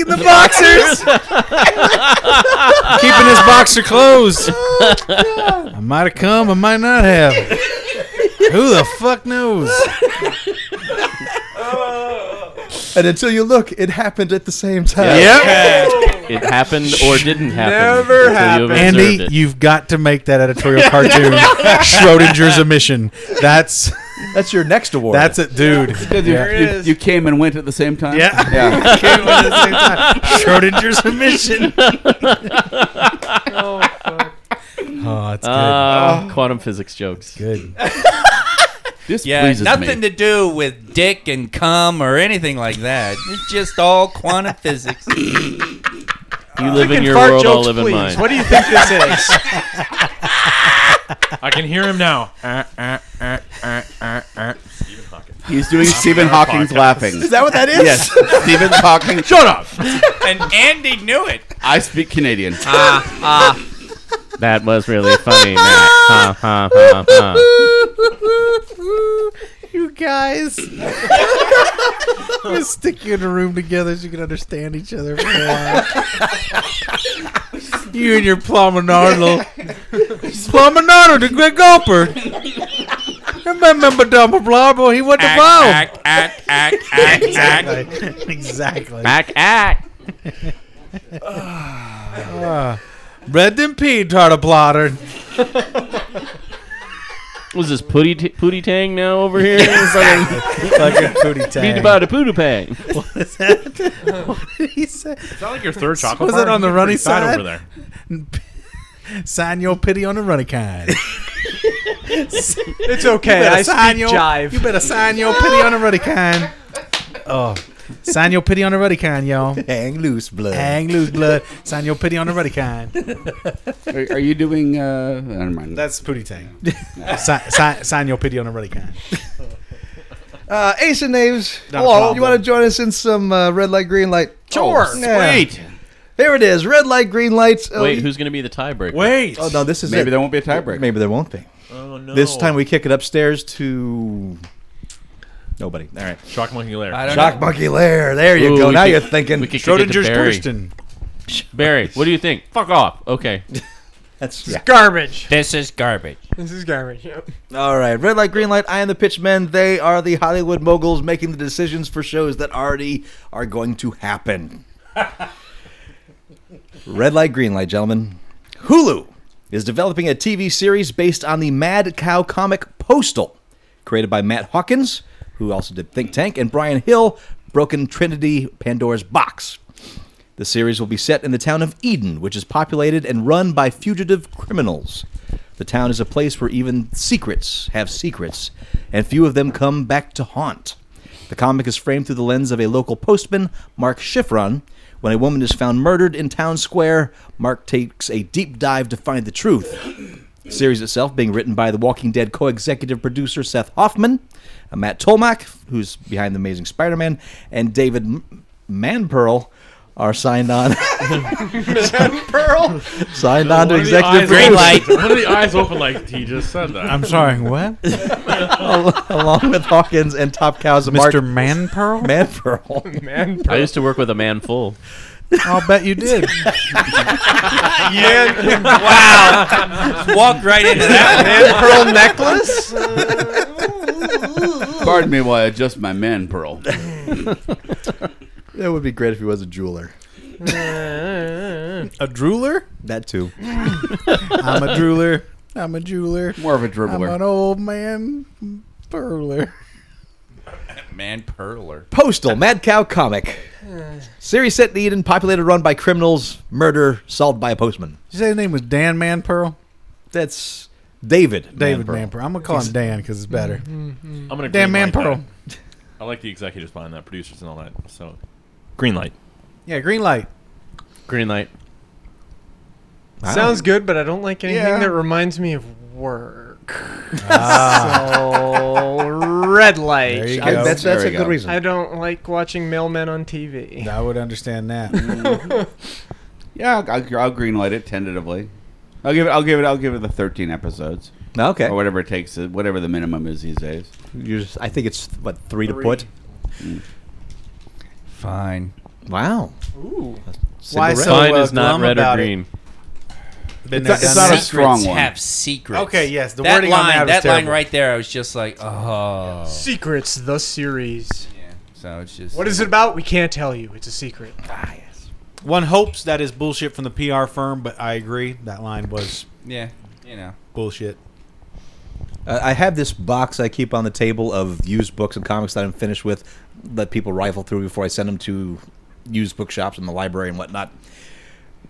Speaker 9: (laughs)
Speaker 7: in the boxers. (laughs) Keeping his boxer closed.
Speaker 3: (laughs) Oh,
Speaker 7: I might have come. I might not have. Who the fuck knows?
Speaker 8: And until you look, it happened at the same time.
Speaker 7: Yep.
Speaker 5: it happened or didn't happen.
Speaker 1: Never
Speaker 5: until you observed
Speaker 7: Andy,
Speaker 5: (laughs) it.
Speaker 7: you've got to make that editorial
Speaker 3: (laughs)
Speaker 7: cartoon Schrodinger's emission. That's
Speaker 8: That's your next award.
Speaker 7: that's it, dude.
Speaker 1: There it
Speaker 3: you,
Speaker 1: is.
Speaker 3: you came and went at the same time.
Speaker 7: Yeah.
Speaker 3: Yeah.
Speaker 7: Came at the same time. Schrodinger's (laughs) emission. Oh, it's good.
Speaker 5: Uh, Quantum physics jokes.
Speaker 7: good.
Speaker 3: This
Speaker 6: Yeah,
Speaker 3: pleases
Speaker 6: nothing
Speaker 3: me.
Speaker 6: to do with dick and cum or anything like that. It's just all quantum
Speaker 5: (laughs)
Speaker 6: physics.
Speaker 5: You live in
Speaker 1: Fucking
Speaker 5: your
Speaker 1: fart
Speaker 5: world, I'll
Speaker 1: jokes,
Speaker 5: live in
Speaker 1: please.
Speaker 5: mine.
Speaker 1: What do you think this is?
Speaker 4: (laughs) I can hear him now. Uh, uh, uh, uh, uh, uh.
Speaker 3: He's doing Stephen (laughs) Hawking's laughing.
Speaker 8: Is that what that is?
Speaker 3: Yes, Stephen Hawking. Shut up.
Speaker 6: and Andy knew it.
Speaker 3: I speak Canadian.
Speaker 5: (laughs) That was really funny. Matt. Ha, ha, ha, ha.
Speaker 7: You guys. Just stick you in a room together so you can understand each other for a while.
Speaker 9: You and your Pluminardo. Pluminardo, the good gulper. Remember Dumble Blobble? He went to Bow.
Speaker 5: act, act, act,
Speaker 9: (laughs)
Speaker 5: act, act,
Speaker 9: Exactly.
Speaker 5: act, act.
Speaker 9: (sighs) Red and pea tartar plotter.
Speaker 5: Was this pootie t- pootie tang now over here? It's
Speaker 7: (laughs)
Speaker 5: like
Speaker 9: Fucking booty
Speaker 5: a
Speaker 9: tag.
Speaker 5: beat about a pootie tang.
Speaker 9: He said,
Speaker 4: Is that like
Speaker 9: (laughs)
Speaker 4: your third chocolate
Speaker 9: Was
Speaker 4: bar?
Speaker 9: it on the
Speaker 4: You're
Speaker 9: runny
Speaker 4: pretty fat
Speaker 9: side?
Speaker 4: over there?
Speaker 9: (laughs) sign your pity on the runny kind.
Speaker 10: (laughs) It's okay.
Speaker 9: better
Speaker 10: I
Speaker 9: sign
Speaker 10: speak
Speaker 9: your-
Speaker 10: jive.
Speaker 9: You better
Speaker 10: (laughs)
Speaker 9: sign your pity on the runny kind. Oh. Sign your pity on the ruddy kind, y'all.
Speaker 8: Hang loose, blood.
Speaker 9: Hang loose blood. Sign your pity on the ruddy kind.
Speaker 3: Are, are you doing? Uh, never mind.
Speaker 9: That's Pootie Tang. sign, sign, sign your pity on the ruddy kind.
Speaker 8: Uh, Ace and Knaves.
Speaker 9: Not a
Speaker 8: Hello.
Speaker 9: problem.
Speaker 8: You want to join us in some uh, red light, green light? Oh,
Speaker 10: Sure.
Speaker 8: Yeah.
Speaker 3: Wait,
Speaker 8: Here it is. Red light, green light. Oh,
Speaker 5: Wait,
Speaker 8: you-
Speaker 5: who's gonna be the tiebreaker?
Speaker 4: Wait.
Speaker 8: Oh no, this is
Speaker 3: maybe
Speaker 8: it.
Speaker 3: there won't be a tiebreaker.
Speaker 8: Maybe there won't be.
Speaker 4: Oh, no.
Speaker 8: This time we kick it upstairs to nobody. All right.
Speaker 4: Shock Monkey Lair.
Speaker 6: I don't
Speaker 8: Shock
Speaker 6: know.
Speaker 8: monkey lair. There you
Speaker 5: Ooh,
Speaker 8: go.
Speaker 5: we
Speaker 8: Now
Speaker 5: could-
Speaker 8: you're thinking.
Speaker 5: We could kick it to Barry.
Speaker 9: question.
Speaker 5: Barry, what do you think? Fuck off.
Speaker 8: (laughs)
Speaker 5: Okay.
Speaker 8: That's yeah.
Speaker 10: Garbage.
Speaker 5: This is garbage.
Speaker 10: This is garbage. Yep.
Speaker 8: All right. Red light, green light. I am the pitchmen. They are the Hollywood moguls making the decisions for shows that already are going to happen. (laughs) Red light, green light, gentlemen. Hulu is developing a TV series based on the Mad Cow comic Postal, created by Matt Hawkins, who also did Think Tank, and Brian Hill, Broken Trinity, Pandora's Box. The series will be set in the town of Eden, which is populated and run by fugitive criminals. The town is a place where even secrets have secrets, and few of them come back to haunt. The comic is framed through the lens of a local postman, Mark Schifron. When a woman is found murdered in town square, Mark takes a deep dive to find the truth. The series itself being written by The Walking Dead co-executive producer Seth Hoffman, uh, Matt Tolmach, who's behind The Amazing Spider-Man, and David M- Manpearl are signed on.
Speaker 10: Pearl.
Speaker 8: signed on to
Speaker 4: One of the
Speaker 8: executive
Speaker 4: eyes
Speaker 8: producer
Speaker 4: open- One of the eyes open like he just said that.
Speaker 9: I'm sorry, what?
Speaker 8: along with Hawkins and Top Cow's Mark
Speaker 9: Mr.
Speaker 8: (laughs)
Speaker 9: Manpearl? (laughs)
Speaker 8: Manpearl.
Speaker 10: Man.
Speaker 5: I used to work with a man full.
Speaker 9: I'll bet you did.
Speaker 10: Man.
Speaker 6: Walked right into that.
Speaker 10: Man. Pearl necklace.
Speaker 3: uh, Pardon me while I adjust my man pearl. (laughs)
Speaker 8: It would be great if he was a jeweler.
Speaker 9: A drooler?
Speaker 8: That too.
Speaker 9: (laughs) I'm a drooler. (laughs) I'm a jeweler.
Speaker 3: More of a
Speaker 9: I'm an
Speaker 3: dribbler.
Speaker 9: old man pearler.
Speaker 6: Man Perler.
Speaker 8: Postal, Mad Cow comic. Series set in Eden, populated, run by criminals, murder solved by a postman.
Speaker 9: Did you say his name was Dan Manpearl?
Speaker 8: That's David.
Speaker 9: David
Speaker 8: Manpearl.
Speaker 9: Manpearl. I'm going to call him Dan because it's better.
Speaker 4: I'm gonna
Speaker 9: Dan
Speaker 4: green light
Speaker 9: Manpearl.
Speaker 4: that. I like the executives behind that, producers and all that. So, green light.
Speaker 9: Yeah, green light.
Speaker 5: Green light.
Speaker 10: Sounds good, but I don't like anything
Speaker 9: Yeah.
Speaker 10: that reminds me of work. (laughs) so red light.
Speaker 9: There you
Speaker 8: I-
Speaker 9: go.
Speaker 8: that's
Speaker 3: There
Speaker 8: that's
Speaker 3: we
Speaker 8: a
Speaker 3: go.
Speaker 8: good reason.
Speaker 10: I don't like watching mailmen on TV.
Speaker 9: I would understand that.
Speaker 3: Yeah, I'll, I'll, I'll greenlight it tentatively. I'll give it. I'll give it. I'll give it the thirteen episodes
Speaker 8: okay.
Speaker 3: or whatever it takes. uh, Whatever the minimum is these days. Mm.
Speaker 8: You're just- I think it's what three, to put.
Speaker 6: Fine.
Speaker 8: Wow.
Speaker 10: Ooh.
Speaker 9: Why
Speaker 8: Single
Speaker 9: So,
Speaker 5: Mine
Speaker 9: uh,
Speaker 5: is not
Speaker 9: glum
Speaker 5: red or
Speaker 9: about it.
Speaker 5: green.
Speaker 9: Been
Speaker 3: It's not-
Speaker 9: there, done
Speaker 3: it's not a
Speaker 9: that.
Speaker 3: strong one.
Speaker 6: Have secrets.
Speaker 9: Okay, yes, the
Speaker 6: that
Speaker 9: wording on
Speaker 6: line,
Speaker 9: that was
Speaker 6: line
Speaker 9: terrible.
Speaker 6: right there, I was just like, oh.
Speaker 10: (laughs) Secrets, the series.
Speaker 6: Yeah. So it's just.
Speaker 10: What is it about? We can't tell you. It's a secret.
Speaker 9: One hopes that is bullshit from the PR firm, but I agree. That line was
Speaker 6: Yeah. You know.
Speaker 9: bullshit. (clears throat)
Speaker 8: Uh, I have this box I keep on the table of used books and comics that I'm finished with, that people rifle through before I send them to used bookshops and the library and whatnot.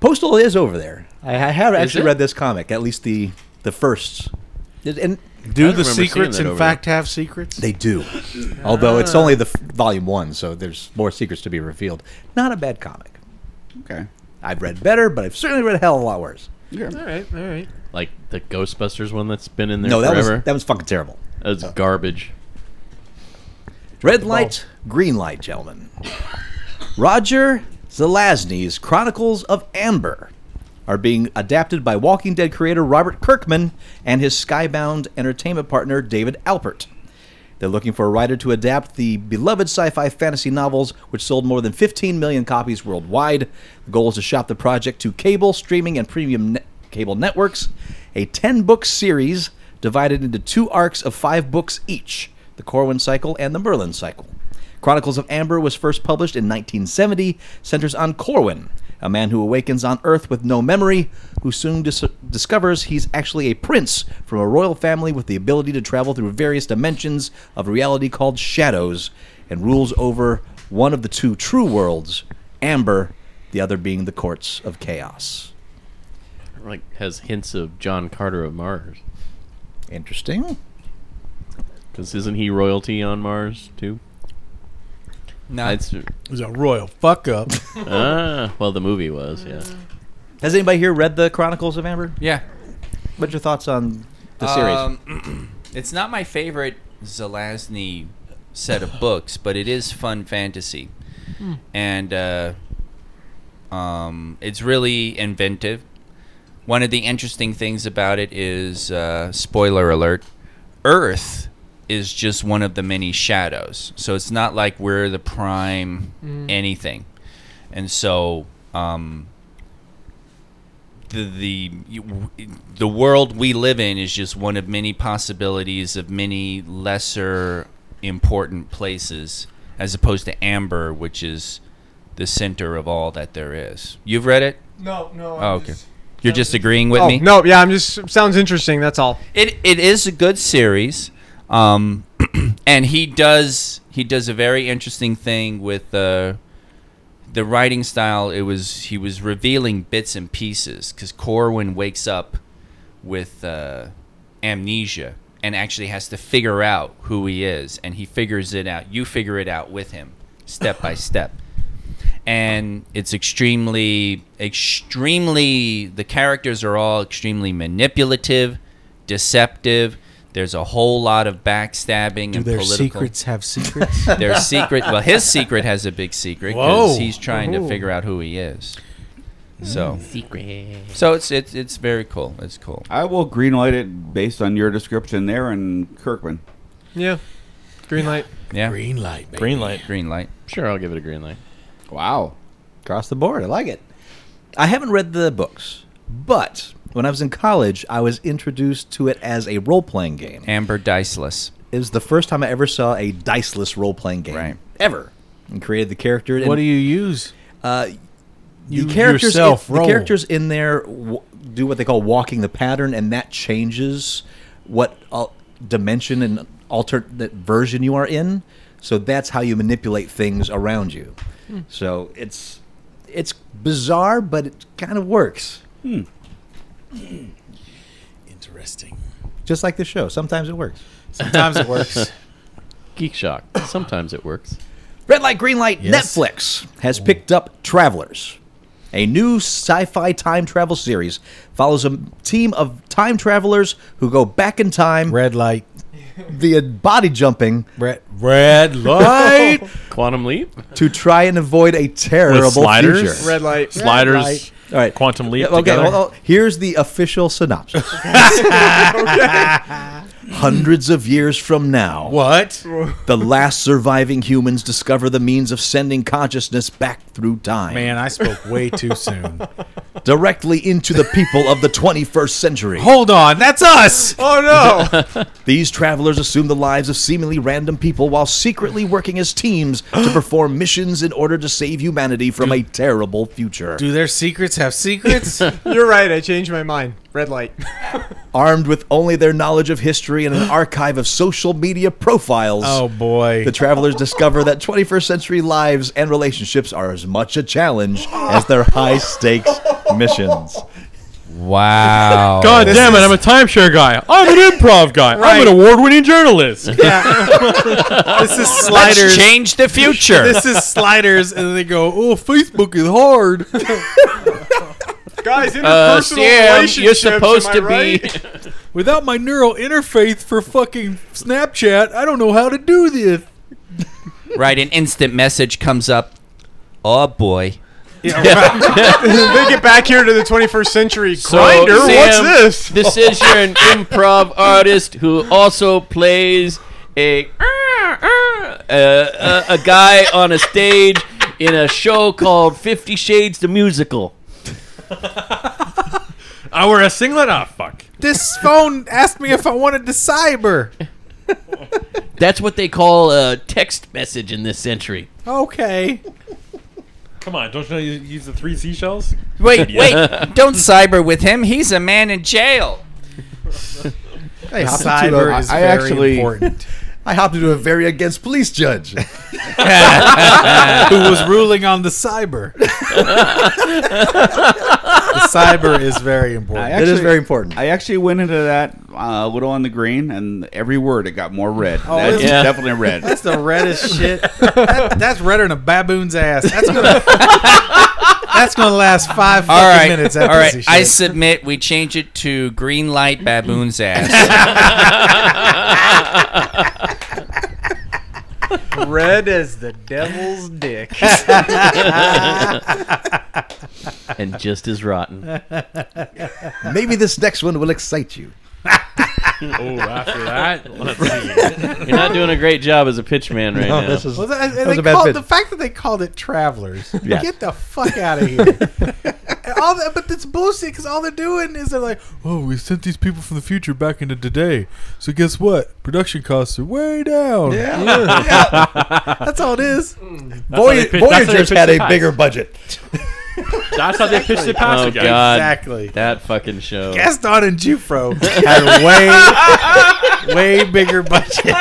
Speaker 8: Postal is over there. I, I have actually
Speaker 5: it?
Speaker 8: read this comic, at least the the first. It- And
Speaker 9: Do
Speaker 5: don't
Speaker 9: the
Speaker 5: remember seeing
Speaker 9: secrets,
Speaker 5: that
Speaker 9: in
Speaker 5: over there.
Speaker 9: fact, have Ah. secrets?
Speaker 8: they do, although it's only the f- volume one, so there's more secrets to be revealed. Not a bad comic.
Speaker 3: Okay.
Speaker 8: I've read better, but I've certainly read a hell of a lot worse.
Speaker 10: All right, all right.
Speaker 5: (laughs) Like the Ghostbusters one that's been in there
Speaker 8: No, that
Speaker 5: forever.
Speaker 8: was that was fucking terrible. Uh,
Speaker 5: That's garbage.
Speaker 8: Red light, green light, gentlemen. Roger Zelazny's Chronicles of Amber are being adapted by Walking Dead creator Robert Kirkman and his Skybound entertainment partner David Alpert. They're looking for a writer to adapt the beloved sci fi fantasy novels, which sold more than 15 million copies worldwide. The goal is to shop the project to cable, streaming, and premium ne- cable networks. A 10 book series divided into two arcs of five books each the Corwin Cycle and the Merlin Cycle. Chronicles of Amber was first published in 1970, centers on Corwin, a man who awakens on Earth with no memory, who soon dis- discovers he's actually a prince from a royal family with the ability to travel through various dimensions of reality called shadows, and rules over one of the two true worlds, Amber, the other being the courts of chaos.
Speaker 5: Like has hints of John Carter of Mars.
Speaker 8: Interesting.
Speaker 5: Because isn't he royalty on Mars too?
Speaker 6: No,
Speaker 5: That's
Speaker 7: It was a royal (laughs) fuck up.
Speaker 5: ah, well, the movie was yeah.
Speaker 8: Has anybody here read the Chronicles of Amber?
Speaker 6: yeah.
Speaker 8: What's your thoughts on the series?
Speaker 6: Um, (clears throat) it's not my favorite Zelazny set of books, but it is fun fantasy, and uh, um, it's really inventive. One of the interesting things about it is, uh, spoiler alert, Earth is just one of the many shadows. So it's not like we're the prime anything, and so. Um, the the you- the world we live in is just one of many possibilities of many lesser important places as opposed to amber which is the center of all that there is you've read it
Speaker 10: No, no.
Speaker 6: oh, okay you're just agreeing with
Speaker 10: oh,
Speaker 6: me
Speaker 10: no, yeah, I'm just sounds interesting. That's all.
Speaker 6: it it is a good series, um, (clears throat) and he does he does a very interesting thing with the the writing style. It was he was revealing bits and pieces because Corwin wakes up with uh, amnesia and actually has to figure out who he is, and he figures it out. You figure it out with him, step
Speaker 10: (laughs)
Speaker 6: by step and it's extremely extremely the characters are all extremely manipulative deceptive there's a whole lot of backstabbing and
Speaker 7: Their
Speaker 6: political
Speaker 7: secrets
Speaker 6: (laughs)
Speaker 7: have secrets. (laughs)
Speaker 6: their secret well his secret has a big secret
Speaker 7: Whoa.
Speaker 6: because he's trying to figure out who he is so
Speaker 7: Mm.
Speaker 6: secret so it's it's it's very cool it's cool
Speaker 3: I will greenlight it based on your description there and Kirkman.
Speaker 10: Yeah. Green light.
Speaker 6: yeah green,
Speaker 7: Green light, baby.
Speaker 4: Green
Speaker 7: (laughs)
Speaker 4: light.
Speaker 6: light
Speaker 5: Sure, I'll give it a green light.
Speaker 3: Wow.
Speaker 8: across the board. I like it. I haven't read the books, but when I was in college, I was introduced to it as a role playing game.
Speaker 6: amber diceless
Speaker 8: It was the first time I ever saw a diceless role playing game
Speaker 6: Right.
Speaker 8: ever, and created the character. Uh,
Speaker 7: What
Speaker 8: and,
Speaker 7: do you use? you
Speaker 8: the characters?
Speaker 7: yourself
Speaker 8: the
Speaker 7: roll?
Speaker 8: characters in there w- do what they call walking the pattern, and that changes what al- dimension and alternate version you are in. So that's how you manipulate things around you.
Speaker 5: Hmm.
Speaker 8: So it's it's bizarre, but it kind of works.
Speaker 5: Hmm.
Speaker 7: Interesting.
Speaker 8: just like this show. Sometimes it works.
Speaker 7: Sometimes it
Speaker 8: (laughs)
Speaker 7: works.
Speaker 5: Geek Shock. Sometimes it works.
Speaker 8: Red light, green light.
Speaker 7: Yes.
Speaker 8: Netflix has picked up Travelers. A new sci fi time travel series follows a team of time travelers who go back in time
Speaker 7: Red light.
Speaker 8: via body jumping (laughs)
Speaker 7: Red, red light.
Speaker 5: Quantum Leap.
Speaker 8: to try and avoid a terrible
Speaker 4: With sliders.
Speaker 8: future.
Speaker 10: Red light.
Speaker 4: Sliders.
Speaker 7: light.
Speaker 8: All right.
Speaker 4: Quantum leap.
Speaker 8: Yeah, okay,
Speaker 4: together.
Speaker 8: hold on. here's the official synopsis.
Speaker 4: (laughs)
Speaker 8: Hundreds of years from now,
Speaker 7: what?
Speaker 8: the last surviving humans discover the means of sending consciousness back through time.
Speaker 7: Man, I spoke way too soon.
Speaker 8: directly into the people of the 21st century.
Speaker 7: Hold on, that's us.
Speaker 10: Oh no.
Speaker 7: (laughs)
Speaker 8: These travelers assume the lives of seemingly random people while secretly working as teams
Speaker 7: (gasps)
Speaker 8: to perform missions in order to save humanity from a terrible future.
Speaker 7: Do their secrets have secrets?
Speaker 10: You're right. I changed my mind. Red light.
Speaker 8: Armed with only their knowledge of history
Speaker 7: (gasps)
Speaker 8: and an archive of social media profiles.
Speaker 7: oh boy.
Speaker 8: The travelers discover that 21st century lives and relationships are as much a challenge as their high stakes (laughs) missions. (laughs) Oh.
Speaker 6: wow
Speaker 4: God damn it! I'm a timeshare guy. I'm an improv guy. I'm
Speaker 7: Right.
Speaker 4: an award-winning journalist. (laughs)
Speaker 7: this is
Speaker 6: let's
Speaker 7: sliders.
Speaker 6: change the future
Speaker 7: This is sliders, and they go, "Oh, Facebook is hard." (laughs)
Speaker 10: Guys, interpersonal
Speaker 5: Uh, Sam,
Speaker 10: relationships.
Speaker 5: you're supposed
Speaker 10: am I
Speaker 5: to
Speaker 10: right?
Speaker 5: be.
Speaker 7: (laughs) Without my neural interface for fucking Snapchat, I don't know how to do this.
Speaker 6: right an instant message comes up oh boy (laughs)
Speaker 10: they get back here to the 21st century.
Speaker 5: So,
Speaker 10: Grinder,
Speaker 5: Sam,
Speaker 10: what's this? (laughs)
Speaker 5: This is you're an improv artist who also plays a uh, a, a guy on a stage in a show called Fifty Shades the Musical.
Speaker 4: I wear
Speaker 7: uh,
Speaker 4: a singlet. Ah, fuck.
Speaker 7: This phone asked me if I wanted to cyber.
Speaker 5: That's what they call a text message in this century. (laughs)
Speaker 7: Okay.
Speaker 4: Come on, don't you know you use the three seashells? (laughs)
Speaker 6: Wait, wait! Don't cyber with him. He's a man in jail.
Speaker 8: I hopped, into a,
Speaker 7: Cyber is
Speaker 8: I,
Speaker 7: very
Speaker 8: actually,
Speaker 7: important.
Speaker 8: (laughs) I hopped into a very against police judge.
Speaker 7: (laughs) Who was ruling on the cyber? the cyber is very important.
Speaker 3: That
Speaker 8: It is very important.
Speaker 3: I actually went into that uh, little on the green, and every word it got more red. Oh, That's
Speaker 7: is it?
Speaker 5: Yeah.
Speaker 3: definitely red.
Speaker 7: (laughs) That's the reddest shit. That, that's redder than a baboon's ass. That's
Speaker 6: (laughs)
Speaker 7: gonna. that's gonna last five fucking
Speaker 6: All right,
Speaker 7: minutes.
Speaker 6: all
Speaker 7: After
Speaker 6: right. I
Speaker 7: shit.
Speaker 6: submit we change it to green
Speaker 7: (laughs)
Speaker 6: light baboon's ass.
Speaker 10: Red as the devil's dick.
Speaker 1: (laughs)
Speaker 5: And just as rotten.
Speaker 8: Maybe this next one will excite you.
Speaker 4: Oh, after that, (laughs) let's see.
Speaker 5: You're not doing a great job as a pitchman right now.
Speaker 8: This is
Speaker 7: Well, that-
Speaker 8: was
Speaker 7: and they
Speaker 8: a bad
Speaker 7: called,
Speaker 8: fit.
Speaker 7: the fact that they called it
Speaker 8: (laughs)
Speaker 7: travelers.
Speaker 8: Yeah.
Speaker 7: Get the fuck out
Speaker 8: (laughs)
Speaker 7: of here. And all that, but it's bullshit because all they're doing is they're like, oh, we sent these people from the future back into today. So guess what? Production costs are way down. Yeah. That's all it is.
Speaker 8: Mm.
Speaker 4: they
Speaker 8: Voy-
Speaker 4: pitch- that's how they
Speaker 8: Voyagers
Speaker 4: pitch
Speaker 8: had
Speaker 4: the
Speaker 8: a
Speaker 4: pies.
Speaker 8: bigger budget.
Speaker 4: That's how they pitched it past
Speaker 5: oh
Speaker 4: the guys.
Speaker 5: God,
Speaker 7: Exactly.
Speaker 5: that fucking show.
Speaker 7: Gaston and Jufro
Speaker 4: (laughs)
Speaker 7: had way, way bigger
Speaker 4: (laughs)
Speaker 7: budget than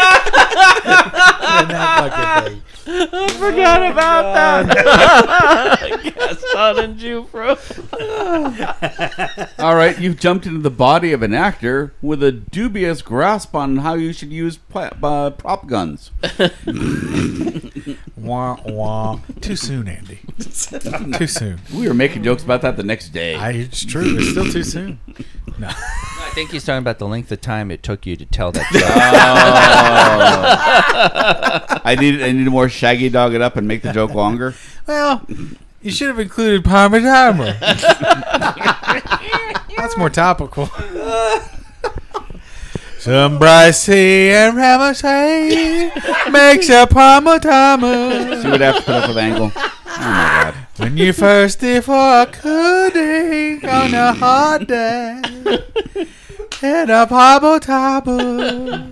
Speaker 7: that fucking thing. Oh,
Speaker 5: forgot about
Speaker 7: (laughs)
Speaker 5: that. Gaston and Jufro.
Speaker 3: All right, you've jumped into the body of an actor with a dubious grasp on how you should use pla- uh, prop guns.
Speaker 7: Wah, wah. Too soon, Andy. (laughs) Too soon.
Speaker 3: We were making jokes about that the next day.
Speaker 7: I, it's true. It's still too
Speaker 6: (laughs)
Speaker 7: soon.
Speaker 6: I think he's talking about the length of time it took you to tell
Speaker 3: (laughs)
Speaker 6: that joke.
Speaker 3: I need I need to more shaggy dog it up and make the joke longer.
Speaker 7: Well, you should have included Palmer Timer. That's more topical. Some Bryce and Ramsey makes a Palmer Timer.
Speaker 3: She would have to put up with Angle. Oh my god!
Speaker 7: When you're thirsty for a pudding on a hot
Speaker 3: (laughs)
Speaker 7: day, and a Palmer Timer.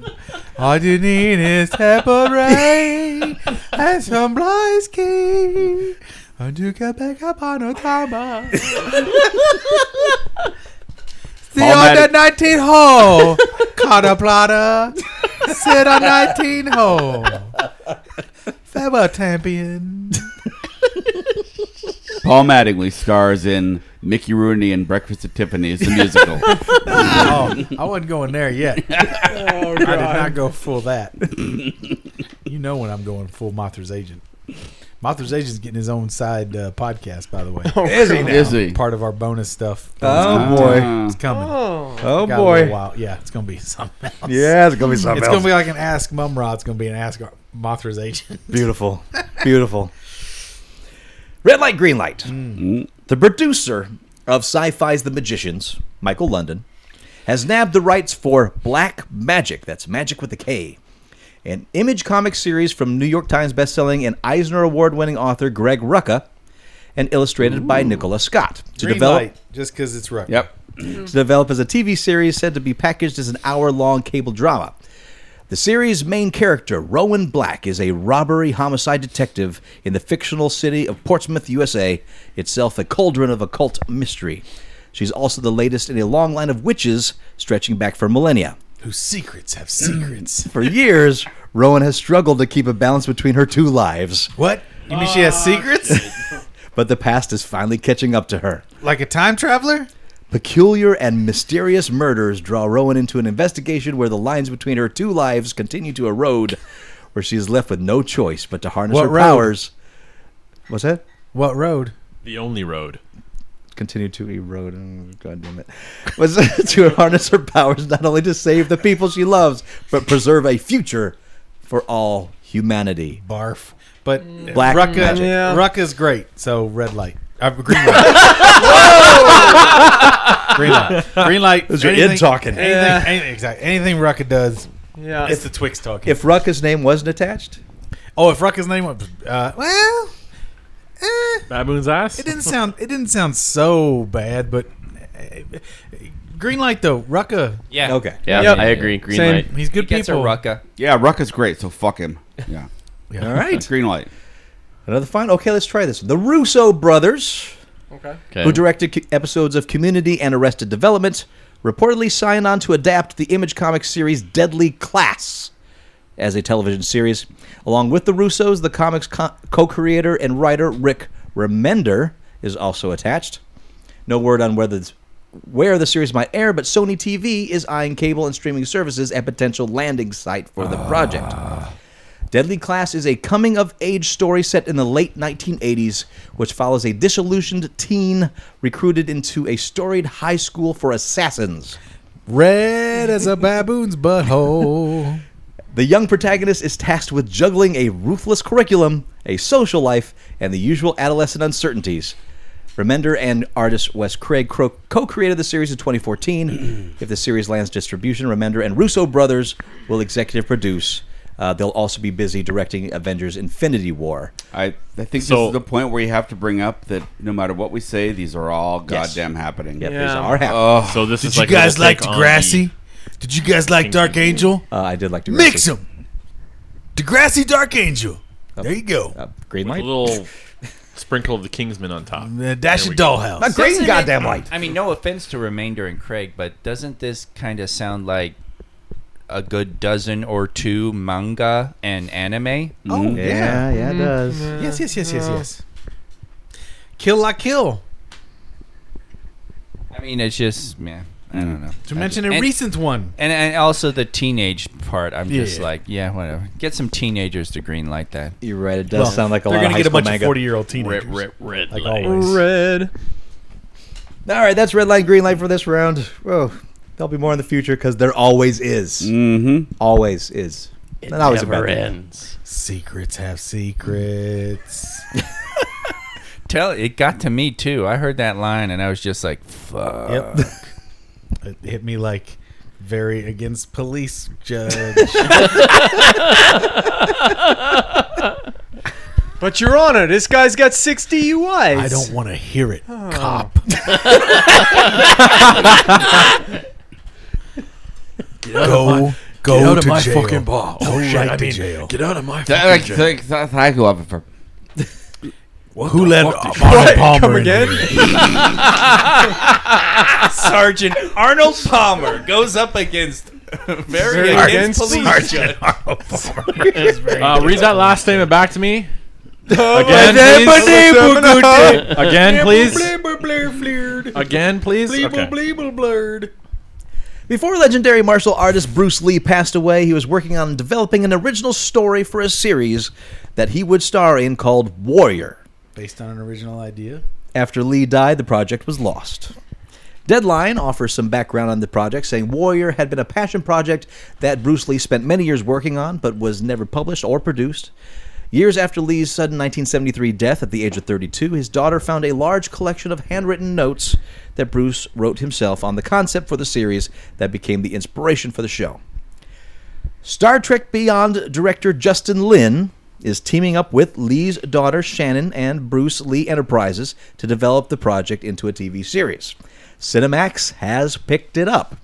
Speaker 7: All you need (laughs) is temporary and some Bryce And you get back up on a (laughs) timer. See
Speaker 3: Paul
Speaker 7: on the
Speaker 3: Maddox-
Speaker 7: 19 hole. Caught a plotter. Sit on 19 hole. Feather champion.
Speaker 3: Paul Mattingly stars in Mickey Rooney and Breakfast at Tiffany's the musical.
Speaker 7: (laughs) Oh, I wasn't going
Speaker 8: (laughs)
Speaker 7: there yet.
Speaker 8: Oh,
Speaker 7: I did not go full that. you know when I'm going full Mothra's agent. Mothra's agent's getting his own side uh, podcast, by the way.
Speaker 8: Is he now?
Speaker 3: Is he?
Speaker 7: Oh, Part of our bonus stuff.
Speaker 8: Oh, boy.
Speaker 3: Uh,
Speaker 7: It's coming.
Speaker 8: Oh,
Speaker 7: Got a little
Speaker 8: boy.
Speaker 7: while. Yeah, it's gonna be something else.
Speaker 8: Yeah, it's going to be something
Speaker 7: It's
Speaker 8: else.
Speaker 7: gonna be like an Ask Mumrod. It's gonna be an Ask Mothra's agent.
Speaker 8: Beautiful. Beautiful. Red light, green light.
Speaker 7: Mm.
Speaker 8: The producer of sci fi's The Magicians, Michael London, has nabbed the rights for Black Magic. That's Magic with a K. An image comic series from New York Times bestselling and Eisner Award winning author Greg Rucka and illustrated by Nicola Scott. To
Speaker 7: Green
Speaker 8: develop
Speaker 7: light, just because it's right.
Speaker 3: yep.
Speaker 8: to develop as a TV series said to be packaged as an hour long cable drama. The series' main character, Rowan Black, is a robbery homicide detective in the fictional city of Portsmouth, USA, itself a cauldron of occult mystery. She's also the latest in a long line of witches stretching back for millennia.
Speaker 7: Whose secrets have secrets?
Speaker 8: For years, Rowan has struggled to keep a balance between her two lives,
Speaker 7: what? You mean she
Speaker 8: Uh,
Speaker 7: has secrets?
Speaker 8: (laughs) but the past is finally catching up to her.
Speaker 7: like a time traveler?
Speaker 8: Peculiar and mysterious murders draw Rowan into an investigation where the lines between her two lives continue to erode, where she is left with no choice but to harness
Speaker 7: What
Speaker 8: her
Speaker 7: road?
Speaker 8: powers. What's that?
Speaker 7: What road?
Speaker 4: The only road.
Speaker 8: Continue to erode. oh, God damn it. (laughs) Was to harness her powers not only to save the people she loves, but preserve a future for all humanity.
Speaker 7: barf. But
Speaker 8: Black
Speaker 7: Rucka,
Speaker 8: magic.
Speaker 10: Mm. Yeah.
Speaker 7: Rucka's great. So red light. Uh, green
Speaker 10: (laughs)
Speaker 7: light. green light. Green light. Those
Speaker 8: are in talking.
Speaker 7: Anything,
Speaker 10: Yeah.
Speaker 7: anything, exactly. Anything Rucka does,
Speaker 10: Yeah.
Speaker 7: it's the Twix talking.
Speaker 8: If Rucka's name wasn't attached,
Speaker 7: Oh, if Rucka's name was uh, well, eh,
Speaker 4: Baboon's ass.
Speaker 7: it didn't sound it didn't sound so bad, but eh, green light though Rucka,
Speaker 6: Yeah.
Speaker 8: Okay.
Speaker 5: Yeah,
Speaker 10: Yep.
Speaker 5: I agree. Green
Speaker 10: Same.
Speaker 5: light.
Speaker 7: he's
Speaker 6: He
Speaker 7: good
Speaker 6: gets
Speaker 7: people.
Speaker 6: a rucka.
Speaker 3: Yeah, Rucka's great, so fuck him. Yeah.
Speaker 8: All right.
Speaker 3: Green light.
Speaker 8: Another fine. Okay, let's try this. The Russo brothers,
Speaker 10: Okay.
Speaker 5: Okay.
Speaker 8: who directed co- episodes of Community and Arrested Development, reportedly signed on to adapt the Image Comics series Deadly Class as a television series. Along with the Russos, the comics co- co-creator and writer Rick Remender is also attached. No word on whether th- where the series might air, but Sony TV is eyeing cable and streaming services as potential landing site for the project. Deadly Class is a coming of age story set in the late 1980s, which follows a disillusioned teen recruited into a storied high school for assassins.
Speaker 7: red as a baboon's butthole.
Speaker 8: The young protagonist is tasked with juggling a ruthless curriculum, a social life, and the usual adolescent uncertainties. Remender and artist Wes Craig cro- co-created the series in 2014. if the series lands distribution, Remender and Russo brothers will executive produce. Uh, they'll also be busy directing Avengers: Infinity War.
Speaker 3: I, I think
Speaker 4: So-
Speaker 3: this is the point where you have to bring up that no matter what we say, these are all
Speaker 8: Yes.
Speaker 3: goddamn happening.
Speaker 8: Yep, these
Speaker 10: Yeah.
Speaker 8: are happening.
Speaker 4: So this is
Speaker 9: Did you
Speaker 4: like a
Speaker 9: guys
Speaker 4: little
Speaker 9: like
Speaker 4: take on
Speaker 9: Degrassi?
Speaker 4: the-
Speaker 9: Did you guys like Dark Angel?
Speaker 8: Uh, I did like to
Speaker 9: Mix them. Degrassi, Dark Angel. There you go.
Speaker 8: Uh, green
Speaker 4: with
Speaker 8: light.
Speaker 4: a little
Speaker 5: (laughs)
Speaker 4: sprinkle of the Kingsman on top.
Speaker 9: Uh, Dash
Speaker 4: There
Speaker 9: of
Speaker 4: we go.
Speaker 9: Dollhouse.
Speaker 4: (laughs)
Speaker 6: (laughs)
Speaker 8: Not green
Speaker 6: Doesn't it-
Speaker 8: goddamn light.
Speaker 6: I mean, no offense to Remainder and Craig, but doesn't this kind of sound like a good dozen or two manga and anime?
Speaker 7: Oh
Speaker 8: Yeah, yeah,
Speaker 10: Mm-hmm.
Speaker 8: it does.
Speaker 7: Yes, yes, yes, yes, yes. Kill La Kill.
Speaker 6: I mean, it's just, man, I don't know.
Speaker 7: To mention a
Speaker 6: And-
Speaker 7: recent one.
Speaker 6: And, and also the teenage part, I'm just
Speaker 7: Yeah.
Speaker 6: like, yeah, whatever. Get some teenagers to green light that.
Speaker 8: You're right. It does
Speaker 7: Well,
Speaker 8: sound like a
Speaker 7: They're
Speaker 8: lot
Speaker 7: going
Speaker 8: of
Speaker 7: to
Speaker 8: high
Speaker 7: get a
Speaker 8: school
Speaker 7: bunch
Speaker 8: manga.
Speaker 7: of 40 year old teenagers.
Speaker 4: Red, red, red
Speaker 7: like
Speaker 4: light.
Speaker 7: always.
Speaker 10: Red.
Speaker 8: All right, that's red light, green light for this round. Whoa, there'll be more in the future because there always is.
Speaker 3: Mm-hmm.
Speaker 8: Always is.
Speaker 5: It
Speaker 8: Not always a
Speaker 5: never
Speaker 8: bad thing.
Speaker 5: ends.
Speaker 7: Secrets have secrets.
Speaker 6: Tell it got to me too. I heard that line and I was just like, fuck.
Speaker 7: Yep.
Speaker 8: (laughs)
Speaker 7: it hit me like very against police
Speaker 5: (laughs)
Speaker 7: judge.
Speaker 10: (laughs)
Speaker 7: (laughs)
Speaker 10: But Your Honor, this guy's got six DUIs.
Speaker 9: I don't want to hear it,
Speaker 10: Oh. (laughs)
Speaker 9: cop. go, go
Speaker 7: out of
Speaker 9: to
Speaker 7: my
Speaker 9: jail.
Speaker 7: fucking bar.
Speaker 9: Go
Speaker 7: Oh, shit,
Speaker 9: right
Speaker 7: I
Speaker 9: to
Speaker 7: mean,
Speaker 9: jail.
Speaker 4: Get out of my
Speaker 3: Thank, thank, thank, thank you, officer.
Speaker 9: Who let Arnold
Speaker 1: (laughs)
Speaker 10: What?
Speaker 9: Palmer
Speaker 10: Come
Speaker 9: in
Speaker 10: again?
Speaker 3: (laughs)
Speaker 9: here?
Speaker 6: Sergeant Arnold Palmer goes up against very
Speaker 10: Very
Speaker 6: against
Speaker 10: against
Speaker 6: police
Speaker 10: police
Speaker 6: judge.
Speaker 4: Uh, read that last statement back to me.
Speaker 10: my
Speaker 4: Again,
Speaker 10: name, my
Speaker 4: please.
Speaker 10: name, my name.
Speaker 4: Again, please. Again, please. Okay.
Speaker 8: Before legendary martial artist Bruce Lee passed away, he was working on developing an original story for a series that he would star in called Warrior.
Speaker 7: Based on an original idea.
Speaker 8: After Lee died, the project was lost. Deadline offers some background on the project, saying Warrior had been a passion project that Bruce Lee spent many years working on, but was never published or produced. Years after Lee's sudden 1973 death at the age of 32, his daughter found a large collection of handwritten notes that Bruce wrote himself on the concept for the series that became the inspiration for the show. Star Trek Beyond director Justin Lin is teaming up with Lee's daughter Shannon and Bruce Lee Enterprises to develop the project into a TV series. Cinemax has picked it up.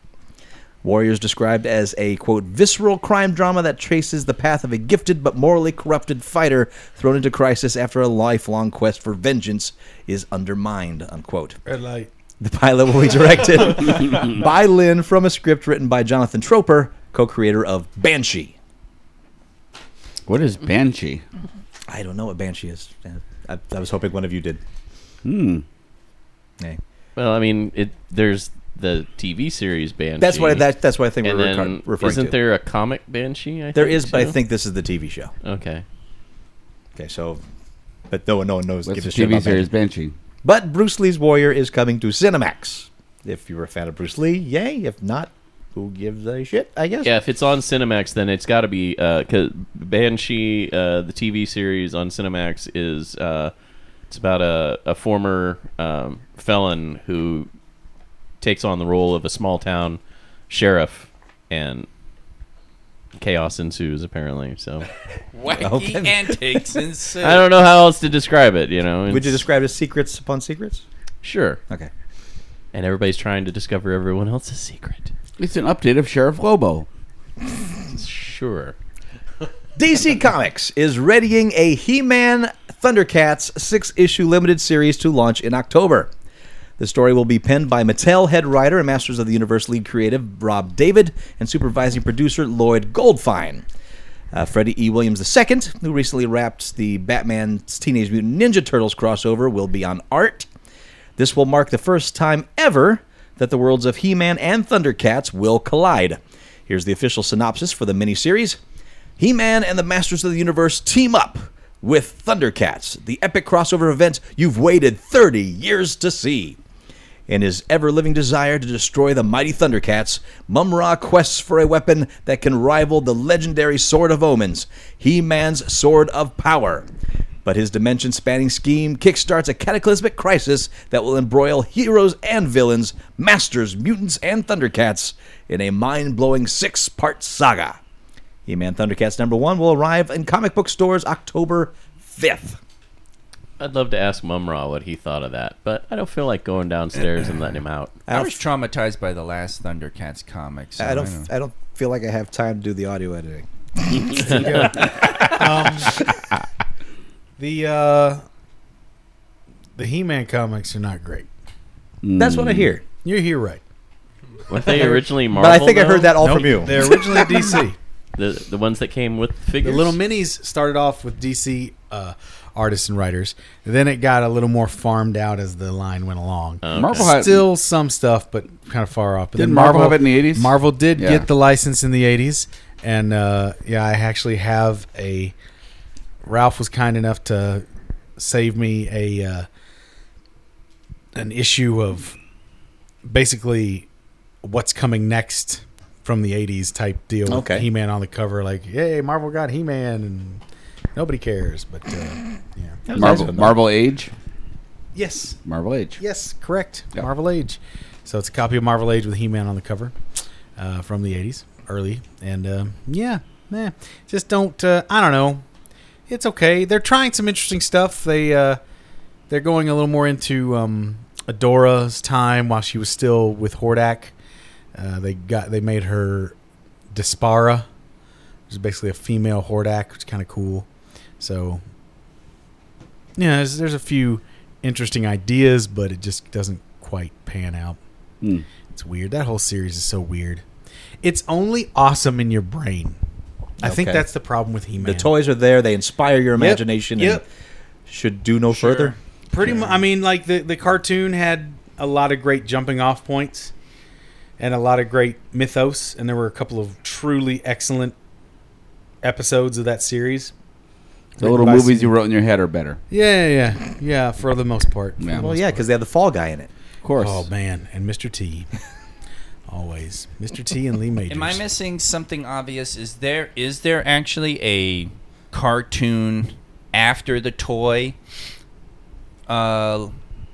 Speaker 8: Warriors described as a quote visceral crime drama that traces the path of a gifted but morally corrupted fighter thrown into crisis after a lifelong quest for vengeance is undermined unquote.
Speaker 7: Red
Speaker 5: (laughs)
Speaker 7: light.
Speaker 8: The pilot will be directed by Lynn from a script written by Jonathan Troper, co-creator of Banshee.
Speaker 3: What is Banshee?
Speaker 8: I don't know what Banshee is. I, I was hoping one of you did. Hmm.
Speaker 5: Well, I mean, it there's the TV series Banshee.
Speaker 8: That's why that, that's why I think
Speaker 5: And
Speaker 8: we're
Speaker 5: then
Speaker 8: recar- referring
Speaker 5: isn't
Speaker 8: to.
Speaker 5: there a comic Banshee? I
Speaker 8: there
Speaker 5: think,
Speaker 8: is, but I
Speaker 5: too?
Speaker 8: think this is the TV show.
Speaker 5: Okay.
Speaker 8: Okay, so but no one no one knows
Speaker 3: What's
Speaker 8: gives
Speaker 3: the
Speaker 8: a shit
Speaker 3: TV
Speaker 8: about
Speaker 3: series
Speaker 8: Banshee.
Speaker 3: Banshee?
Speaker 8: But Bruce Lee's Warrior is coming to Cinemax. If you were a fan of Bruce Lee, yay. If not, who gives a shit? I guess.
Speaker 5: Yeah, if it's on Cinemax, then it's got to be uh 'cause Banshee, uh, the TV series on Cinemax is uh, it's about a a former um, felon who takes on the role of a small town sheriff and chaos ensues. Apparently, so
Speaker 6: (laughs)
Speaker 8: (laughs)
Speaker 6: Wacky antics and so
Speaker 5: I don't know how else to describe it. You know,
Speaker 8: Would you
Speaker 5: It's-
Speaker 8: describe it as secrets upon secrets?
Speaker 5: sure?
Speaker 8: Okay.
Speaker 5: And everybody's trying to discover everyone else's secret.
Speaker 3: It's an update of Sheriff Lobo.
Speaker 5: Sure.
Speaker 8: DC Comics is readying a He Man Thundercats six issue limited series to launch in October. The story will be penned by Mattel head writer and Masters of the Universe lead creative Rob David and supervising producer Lloyd Goldfine. Uh, Freddie E. Williams II, who recently wrapped the Batman's Teenage Mutant Ninja Turtles crossover, will be on art. This will mark the first time ever that the worlds of He Man and Thundercats will collide. Here's the official synopsis for the miniseries He Man and the Masters of the Universe team up with Thundercats, the epic crossover event you've waited 30 years to see. In his ever living desire to destroy the mighty Thundercats, Mum Ra quests for a weapon that can rival the legendary Sword of Omens, He Man's Sword of Power. But his dimension spanning scheme kickstarts a cataclysmic crisis that will embroil heroes and villains, masters, mutants, and Thundercats in a mind blowing six part saga. He Man Thundercats number one will arrive in comic book stores October 5th.
Speaker 5: I'd love to ask Mumra what he thought of that, but I don't feel like going downstairs and letting him out.
Speaker 8: I
Speaker 6: I
Speaker 8: don't
Speaker 6: was traumatized by the last Thundercats comic. So
Speaker 8: I
Speaker 6: I know.
Speaker 8: don't, I don't feel like I have time to do the audio
Speaker 9: (laughs)
Speaker 8: editing.
Speaker 7: Um,
Speaker 9: The uh, the He-Man comics are not great.
Speaker 8: That's what I hear.
Speaker 9: You're here right.
Speaker 5: Were they originally Marvel?
Speaker 8: But (laughs) I think I heard
Speaker 5: though?
Speaker 8: that all from you. (laughs)
Speaker 9: They're originally DC.
Speaker 5: The the ones that came with
Speaker 9: The
Speaker 5: figures.
Speaker 9: little minis started off with DC uh, artists and writers. Then it got a little more farmed out as the line went along.
Speaker 3: Marvel had,
Speaker 9: Still some stuff, but kind of far off. But
Speaker 3: Did
Speaker 9: then
Speaker 3: Marvel have it in the 80s?
Speaker 9: Marvel did
Speaker 3: Yeah.
Speaker 9: get the license in the 80s. And uh, yeah, I actually have a. Ralph was kind enough to save me a uh, an issue of basically what's coming next from the 80s type deal with
Speaker 8: Okay.
Speaker 9: He-Man on the cover like, "Yay, Marvel got He-Man." And nobody cares, but uh, yeah.
Speaker 3: Marvel, Marvel Age.
Speaker 9: Yes.
Speaker 3: Marvel Age.
Speaker 9: Yes, correct.
Speaker 3: Yeah.
Speaker 9: Marvel Age. So it's a copy of Marvel Age with He-Man on the cover uh, from the '80s, early, and uh, yeah, nah, just don't. Uh, I don't know. It's okay. They're trying some interesting stuff. They uh, they're going a little more into um, Adora's time while she was still with Hordak. Uh, they got they made her Dispara, which is basically a female Hordak, which is kind of cool. So yeah, there's, there's a few interesting ideas, but it just doesn't quite pan out. It's weird. That whole series is so weird. It's only awesome in your brain. I think
Speaker 8: Okay.
Speaker 9: that's the problem with He-Man.
Speaker 8: The toys are there. They inspire your imagination
Speaker 9: yep.
Speaker 8: and should do no further.
Speaker 9: Pretty mu I mean, like the the cartoon had a lot of great jumping off points and a lot of great mythos, and there were a couple of truly excellent episodes of that series.
Speaker 3: The little
Speaker 9: Written by
Speaker 3: movies
Speaker 9: some-
Speaker 3: you wrote in your head are better.
Speaker 9: Yeah, yeah, yeah, yeah. For the most part.
Speaker 3: Yeah.
Speaker 8: Well, yeah, because they have the Fall Guy in it.
Speaker 3: Of course.
Speaker 9: Oh man, and
Speaker 8: (laughs)
Speaker 9: Mr. T. Always, Mr. T and Lee Majors.
Speaker 6: Am I missing something obvious? Is there is there actually a cartoon after the toy uh,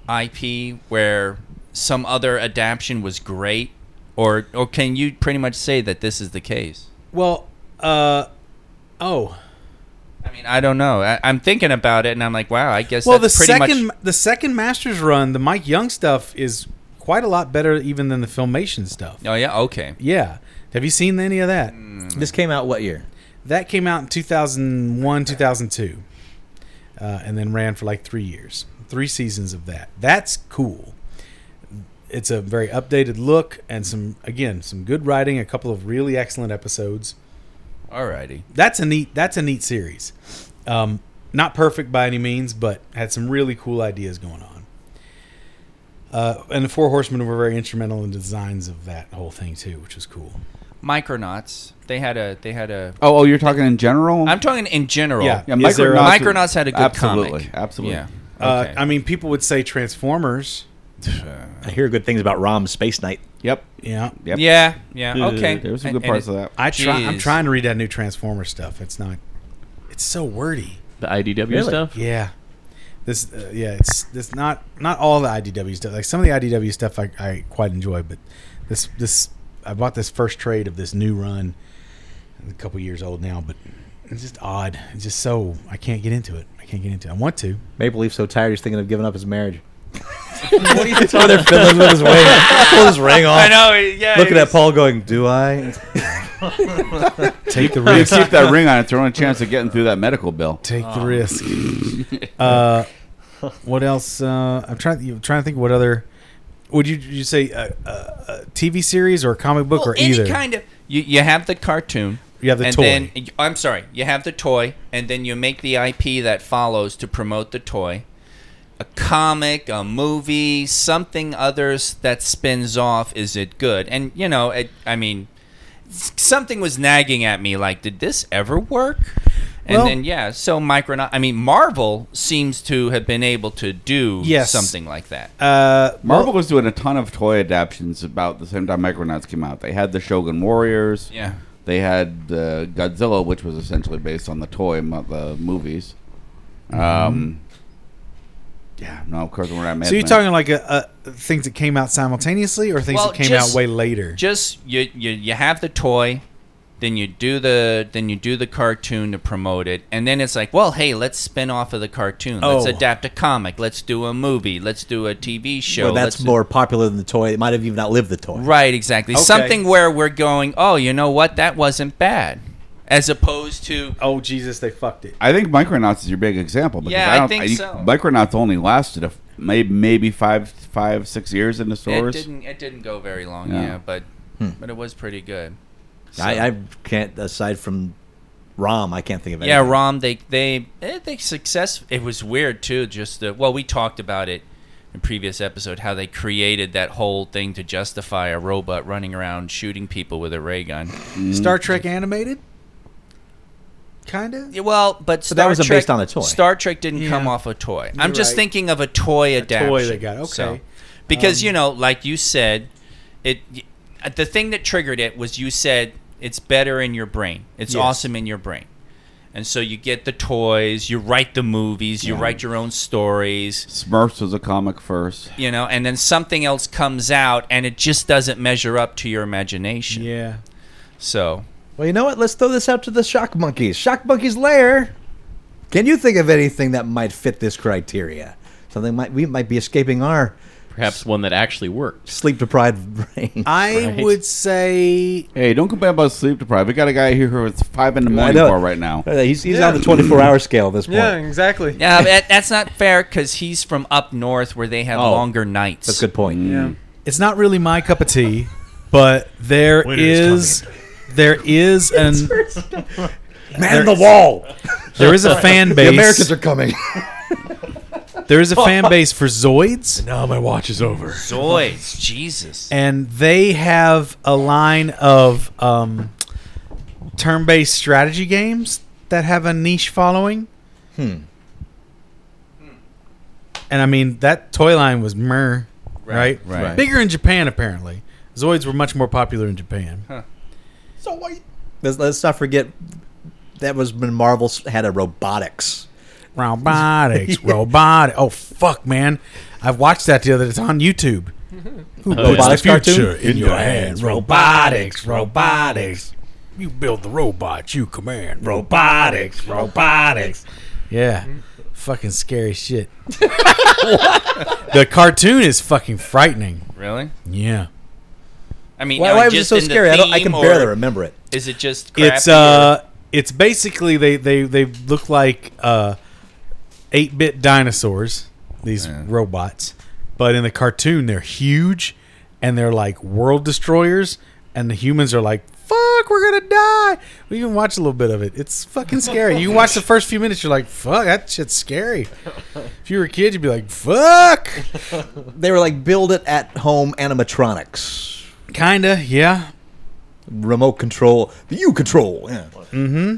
Speaker 6: IP where some other adaptation was great, or or can you pretty much say that this is the case?
Speaker 9: Well, uh, oh.
Speaker 6: I mean, I don't know. I, I'm thinking about it, and I'm like, wow. I guess
Speaker 9: Well, the
Speaker 6: that's pretty
Speaker 9: second
Speaker 6: much
Speaker 9: the second Masters run, the Mike Young stuff is quite a lot better even than the filmation stuff.
Speaker 6: Oh yeah, okay. Mm.
Speaker 9: Yeah. Have you seen any of that?
Speaker 8: This came out what year?
Speaker 9: That came out in 2001, 2002, uh, and then ran for like three years, three seasons of that. That's cool. It's a very updated look and some, again, some good writing, a couple of really excellent episodes.
Speaker 6: Alrighty.
Speaker 9: That's a neat. That's a neat series. Um, not perfect by any means, but had some really cool ideas going on. Uh, and the Four Horsemen were very instrumental in designs of that whole thing too, which was cool.
Speaker 6: Micronauts. They had a. They had a.
Speaker 3: Oh, oh, you're talking in general.
Speaker 6: I'm talking in general.
Speaker 9: Yeah.
Speaker 3: yeah,
Speaker 9: Is there a-
Speaker 3: Micronauts-
Speaker 6: Micronauts had a good
Speaker 3: absolutely,
Speaker 6: comic.
Speaker 3: Absolutely,
Speaker 6: Yeah.
Speaker 9: Uh,
Speaker 6: Okay.
Speaker 9: I mean, people would say Transformers.
Speaker 8: I hear good things about Rom Space Knight.
Speaker 3: Yep.
Speaker 9: Yeah,
Speaker 3: Yep.
Speaker 6: yeah. Yeah. Okay.
Speaker 3: There were some
Speaker 6: And-
Speaker 3: good
Speaker 6: and
Speaker 3: parts
Speaker 6: it-
Speaker 3: of that.
Speaker 9: I try. I'm
Speaker 6: Jeez.
Speaker 9: trying to read that new Transformers stuff. It's not. It's so wordy.
Speaker 5: the IDW stuff.
Speaker 9: Yeah. This uh, yeah, it's this not not all the IDW stuff. Like some of the IDW stuff I, I quite enjoy, but this this I bought this first trade of this new run a couple years old now, but it's just odd. It's just so I can't get into it. I can't get into it. I want to.
Speaker 8: Maple Leaf's so tired he's thinking of giving up his marriage.
Speaker 1: what are you talking about? Fiddling with his ring. Pull his ring off.
Speaker 10: know. Yeah.
Speaker 1: Looking at Paul going, do I?
Speaker 9: Take the
Speaker 3: You
Speaker 9: risk.
Speaker 3: keep that ring on it. It's your only chance of getting through that medical bill.
Speaker 9: Take
Speaker 6: Oh.
Speaker 9: the
Speaker 6: (laughs)
Speaker 9: risk. uh, (laughs) what else? Uh, I'm trying. I'm trying to think. What other? Would you you say a, a, a TV series or a comic book
Speaker 6: Well,
Speaker 9: or
Speaker 6: any
Speaker 9: either?
Speaker 6: kind of you, you have the cartoon.
Speaker 9: You have the
Speaker 6: and
Speaker 9: toy.
Speaker 6: Then, I'm sorry, you have the toy, and then you make the IP that follows to promote the toy. A comic, a movie, something others that spins off. Is it good? And you know, it, I mean, s- something was nagging at me. Like, did this ever work? And
Speaker 9: Well-
Speaker 6: then yeah, so Micronaut. I mean, Marvel seems to have been able to do
Speaker 9: Yes.
Speaker 6: something like that.
Speaker 9: uh,
Speaker 3: Marvel was doing a ton of toy adaptions about the same time Micronauts came out. They had the Shogun Warriors.
Speaker 6: Yeah.
Speaker 3: They had uh, Godzilla, which was essentially based on the toy, not the movies.
Speaker 9: Mm-hmm.
Speaker 3: Um, yeah, no, of course we're not.
Speaker 9: So you're talking like a, a, things that came out simultaneously, or things
Speaker 6: Well,
Speaker 9: that came
Speaker 6: just-
Speaker 9: out way later?
Speaker 6: just you, you you have the toy then you do the then you do the cartoon to promote it and then it's like well hey let's spin off of the cartoon let's
Speaker 9: Oh.
Speaker 6: adapt a comic let's do a movie let's do a tv (laughs) show
Speaker 8: Well, that's
Speaker 6: let's do-
Speaker 8: more popular than the toy. It might have even outlived the toy.
Speaker 6: right exactly something where we're going oh you know what that wasn't bad as opposed to
Speaker 9: oh Jesus, they fucked it.
Speaker 3: I think Micronauts is your big example. Because
Speaker 6: Yeah, I
Speaker 3: I, don't,
Speaker 6: think
Speaker 3: you-
Speaker 6: so.
Speaker 3: Micronauts only lasted a, maybe maybe five five six years in the
Speaker 6: it
Speaker 3: stores.
Speaker 6: didn't it didn't go very long
Speaker 3: Yeah.
Speaker 6: yeah, but but it was pretty good
Speaker 8: Hmm. I, I can't, aside from ROM, I can't think of
Speaker 6: Yeah,
Speaker 8: anything.
Speaker 6: Rom. They they eh, they success. It was weird too. Just the, well, we talked about it in previous episode how they created that whole thing to justify a robot running around shooting people with a ray gun.
Speaker 9: Star Trek animated, kinda.
Speaker 6: Yeah, well, but, Star
Speaker 8: that wasn't
Speaker 6: Trek,
Speaker 8: based on a toy.
Speaker 6: Star Trek didn't
Speaker 9: Yeah.
Speaker 6: come off a toy. I'm
Speaker 9: You're
Speaker 6: just
Speaker 9: right. (laughs)
Speaker 6: thinking of a toy adaptation.
Speaker 9: they got, okay. Um,
Speaker 6: so- because you know, like you said, it y- uh, the thing that triggered it was you said it's better in your brain. It's
Speaker 9: Yes.
Speaker 6: awesome in your brain. And so you get the toys, you write the movies, you write your own stories,
Speaker 3: Smurfs was a comic first.
Speaker 6: you know, and then something else comes out and it just doesn't measure up to your imagination.
Speaker 9: Yeah.
Speaker 6: So,
Speaker 1: Well, you know what? Let's throw this out to the shock monkeys. Shock monkeys lair. Can you think of anything that might fit this criteria? Something might we might be escaping our
Speaker 5: Perhaps one that actually worked.
Speaker 1: sleep deprived (laughs) brain.
Speaker 9: I
Speaker 5: Right.
Speaker 9: would say
Speaker 3: Hey, don't complain about sleep deprived. We got a guy here who is five in the morning
Speaker 1: know.
Speaker 3: bar right now.
Speaker 1: He's, he's on the 24 hour scale at this point.
Speaker 10: Yeah, exactly.
Speaker 6: yeah, but that, that's not fair because he's from up north where they have longer nights.
Speaker 1: That's a good point.
Speaker 4: Mm.
Speaker 10: Yeah.
Speaker 9: it's not really my cup of tea, but there is there is an
Speaker 1: Man the wall.
Speaker 9: there is a fan
Speaker 1: (laughs) The
Speaker 9: base.
Speaker 1: Americans are
Speaker 9: (laughs)
Speaker 1: coming.
Speaker 9: there is a fan base for Zoids.
Speaker 4: Now my watch is over.
Speaker 6: Zoids, Jesus.
Speaker 9: and they have a line of um, turn-based strategy games that have a niche following. Hmm. And I mean that toy line was mer, right?
Speaker 6: right. Right.
Speaker 9: Bigger in Japan apparently. Zoids were much more popular in Japan.
Speaker 8: Let's, let's not forget that was when Marvel had a robotics.
Speaker 9: (laughs) Robotics, robotic. Oh fuck, man! I've watched that the other. It's on (laughs) YouTube. Oh, Uh,
Speaker 8: robotics cartoon?
Speaker 9: in your hands. Robotics, robotics. You build the robots you command. Robotics, (laughs) robotics. Yeah. Fucking scary (laughs) shit. the cartoon is fucking frightening.
Speaker 6: Really?
Speaker 9: Yeah.
Speaker 6: I mean,
Speaker 8: Why,
Speaker 6: are
Speaker 8: why was it
Speaker 6: just
Speaker 8: so
Speaker 6: in the
Speaker 8: scary? I, don't, I
Speaker 6: theme,
Speaker 8: can barely
Speaker 6: or
Speaker 8: remember it.
Speaker 6: Is it just crappy
Speaker 9: It's uh it's basically they they they look like uh 8-bit dinosaurs, these robots. But in the cartoon they're huge and they're like world destroyers and the humans are like fuck we're going to die. We even watch a little bit of it. It's fucking scary. You watch the first few minutes you're like fuck that
Speaker 3: (laughs)
Speaker 9: shit's scary. If you were a kid you'd be like fuck.
Speaker 8: They were like build it at home animatronics,
Speaker 9: Kinda, yeah.
Speaker 8: remote control, you control. Yeah.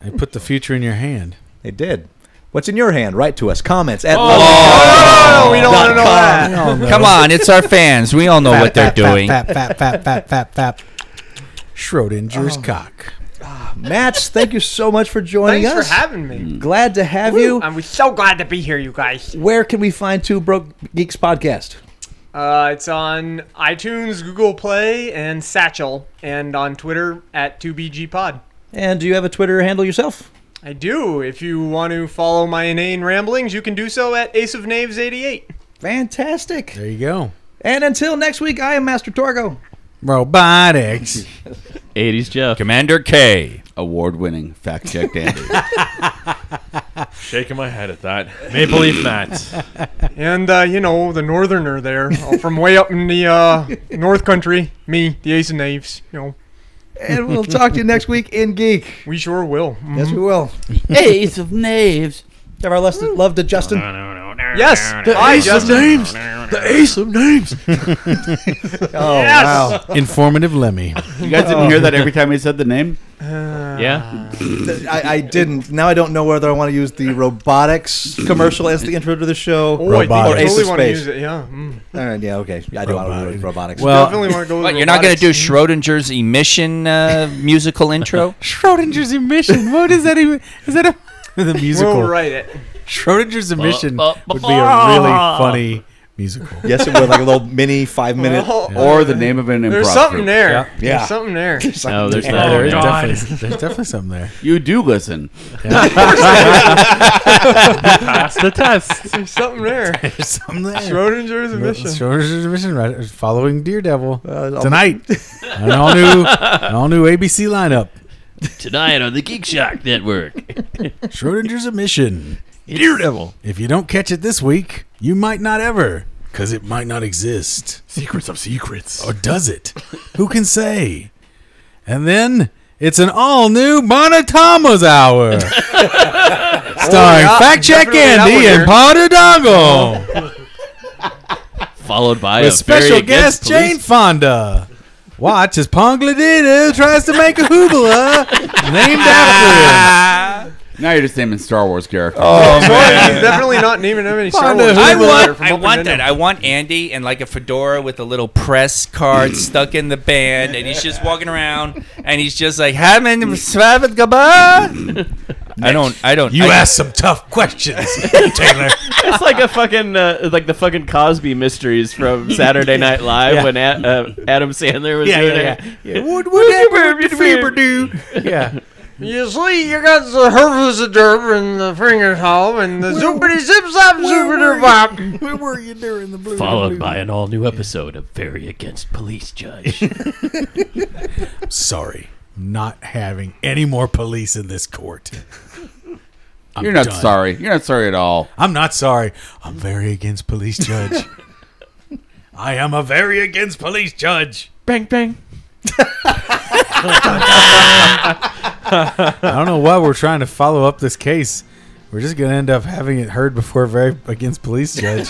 Speaker 9: They put the future in your hand.
Speaker 8: They did. What's in your hand? Write to us. Comments at
Speaker 10: Oh, we don't want to know that.
Speaker 6: Come on, it's our fans. We all know what they're
Speaker 9: Fap,
Speaker 6: doing.
Speaker 9: Fap, fap, fap, fap, fap, fap. Oh. Schrodinger's cock.
Speaker 8: Match. Ah, Thank you so much for joining
Speaker 10: Thanks for
Speaker 8: us.
Speaker 10: having me.
Speaker 8: Glad to have you.
Speaker 10: I'm so glad to be here, you guys.
Speaker 8: Where can we find Two Broke Geeks podcast?
Speaker 10: Uh, it's on iTunes, Google Play, and Satchel, and on Twitter at 2BGPod.
Speaker 8: And do you have a Twitter handle yourself?
Speaker 10: I do. If you want to follow my inane ramblings, you can do so at Ace of Knaves 88.
Speaker 8: Fantastic.
Speaker 9: There you go.
Speaker 8: And until next week, I am Master Torgo.
Speaker 10: (laughs)
Speaker 9: Robotics.
Speaker 5: 80s Jeff.
Speaker 6: Commander K.
Speaker 3: Award winning fact check
Speaker 10: (laughs)
Speaker 3: dandy.
Speaker 1: Shaking my head at that. Maple Leaf Matt.
Speaker 10: (laughs) And, uh, you know, the northerner there, uh, from way up in the uh, North Country, me, the Ace of Knaves. You know,
Speaker 8: And we'll talk to you next week in Geek.
Speaker 10: we sure will. Mm-hmm.
Speaker 8: Yes, we will.
Speaker 3: Ace of knaves.
Speaker 8: Have our less love to Justin.
Speaker 10: Yes, bye, Justin.
Speaker 1: names. The ace of names.
Speaker 8: (laughs) Oh, wow.
Speaker 9: Informative Lemmy.
Speaker 3: You guys didn't hear that every time he said the name?
Speaker 10: Uh,
Speaker 5: Yeah.
Speaker 8: I, I didn't. Now I don't know whether I want to use the robotics commercial as the intro to the show.
Speaker 10: Oh, I think I
Speaker 8: Or Ace
Speaker 10: totally
Speaker 8: of
Speaker 10: want to
Speaker 8: Space.
Speaker 10: use it. Yeah, mm.
Speaker 8: All right, yeah, okay. Yeah, I do want to do robotics.
Speaker 9: Well,
Speaker 10: definitely want
Speaker 3: (laughs)
Speaker 10: to go. with
Speaker 6: What, you're not going to
Speaker 10: robotics.
Speaker 6: do Schrodinger's emission uh, musical (laughs) intro?
Speaker 9: (laughs) Schrodinger's emission. What is that even? Is that a (laughs) the musical?
Speaker 10: We'll write it.
Speaker 9: Schrodinger's emission would be a really
Speaker 5: (laughs)
Speaker 9: funny musical.
Speaker 8: yes, it was like a little mini five minute.
Speaker 10: Oh,
Speaker 3: Or the name of an improv
Speaker 10: There's something
Speaker 3: group.
Speaker 10: there.
Speaker 9: Yeah.
Speaker 8: Yeah.
Speaker 10: There's something
Speaker 1: (laughs)
Speaker 10: there.
Speaker 5: No, Oh, there's
Speaker 9: Yeah, there
Speaker 5: no.
Speaker 9: is
Speaker 1: God.
Speaker 9: definitely, there's definitely something there.
Speaker 3: You do listen.
Speaker 10: (laughs)
Speaker 1: Pass the
Speaker 9: (laughs)
Speaker 1: test.
Speaker 10: There's something there. (laughs)
Speaker 9: There's something there.
Speaker 10: Schrodinger's emission.
Speaker 9: Schrodinger's emission right, following Daredevil tonight.
Speaker 10: (laughs)
Speaker 9: an all new, an all new ABC lineup.
Speaker 5: Tonight on the Geek Shock Network.
Speaker 9: Schrodinger's emission.
Speaker 1: Daredevil.
Speaker 9: If you don't catch it this week, you might not ever, because it might not exist.
Speaker 1: Secrets of secrets.
Speaker 9: Or does it? Who can say? And then it's an all new
Speaker 10: (laughs)
Speaker 9: Monotama's Hour. Starring
Speaker 10: Oh, yeah,
Speaker 9: Fact Check
Speaker 10: definitely that one
Speaker 9: Andy and
Speaker 10: here. Oh.
Speaker 9: Paul Dongle.
Speaker 5: Followed by a
Speaker 9: with special
Speaker 5: very against
Speaker 9: guest Jane Fonda. Watch as Pongladido tries to make a hoobla named after him.
Speaker 3: Now you're just naming Star Wars characters.
Speaker 10: Jordan, he's definitely not naming him any Star
Speaker 9: Find a
Speaker 10: Wars.
Speaker 9: who
Speaker 6: I
Speaker 9: Remember
Speaker 6: want, I want that. I want Andy and like a fedora with a little press card stuck in the band, and he's just walking around, and he's just like, "Hammond Svavet Gaba." I don't. I don't.
Speaker 9: You
Speaker 6: I,
Speaker 9: asked some tough questions, Taylor.
Speaker 5: (laughs) It's like a fucking uh, like the fucking Cosby mysteries
Speaker 8: (laughs)
Speaker 5: from Saturday Night Live when a- uh, Adam Sandler was
Speaker 9: Yeah,
Speaker 5: doing
Speaker 9: yeah,
Speaker 5: it.
Speaker 9: Would whatever the fever do? Yeah.
Speaker 10: You see, you got the herpes of derp and the finger home and the zoopity zip zap zoopity bop.
Speaker 9: (laughs) Where were you during the blue? (laughs)
Speaker 5: Followed by an all new episode of Very Against Police Judge.
Speaker 9: Sorry, not having any more police in
Speaker 3: (laughs)
Speaker 9: this court. I'm
Speaker 3: You're not
Speaker 9: done.
Speaker 3: sorry. You're not sorry at all.
Speaker 9: I'm not sorry. I'm very against police judge. I am a very against police judge.
Speaker 1: Bang
Speaker 9: (laughs)
Speaker 1: bang.
Speaker 9: I don't know why we're trying to follow up this case. We're just going to end up having it heard before very against
Speaker 3: (laughs)
Speaker 9: police judge.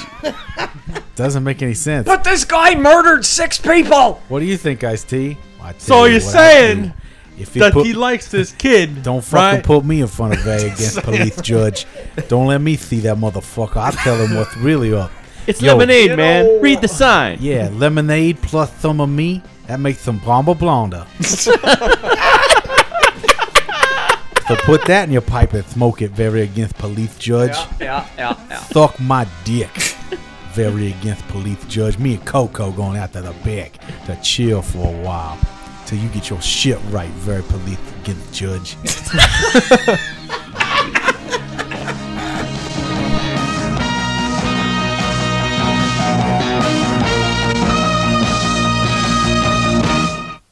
Speaker 9: Doesn't make any sense.
Speaker 10: But this guy murdered six people.
Speaker 9: What do you think, Ice T?
Speaker 1: So you're saying
Speaker 9: if you
Speaker 1: That
Speaker 9: put,
Speaker 1: he likes this kid.
Speaker 9: (laughs) Don't fucking
Speaker 1: right?
Speaker 9: put me in front
Speaker 1: (laughs)
Speaker 9: of a against police judge. Don't let me see that motherfucker. I'll tell him what's really up.
Speaker 5: it's
Speaker 9: Yo.
Speaker 5: lemonade, man. Read the sign.
Speaker 9: Yeah, lemonade plus some of me. That makes some
Speaker 1: (laughs)
Speaker 9: bomba blonda. so put that in your pipe and smoke it. Very against police judge.
Speaker 10: Yeah, yeah, yeah, yeah.
Speaker 9: Suck my dick. Very against police judge. Me and Coco going out to the back to chill for a while till you get your shit right. Very police against judge.